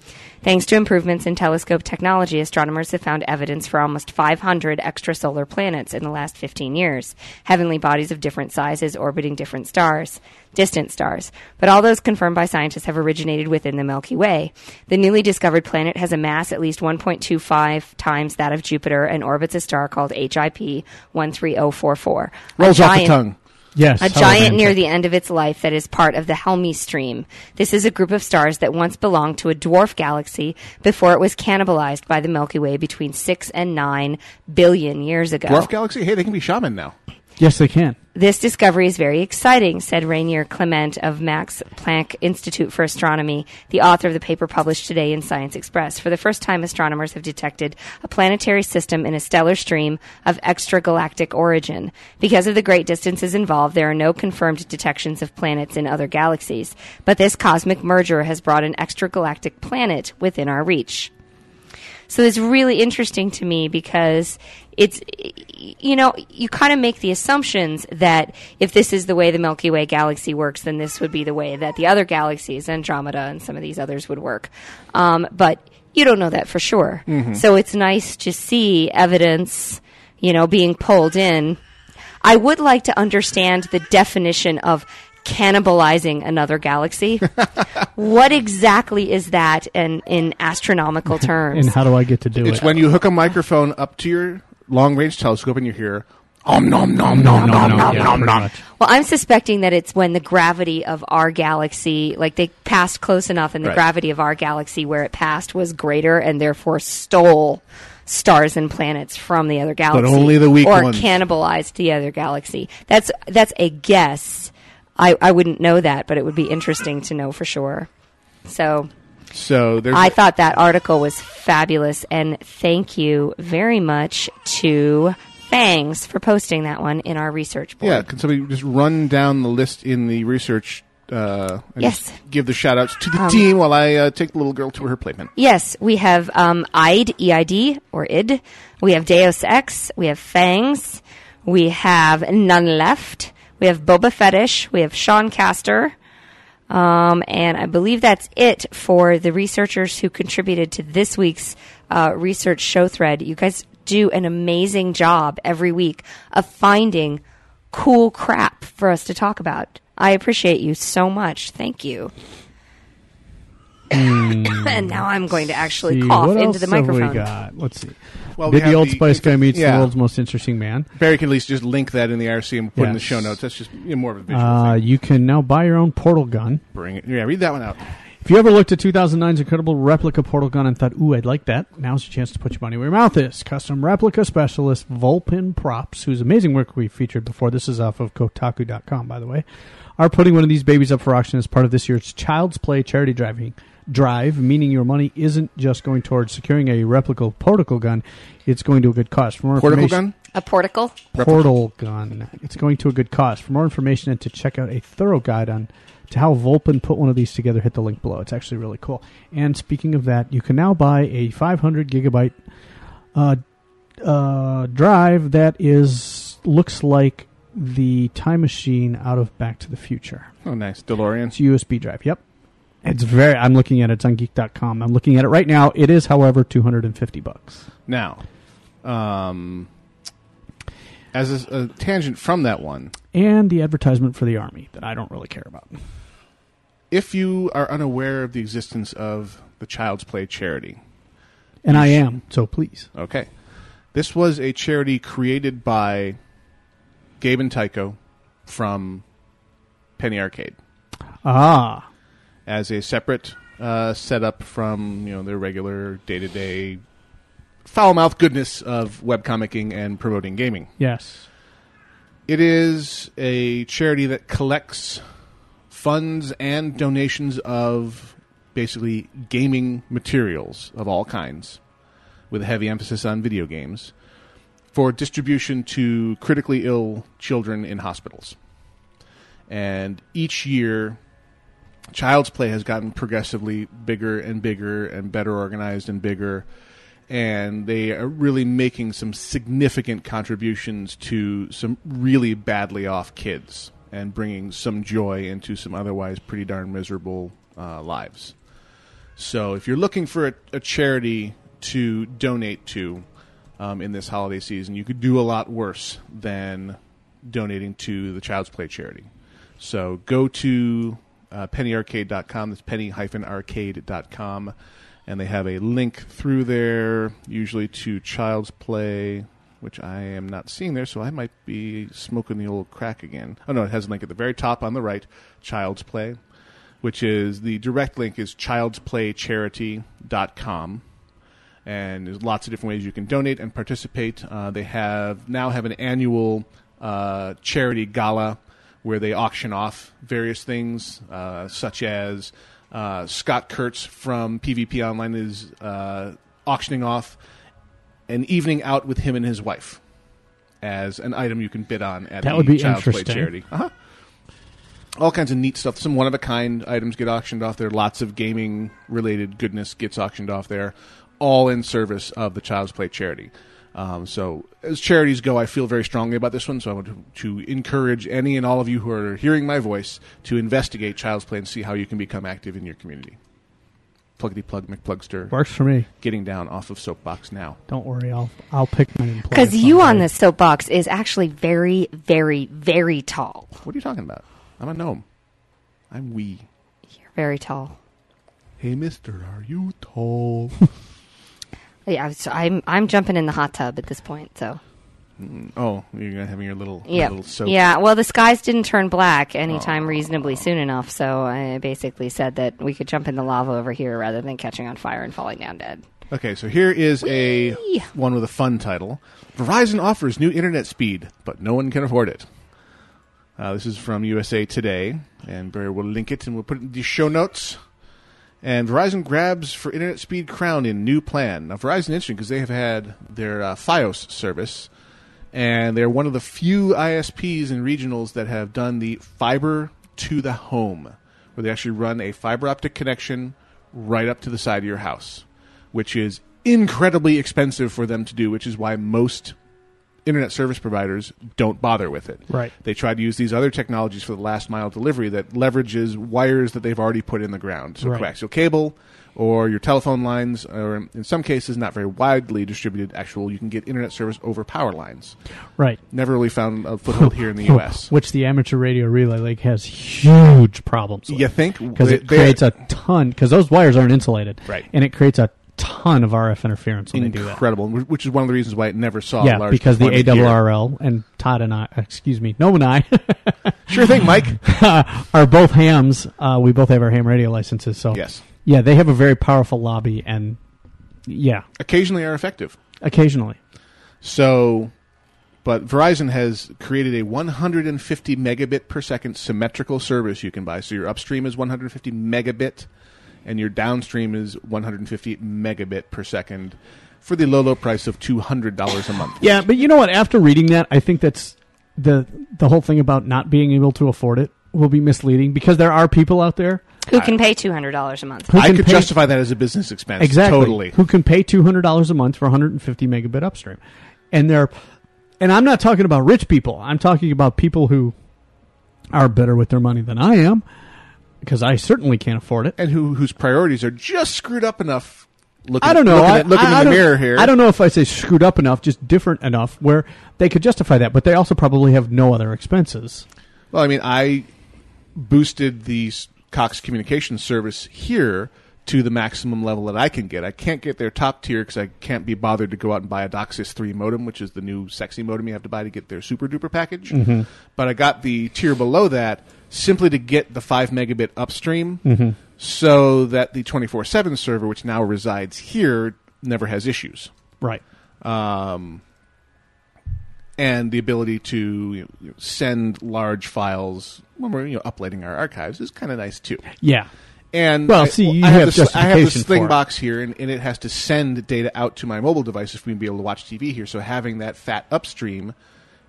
S4: Thanks to improvements in telescope technology, astronomers have found evidence for almost 500 extrasolar planets in the last 15 years, heavenly bodies of different sizes orbiting different stars, distant stars. But all those confirmed by scientists have originated within the Milky Way. The newly discovered planet has a mass at least 1.25 times that of Jupiter and orbits oh a star called HIP 13044. a
S2: Rolls off the
S4: giant-
S2: tongue.
S5: Yes,
S4: a
S5: hello,
S4: giant
S5: Vanta.
S4: near the end of its life that is part of the Helmi stream. This is a group of stars that once belonged to a dwarf galaxy before it was cannibalized by the Milky Way between six and nine billion years ago.
S2: Dwarf Galaxy? Hey, they can be shaman now.
S5: Yes, they can.
S4: This discovery is very exciting, said Rainier Clement of Max Planck Institute for Astronomy, the author of the paper published today in Science Express. For the first time, astronomers have detected a planetary system in a stellar stream of extragalactic origin. Because of the great distances involved, there are no confirmed detections of planets in other galaxies. But this cosmic merger has brought an extragalactic planet within our reach. So it's really interesting to me because it's, you know, you kind of make the assumptions that if this is the way the Milky Way galaxy works, then this would be the way that the other galaxies, Andromeda and some of these others, would work. Um, but you don't know that for sure.
S16: Mhm.
S4: So it's nice to see evidence, you know, being pulled in. I would like to understand the definition of cannibalizing another galaxy. what exactly is that in, in astronomical terms?
S5: And how do I get to do
S2: it's
S5: it?
S2: when you hook a microphone up to your long range telescope and you hear om nom nom nom nom nom nom
S5: yeah,
S2: nom.
S5: pretty
S4: Well, I'm suspecting that it's when the gravity of our galaxy, like they passed close enough, and the
S2: Right.
S4: gravity of our galaxy where it passed was greater, and therefore stole stars and planets from the other galaxy,
S2: only the weak
S4: or
S2: ones.
S4: cannibalized the other galaxy. That's that's a guess. I, I wouldn't know that, but it would be interesting to know for sure. So
S2: So there's
S4: I thought that article was fabulous, and thank you very much to Fangs for posting that one in our research board.
S2: Yeah, can somebody just run down the list in the research uh, and
S4: Yes.
S2: just give the shout outs to the
S4: Um,
S2: team while I uh, take the little girl to her playpen.
S4: Yes, we have um, Eid, E-I-D, or ID. We have Deus Ex. We have Fangs. We have None Left. We have Boba Fetish. We have Sean Caster. Um, and I believe that's it for the researchers who contributed to this week's uh, research show thread. You guys do an amazing job every week of finding cool crap for us to talk about. I appreciate you so much. Thank you. and now I'm going to actually
S5: See,
S4: cough
S5: what
S4: into the
S5: else have we
S4: microphone.
S5: got? Let's see.
S2: Well, we
S5: Did the
S2: have
S5: old
S2: the-
S5: Spice guy meets
S2: yeah.
S5: the world's most interesting man?
S2: Barry can at least just link that in the IRC and put it in the
S5: Yes.
S2: show notes. That's just you know, more of a visual.
S5: Uh, you can now buy your own portal gun.
S2: Bring it. Yeah, read that one out.
S5: If you ever looked at 2009's incredible replica portal gun and thought, ooh, I'd like that, now's your chance to put your money where your mouth is. Custom replica specialist Volpin Props, whose amazing work we featured before, this is off of Kotaku.com, by the way, are putting one of these babies up for auction as part of this year's Child's Play charity driving drive, meaning your money isn't just going towards securing a replica portal gun, it's going to a good cause. For more
S2: Portico
S5: information-
S2: gun?
S4: A portical?
S5: portal gun. It's going to a good cause. For more information and to check out a thorough guide on to how Vulpin put one of these together, hit the link below. It's actually really cool. And speaking of that, you can now buy a 500 gigabyte uh, uh, drive that is looks like the time machine out of Back to the Future.
S2: Oh, nice. DeLorean.
S5: It's a USB drive. Yep. It's very. I'm looking at it. It's on Geek.com. I'm looking at it right now. It is, however, 250 bucks.
S2: Now, um, as a, a tangent from that one,
S5: And the advertisement for the Army that I don't really care about.
S2: if you are unaware of the existence of the Child's Play charity,
S5: And I am, so please.
S2: Okay. This was a charity created by Gabe and Tycho from Penny Arcade
S5: Ah.
S2: as a separate uh, setup from you know their regular day to day foul mouth goodness of webcomicking and promoting gaming.
S5: Yes.
S2: It is a charity that collects funds and donations of basically gaming materials of all kinds, with a heavy emphasis on video games, for distribution to critically ill children in hospitals. And each year, Child's Play has gotten progressively bigger and bigger and better organized and bigger. And they are really making some significant contributions to some really badly off kids and bringing some joy into some otherwise pretty darn miserable uh, lives. So if you're looking for a, a charity to donate to um, in this holiday season, you could do a lot worse than donating to the Child's Play charity. So go to uh, pennyarcade.com. That's penny-arcade.com. And they have a link through there, usually to Child's Play which I am not seeing there, so I might be smoking the old crack again. Oh no, it has a link at the very top on the right, Child's Play, which is the direct link is childsplaycharity.com. And there's lots of different ways you can donate and participate. Uh, they have now have an annual uh, charity gala where they auction off various things, uh, such as uh, Scott Kurtz from PvP Online is uh, auctioning off an evening out with him and his wife as an item you can bid on at
S5: That
S2: the
S5: would be
S2: Child's Play
S5: interesting.
S2: charity. Uh-huh. All kinds of neat stuff. Some one of a kind items get auctioned off there. Lots of gaming related goodness gets auctioned off there, all in service of the Child's Play charity. Um, so, as charities go, I feel very strongly about this one. So, I want to, to encourage any and all of you who are hearing my voice to investigate Child's Play and see how you can become active in your community. Pluggity plug, McPlugster.
S5: Works for me.
S2: Getting down off of Soapbox now.
S5: Don't worry, I'll I'll pick mine and play.
S4: Because
S5: it
S4: you
S5: someday.
S4: on the soapbox is actually very, very, very tall.
S2: What are you talking about? I'm a gnome. I'm wee.
S4: You're very tall.
S2: Hey, mister, are you tall?
S4: Yeah, so I'm I'm jumping in the hot tub at this point. So
S2: Mm, oh, you're gonna having your little your
S4: yeah,
S2: little soap.
S4: yeah. Well, the skies didn't turn black anytime reasonably soon enough, so I basically said that we could jump in the lava over here rather than catching on fire and falling down dead.
S2: Okay, so here is a one with a fun title. Verizon offers new internet speed, but no one can afford it. Uh, this is from USA Today, and Barry will link it and we'll put it in the show notes. And Verizon grabs for internet speed crown in new plan. Now, Verizon interesting because they have had their uh, FiOS service, and they're one of the few ISPs and regionals that have done the fiber to the home, where they actually run a fiber optic connection right up to the side of your house, which is incredibly expensive for them to do, which is why most internet service providers don't bother with it.
S5: Right.
S2: They try to use these other technologies for the last mile delivery that leverages wires that they've already put in the ground. So
S5: Right.
S2: coaxial cable or your telephone lines, or in some cases, not very widely distributed, actual, you can get internet service over power lines.
S5: Right.
S2: Never really found a foothold here in the U.S.
S5: which the amateur radio relay league has huge problems. With.
S2: You think?
S5: because it
S2: They-
S5: creates a ton because those wires aren't insulated,
S2: Right.
S5: And it cretes a ton of RF interference when they do that.
S2: Incredible, wh- which is one of the reasons why it never saw
S5: yeah,
S2: large
S5: because the
S2: deployment here.
S5: AWRL and Todd and I, excuse me, no and I,
S2: sure thing, Mike,
S5: are both hams. Uh, we both have our ham radio licenses, so
S2: Yes.
S5: yeah, they have a very powerful lobby, and yeah,
S2: occasionally are effective.
S5: occasionally,
S2: So, but Verizon has created a 150 megabit per second symmetrical service you can buy. So your upstream is 150 megabit, and your downstream is 150 megabit per second for the low low price of two hundred dollars a month.
S5: yeah. But you know what? After reading that, I think that's the the whole thing about not being able to afford it will be misleading because there are people out there
S4: Who can pay two hundred dollars a month?
S5: Who
S2: I
S5: can
S2: could
S5: pay-
S2: justify that as a business expense.
S5: exactly
S2: Totally.
S5: who can pay two hundred dollars a month for one hundred and fifty megabit upstream, and they're, and I'm not talking about rich people. I'm talking about people who are better with their money than I am, because I certainly can't afford it.
S2: And who whose priorities are just screwed up enough. Looking,
S5: I don't know.
S2: Looking,
S5: I-
S2: at, looking
S5: I-
S2: in
S5: I
S2: the
S5: don't-
S2: mirror here.
S5: I don't know if I say screwed up enough, just different enough where they could justify that, but they also probably have no other expenses.
S2: Well, I mean, I boosted the s- Cox communications service here to the maximum level that I can get. I can't get their top tier because I can't be bothered to go out and buy a DOCSIS 3 modem, which is the new sexy modem you have to buy to get their super duper package.
S5: Mhm.
S2: But I got the tier below that simply to get the 5 megabit upstream
S5: Mhm.
S2: so that the 24 7 server, which now resides here, never has issues
S5: Right.
S2: um, and the ability to you know, send large files when we're you know uploading our archives is kind of nice too.
S5: Yeah.
S2: And
S5: Well,
S2: I,
S5: see, you
S2: I
S5: have
S2: this, I have this
S5: justification
S2: thing
S5: for it.
S2: box here, and, and it has to send data out to my mobile device if we be able to watch TV here. So having that fat upstream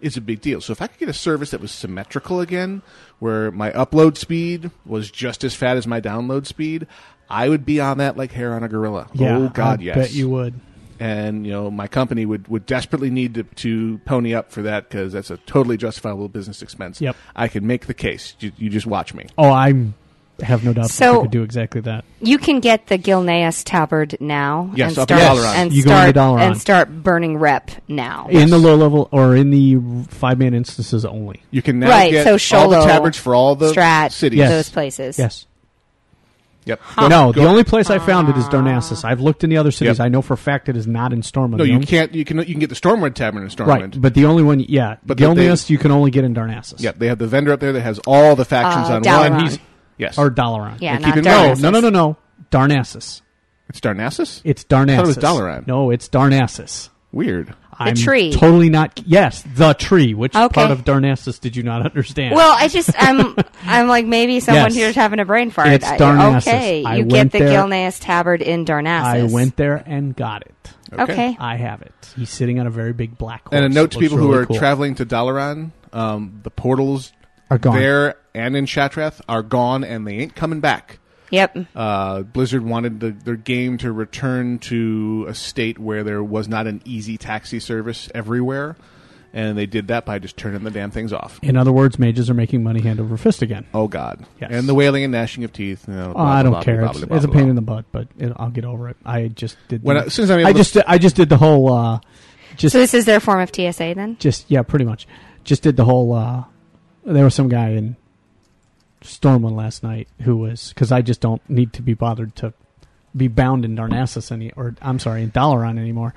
S2: is a big deal. So if I could get a service that was symmetrical again, where my upload speed was just as fat as my download speed, I would be on that like hair on a gorilla.
S5: Yeah,
S2: oh God,
S5: I
S2: yes
S5: bet you would.
S2: and you know my company would, would desperately need to, to pony up for that because that's a totally justifiable business expense.
S5: Yep.
S2: I can make the case. You, you just watch me.
S5: Oh, I'm have no doubt that
S4: So-
S5: they could do exactly that.
S4: You can get the Gilneas tabard now.
S5: Yes,
S4: and
S5: up in
S4: start,
S5: Dalaran.
S4: and
S5: You go
S4: start
S5: into Dalaran.
S4: and start burning rep now.
S5: In the low level or in the five man instances only.
S2: You can
S4: now Right, get so all the Sholo, tabards for all the Strat, cities.
S5: Yes.
S4: those places.
S5: Yes.
S2: Yep.
S5: No,
S2: Go-
S5: the only place I found
S4: Ah.
S5: it is Darnassus. I've looked in the other cities. I know for a fact it is not in Stormwind.
S2: No,
S5: The
S2: you
S5: only-
S2: can't. You can you can get the Stormwind Tavern in Stormwind.
S5: Right, but the only one, yeah,
S2: But
S5: but the
S2: they-
S5: only
S2: they-
S5: us you can only get in Darnassus.
S2: Yeah, they have the vendor up there that has all the factions
S5: Uh,
S2: on
S5: Dalaran.
S2: one. He's- yes,
S5: Or Dalaran.
S2: Yeah,
S5: They
S2: not
S5: keep it- no,
S2: Darnassus.
S5: no, no, no, no, Darnassus.
S2: It's Darnassus.
S5: It's Oh, Darnassus.
S2: I thought it was Dalaran.
S5: No, it's Darnassus.
S2: Weird.
S5: The I'm
S4: tree.
S5: Totally not. Yes, the tree. Which
S4: Okay.
S5: part of Darnassus did you not understand?
S4: Well, I just I'm I'm like maybe someone
S5: Yes.
S4: here's having a brain fart.
S5: It's
S4: I-
S5: Darnassus.
S4: okay,
S5: I
S4: you get
S5: went
S4: the
S5: there-
S4: Gilneas tabard in Darnassus.
S5: I went there and got it.
S4: Okay. Okay.
S5: I have it. He's sitting on a very big black horse.
S2: And a note to
S5: It looks
S2: people who
S5: really
S2: are
S5: cool.
S2: traveling to Dalaran: um, the portals
S5: Are gone.
S2: there and in Shatrath are gone, and they ain't coming back.
S4: Yep.
S2: Uh, Blizzard wanted the, their game to return to a state where there was not an easy taxi service everywhere, and they did that by just turning the damn things off.
S5: In other words, mages are making money hand over fist again.
S2: Oh God!
S5: Yes.
S2: And the wailing and gnashing of teeth. you know,
S5: Oh,
S2: blah,
S5: I
S2: blah,
S5: don't
S2: blah,
S5: care. it's,
S2: blah, blah,
S5: it's a
S2: blah,
S5: pain
S2: blah.
S5: in the butt, but it, I'll get over it. I just did.
S2: When
S5: the-
S2: I- as soon as I'm able to-
S5: just I just did the whole. Uh, just
S4: so this is their form of TSA then.
S5: just yeah, pretty much. Just did the whole. Uh, there was some guy in Stormwind last night who was because I just don't need to be bothered to be bound in Darnassus any or I'm sorry in Dalaran anymore.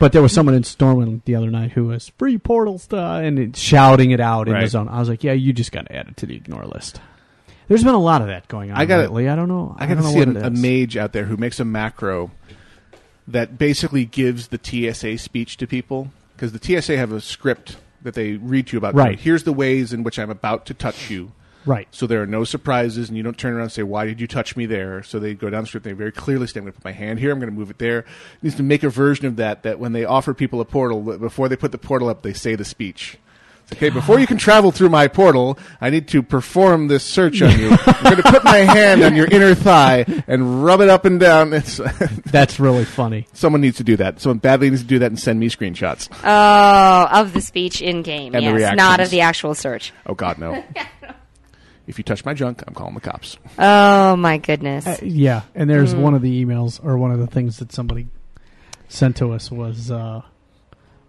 S5: but there was someone in Stormwind the other night who was free portals to, and it, shouting it out in the
S2: Right.
S5: zone. I was like, yeah, you just got to add it to the ignore list. There's been a lot of that going on
S2: I got
S5: lately. I don't know.
S2: I,
S5: don't
S2: got to
S5: know
S2: see
S5: what
S2: an-
S5: it
S2: a
S5: is.
S2: mage out there who makes a macro that basically gives the TSA speech to people because the TSA have a script that they read to you about.
S5: Right.
S2: Here's the ways in which I'm about to touch you.
S5: Right.
S2: So there are no surprises, and you don't turn around and say, "Why did you touch me there?" So they go down the script. And they very clearly say, "I'm going to put my hand here. I'm going to move it there." Needs to make a version of that that when they offer people a portal, that before they put the portal up, they say the speech. It's, Okay, before you can travel through my portal, I need to perform this search on you. I'm going to put my hand on your inner thigh and rub it up and down. It's
S5: That's really funny.
S2: Someone needs to do that. Someone badly needs to do that and send me screenshots.
S4: Oh, of the speech in game,
S2: And the
S4: yes,
S2: reactions.
S4: not of the actual search.
S2: Oh God, no! if you touch my junk, I'm calling the cops.
S4: Oh my goodness.
S5: Uh, yeah, and there's
S4: Mm.
S5: one of the emails or one of the things that somebody sent to us was uh,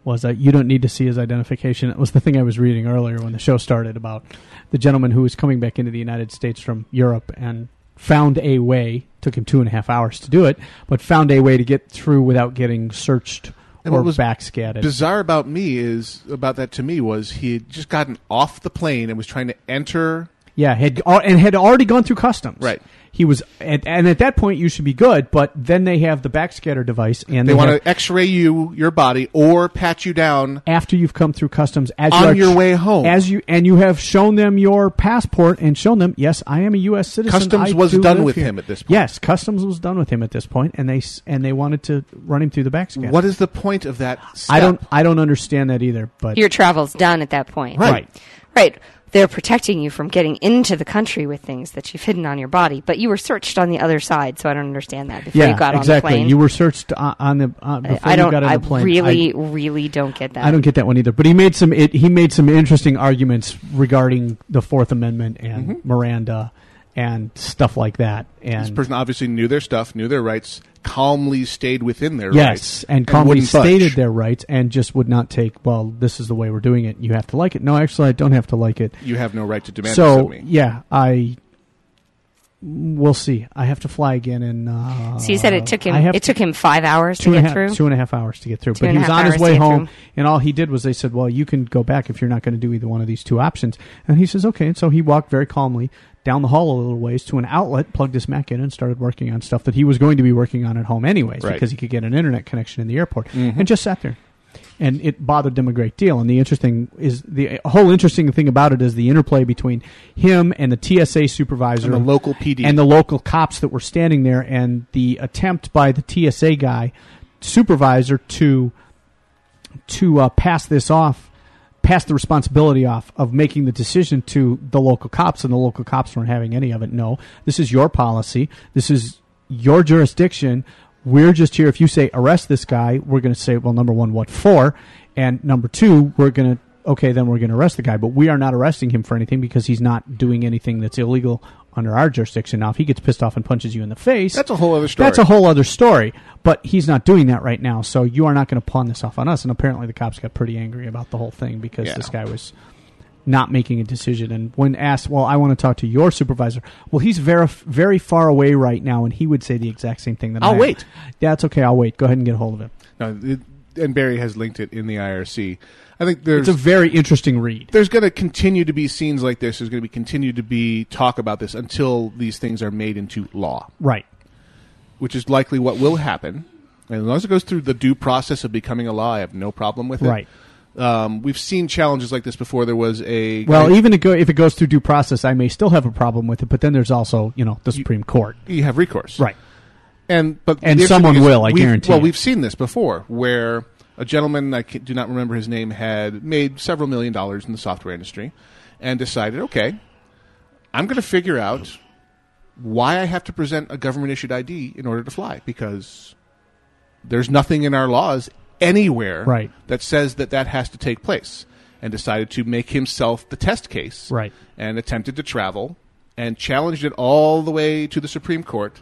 S5: was that you don't need to see his identification. It was the thing I was reading earlier when the show started about the gentleman who was coming back into the United States from Europe and found a way. Took him two and a half hours to do it, but found a way to get through without getting searched
S2: And
S5: or
S2: what was
S5: backscattered.
S2: Bizarre about me is about that to me was he had just gotten off the plane and was trying to enter.
S5: Yeah, had al- and had already gone through customs.
S2: Right.
S5: He was, and, and at that point you should be good. But then they have the backscatter device, and
S2: They
S5: have-
S2: want to X-ray you, your body, or pat you down.
S5: after you've come through customs as
S2: On
S5: you are
S2: your way home.
S5: as you and you have shown them your passport and shown them yes i am a us citizen
S2: Customs
S5: I
S2: was
S5: do
S2: done
S5: live
S2: with
S5: here.
S2: him at this point.
S5: yes customs was done with him at this point and they s- and they wanted to run him through the back scan
S2: What is the point of that? Step?
S5: i don't i don't understand that either but
S4: Your travel's done at that point.
S5: Right. Right.
S4: Right. They're protecting you from getting into the country with things that you've hidden on your body, but you were searched on the other side, so I don't understand that before
S5: yeah
S4: you got
S5: exactly
S4: on the plane.
S5: you were searched on, on the uh, before
S4: I
S5: you
S4: don't
S5: got on
S4: I
S5: the plane
S4: really
S5: I,
S4: really don't get that.
S5: I don't get that one either, but he made some it, he made some interesting arguments regarding the Fourth Amendment and
S2: Mm-hmm.
S5: Miranda and stuff like that. And
S2: This person obviously knew their stuff, knew their rights, calmly stayed wayed within their
S5: yes,
S2: rights.
S5: and calmly
S2: wouldn't budge.
S5: stated their rights and just would not take. Well, this is the way we're doing it. You have to like it. No, actually, I don't have to like it.
S2: You have no right to demand
S5: So
S2: this of me.
S5: yeah, I we'll see. I have to fly again, and uh,
S4: so you said it took him
S5: I have
S4: it took him 5 hours to
S5: two
S4: get
S5: and a half-
S4: through.
S5: two and a half hours to get through.
S4: Two
S5: but
S4: and
S5: he was
S4: a half
S5: on his
S4: hours
S5: way
S4: to get
S5: home,
S4: through.
S5: and all he did was they said, "Well, you can go back if you're not going to do either one of these two options." And he says, "Okay." And so he walked very calmly down the hall a little ways to an outlet, plugged his Mac in, and started working on stuff that he was going to be working on at home anyways,
S2: Right.
S5: because he could get an internet connection in the airport,
S2: Mhm.
S5: and just sat there. And it bothered him a great deal. And the interesting is the whole interesting thing about it is the interplay between him and the TSA supervisor,
S2: And the local PD.
S5: and the local cops that were standing there, and the attempt by the TSA guy supervisor to to uh, pass this off, pass the responsibility off of making the decision to the local cops, and the local cops weren't having any of it. No, this is your policy. This is your jurisdiction. We're just here. If you say arrest this guy, we're going to say, well, number one, what for? And number two, we're going to okay, then we're going to arrest the guy. But we are not arresting him for anything because he's not doing anything that's illegal under our jurisdiction. Now, if he gets pissed off and punches you in the face,
S2: That's a whole other story.
S5: That's a whole other story. But he's not doing that right now, so you are not going to pawn this off on us. And apparently, the cops got pretty angry about the whole thing because
S2: Yeah.
S5: this guy was not making a decision. And when asked, well, I want to talk to your supervisor, well, he's very, very far away right now, and he would say the exact same thing. That
S2: I'll
S5: I am.
S2: wait.
S5: Yeah, it's okay. I'll wait. Go ahead and get a hold of him.
S2: No, it, and Barry has linked it in the IRC. I think there's
S5: It's a very interesting read.
S2: there's going to continue to be scenes like this. There's going to be continue to be talk about this until these things are made into law,
S5: Right.
S2: which is likely what will happen. And as long as it goes through the due process of becoming a law, I have no problem with it.
S5: Right.
S2: Um, we've seen challenges like this before. There was a
S5: Well, even if it go- if it goes through due process, I may still have a problem with it. But then there's also, you know, the Supreme Court.
S2: you have recourse,
S5: e- Right.
S2: And but
S5: And
S2: the interesting
S5: someone
S2: thing is
S5: will, I
S2: we've-
S5: guarantee
S2: Well,
S5: it.
S2: we've seen this before, where a gentleman I ca- do not remember his name had made several million dollars in the software industry, and decided, okay, I'm going to figure out why I have to present a government issued ID in order to fly because there's nothing in our laws anywhere
S5: Right.
S2: that says that that has to take place. And decided to make himself the test case,
S5: Right.
S2: And attempted to travel, and challenged it all the way to the Supreme Court,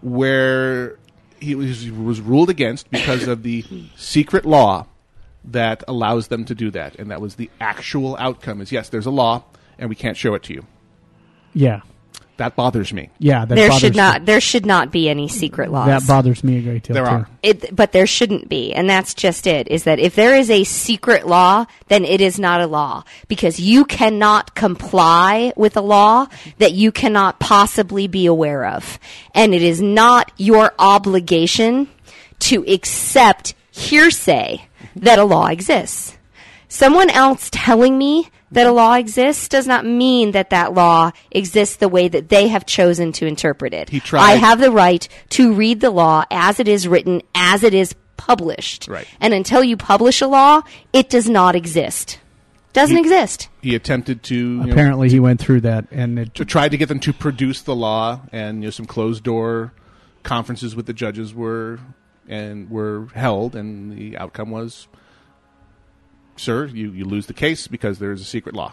S2: where he was, was ruled against because of the secret law that allows them to do that. And that was the actual outcome: is yes, there's a law, and we can't show it to you.
S5: Yeah.
S2: That bothers me.
S5: Yeah. That
S4: there
S5: bothers
S4: should
S5: me.
S4: not there should not be any secret laws.
S5: That bothers me a great deal.
S2: There
S5: too.
S2: are.
S4: it, but there shouldn't be, and that's just it. Is that if there is a secret law, then it is not a law because you cannot comply with a law that you cannot possibly be aware of, and it is not your obligation to accept hearsay that a law exists. Someone else telling me that a law exists does not mean that that law exists the way that they have chosen to interpret it.
S2: He tried.
S4: I have the right to read the law as it is written, as it is published.
S2: Right.
S4: And until you publish a law, it does not exist. Doesn't
S2: You-
S4: exist.
S2: He attempted to you know,
S5: Apparently, he went through that, and it
S2: to try to get them to produce the law, and you know some closed door conferences with the judges were and were held, and the outcome was, sir, you, you lose the case because there is a secret law,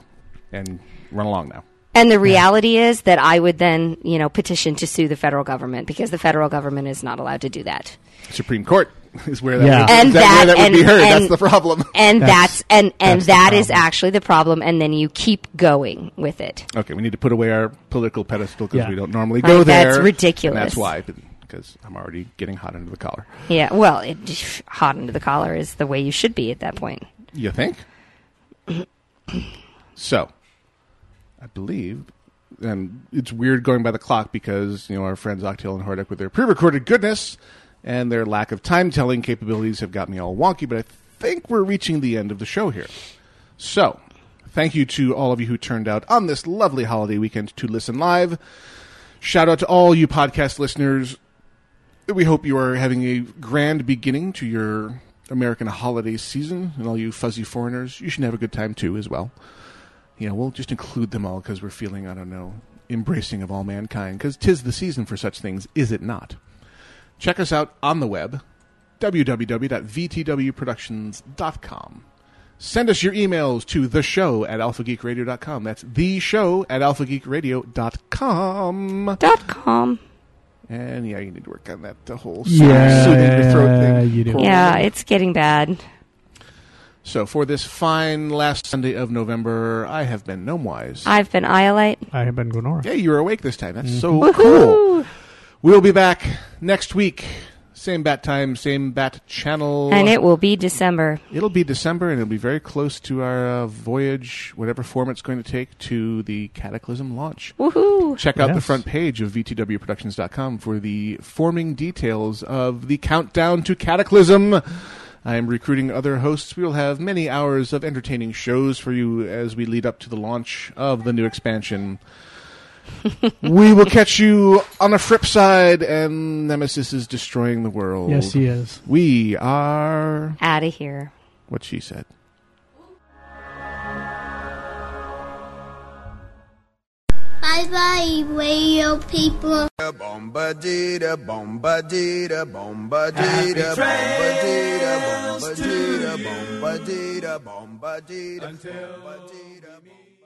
S2: and run along now.
S4: And the reality is that I would then, you know, petition to sue the federal government because the federal government is not allowed to do that.
S2: Supreme Court is where that,
S5: Yeah.
S2: would,
S4: and
S2: is that,
S4: that,
S2: where that
S4: and,
S2: would be heard. that's
S4: and-
S2: the problem.
S4: And that's, and and
S2: that's the
S4: that is
S2: problem.
S4: actually the problem. And then you keep going with it.
S2: okay. We need to put away our political pedestal because
S4: Yeah.
S2: we don't normally
S4: Right,
S2: go there.
S4: that's
S2: and
S4: ridiculous.
S2: that's why, because I'm already getting hot under the collar.
S4: Yeah, well, it, hot under the collar is the way you should be at that point.
S2: You think? so, I believe, and it's weird going by the clock because you know our friends Octail and Harduck with their pre-recorded goodness and their lack of time-telling capabilities have got me all wonky. But I think we're reaching the end of the show here. So, thank you to all of you who turned out on this lovely holiday weekend to listen live. Shout out to all you podcast listeners we hope you are having a grand beginning to your American holiday season, and all you fuzzy foreigners, you should have a good time too, as well. You know, we'll just include them all because we're feeling, I don't know, embracing of all mankind, because tis the season for such things, is it not? Check us out on the web, www.vtwproductions.com. Send us your emails to the show at alphageekradio.com. That's the show at alphageekradio.com.
S4: Dot com.
S2: And yeah, you need to work on that the whole
S5: Yeah,
S2: soothing your throat thing.
S5: you do.
S2: Cool.
S4: Yeah, it's getting bad.
S2: So for this fine last Sunday of November, I have been Gnomewise.
S4: I've been Iolite.
S5: I have been Gonora.
S2: Yeah, you were awake this time. That's so
S5: Mm-hmm.
S2: cool. We'll be back next week. Same bat time, same bat channel.
S4: And it will be December.
S2: It'll be December, and it'll be very close to our uh, voyage, whatever form it's going to take, to the Cataclysm launch.
S4: Woohoo!
S2: Check out the
S5: Yes.
S2: front page of VTWProductions.com for the forming details of the countdown to Cataclysm. I am recruiting other hosts. We will have many hours of entertaining shows for you as we lead up to the launch of the new expansion. we will catch you on the flip side, and Nemesis is destroying the world.
S5: Yes, he is.
S2: We are
S4: Out of here.
S2: what she said.
S16: Bye bye, radio people.
S20: Bombadita, bombadita, bombadita, bombadita, bombadita, bombadita, bombadita, bombadita.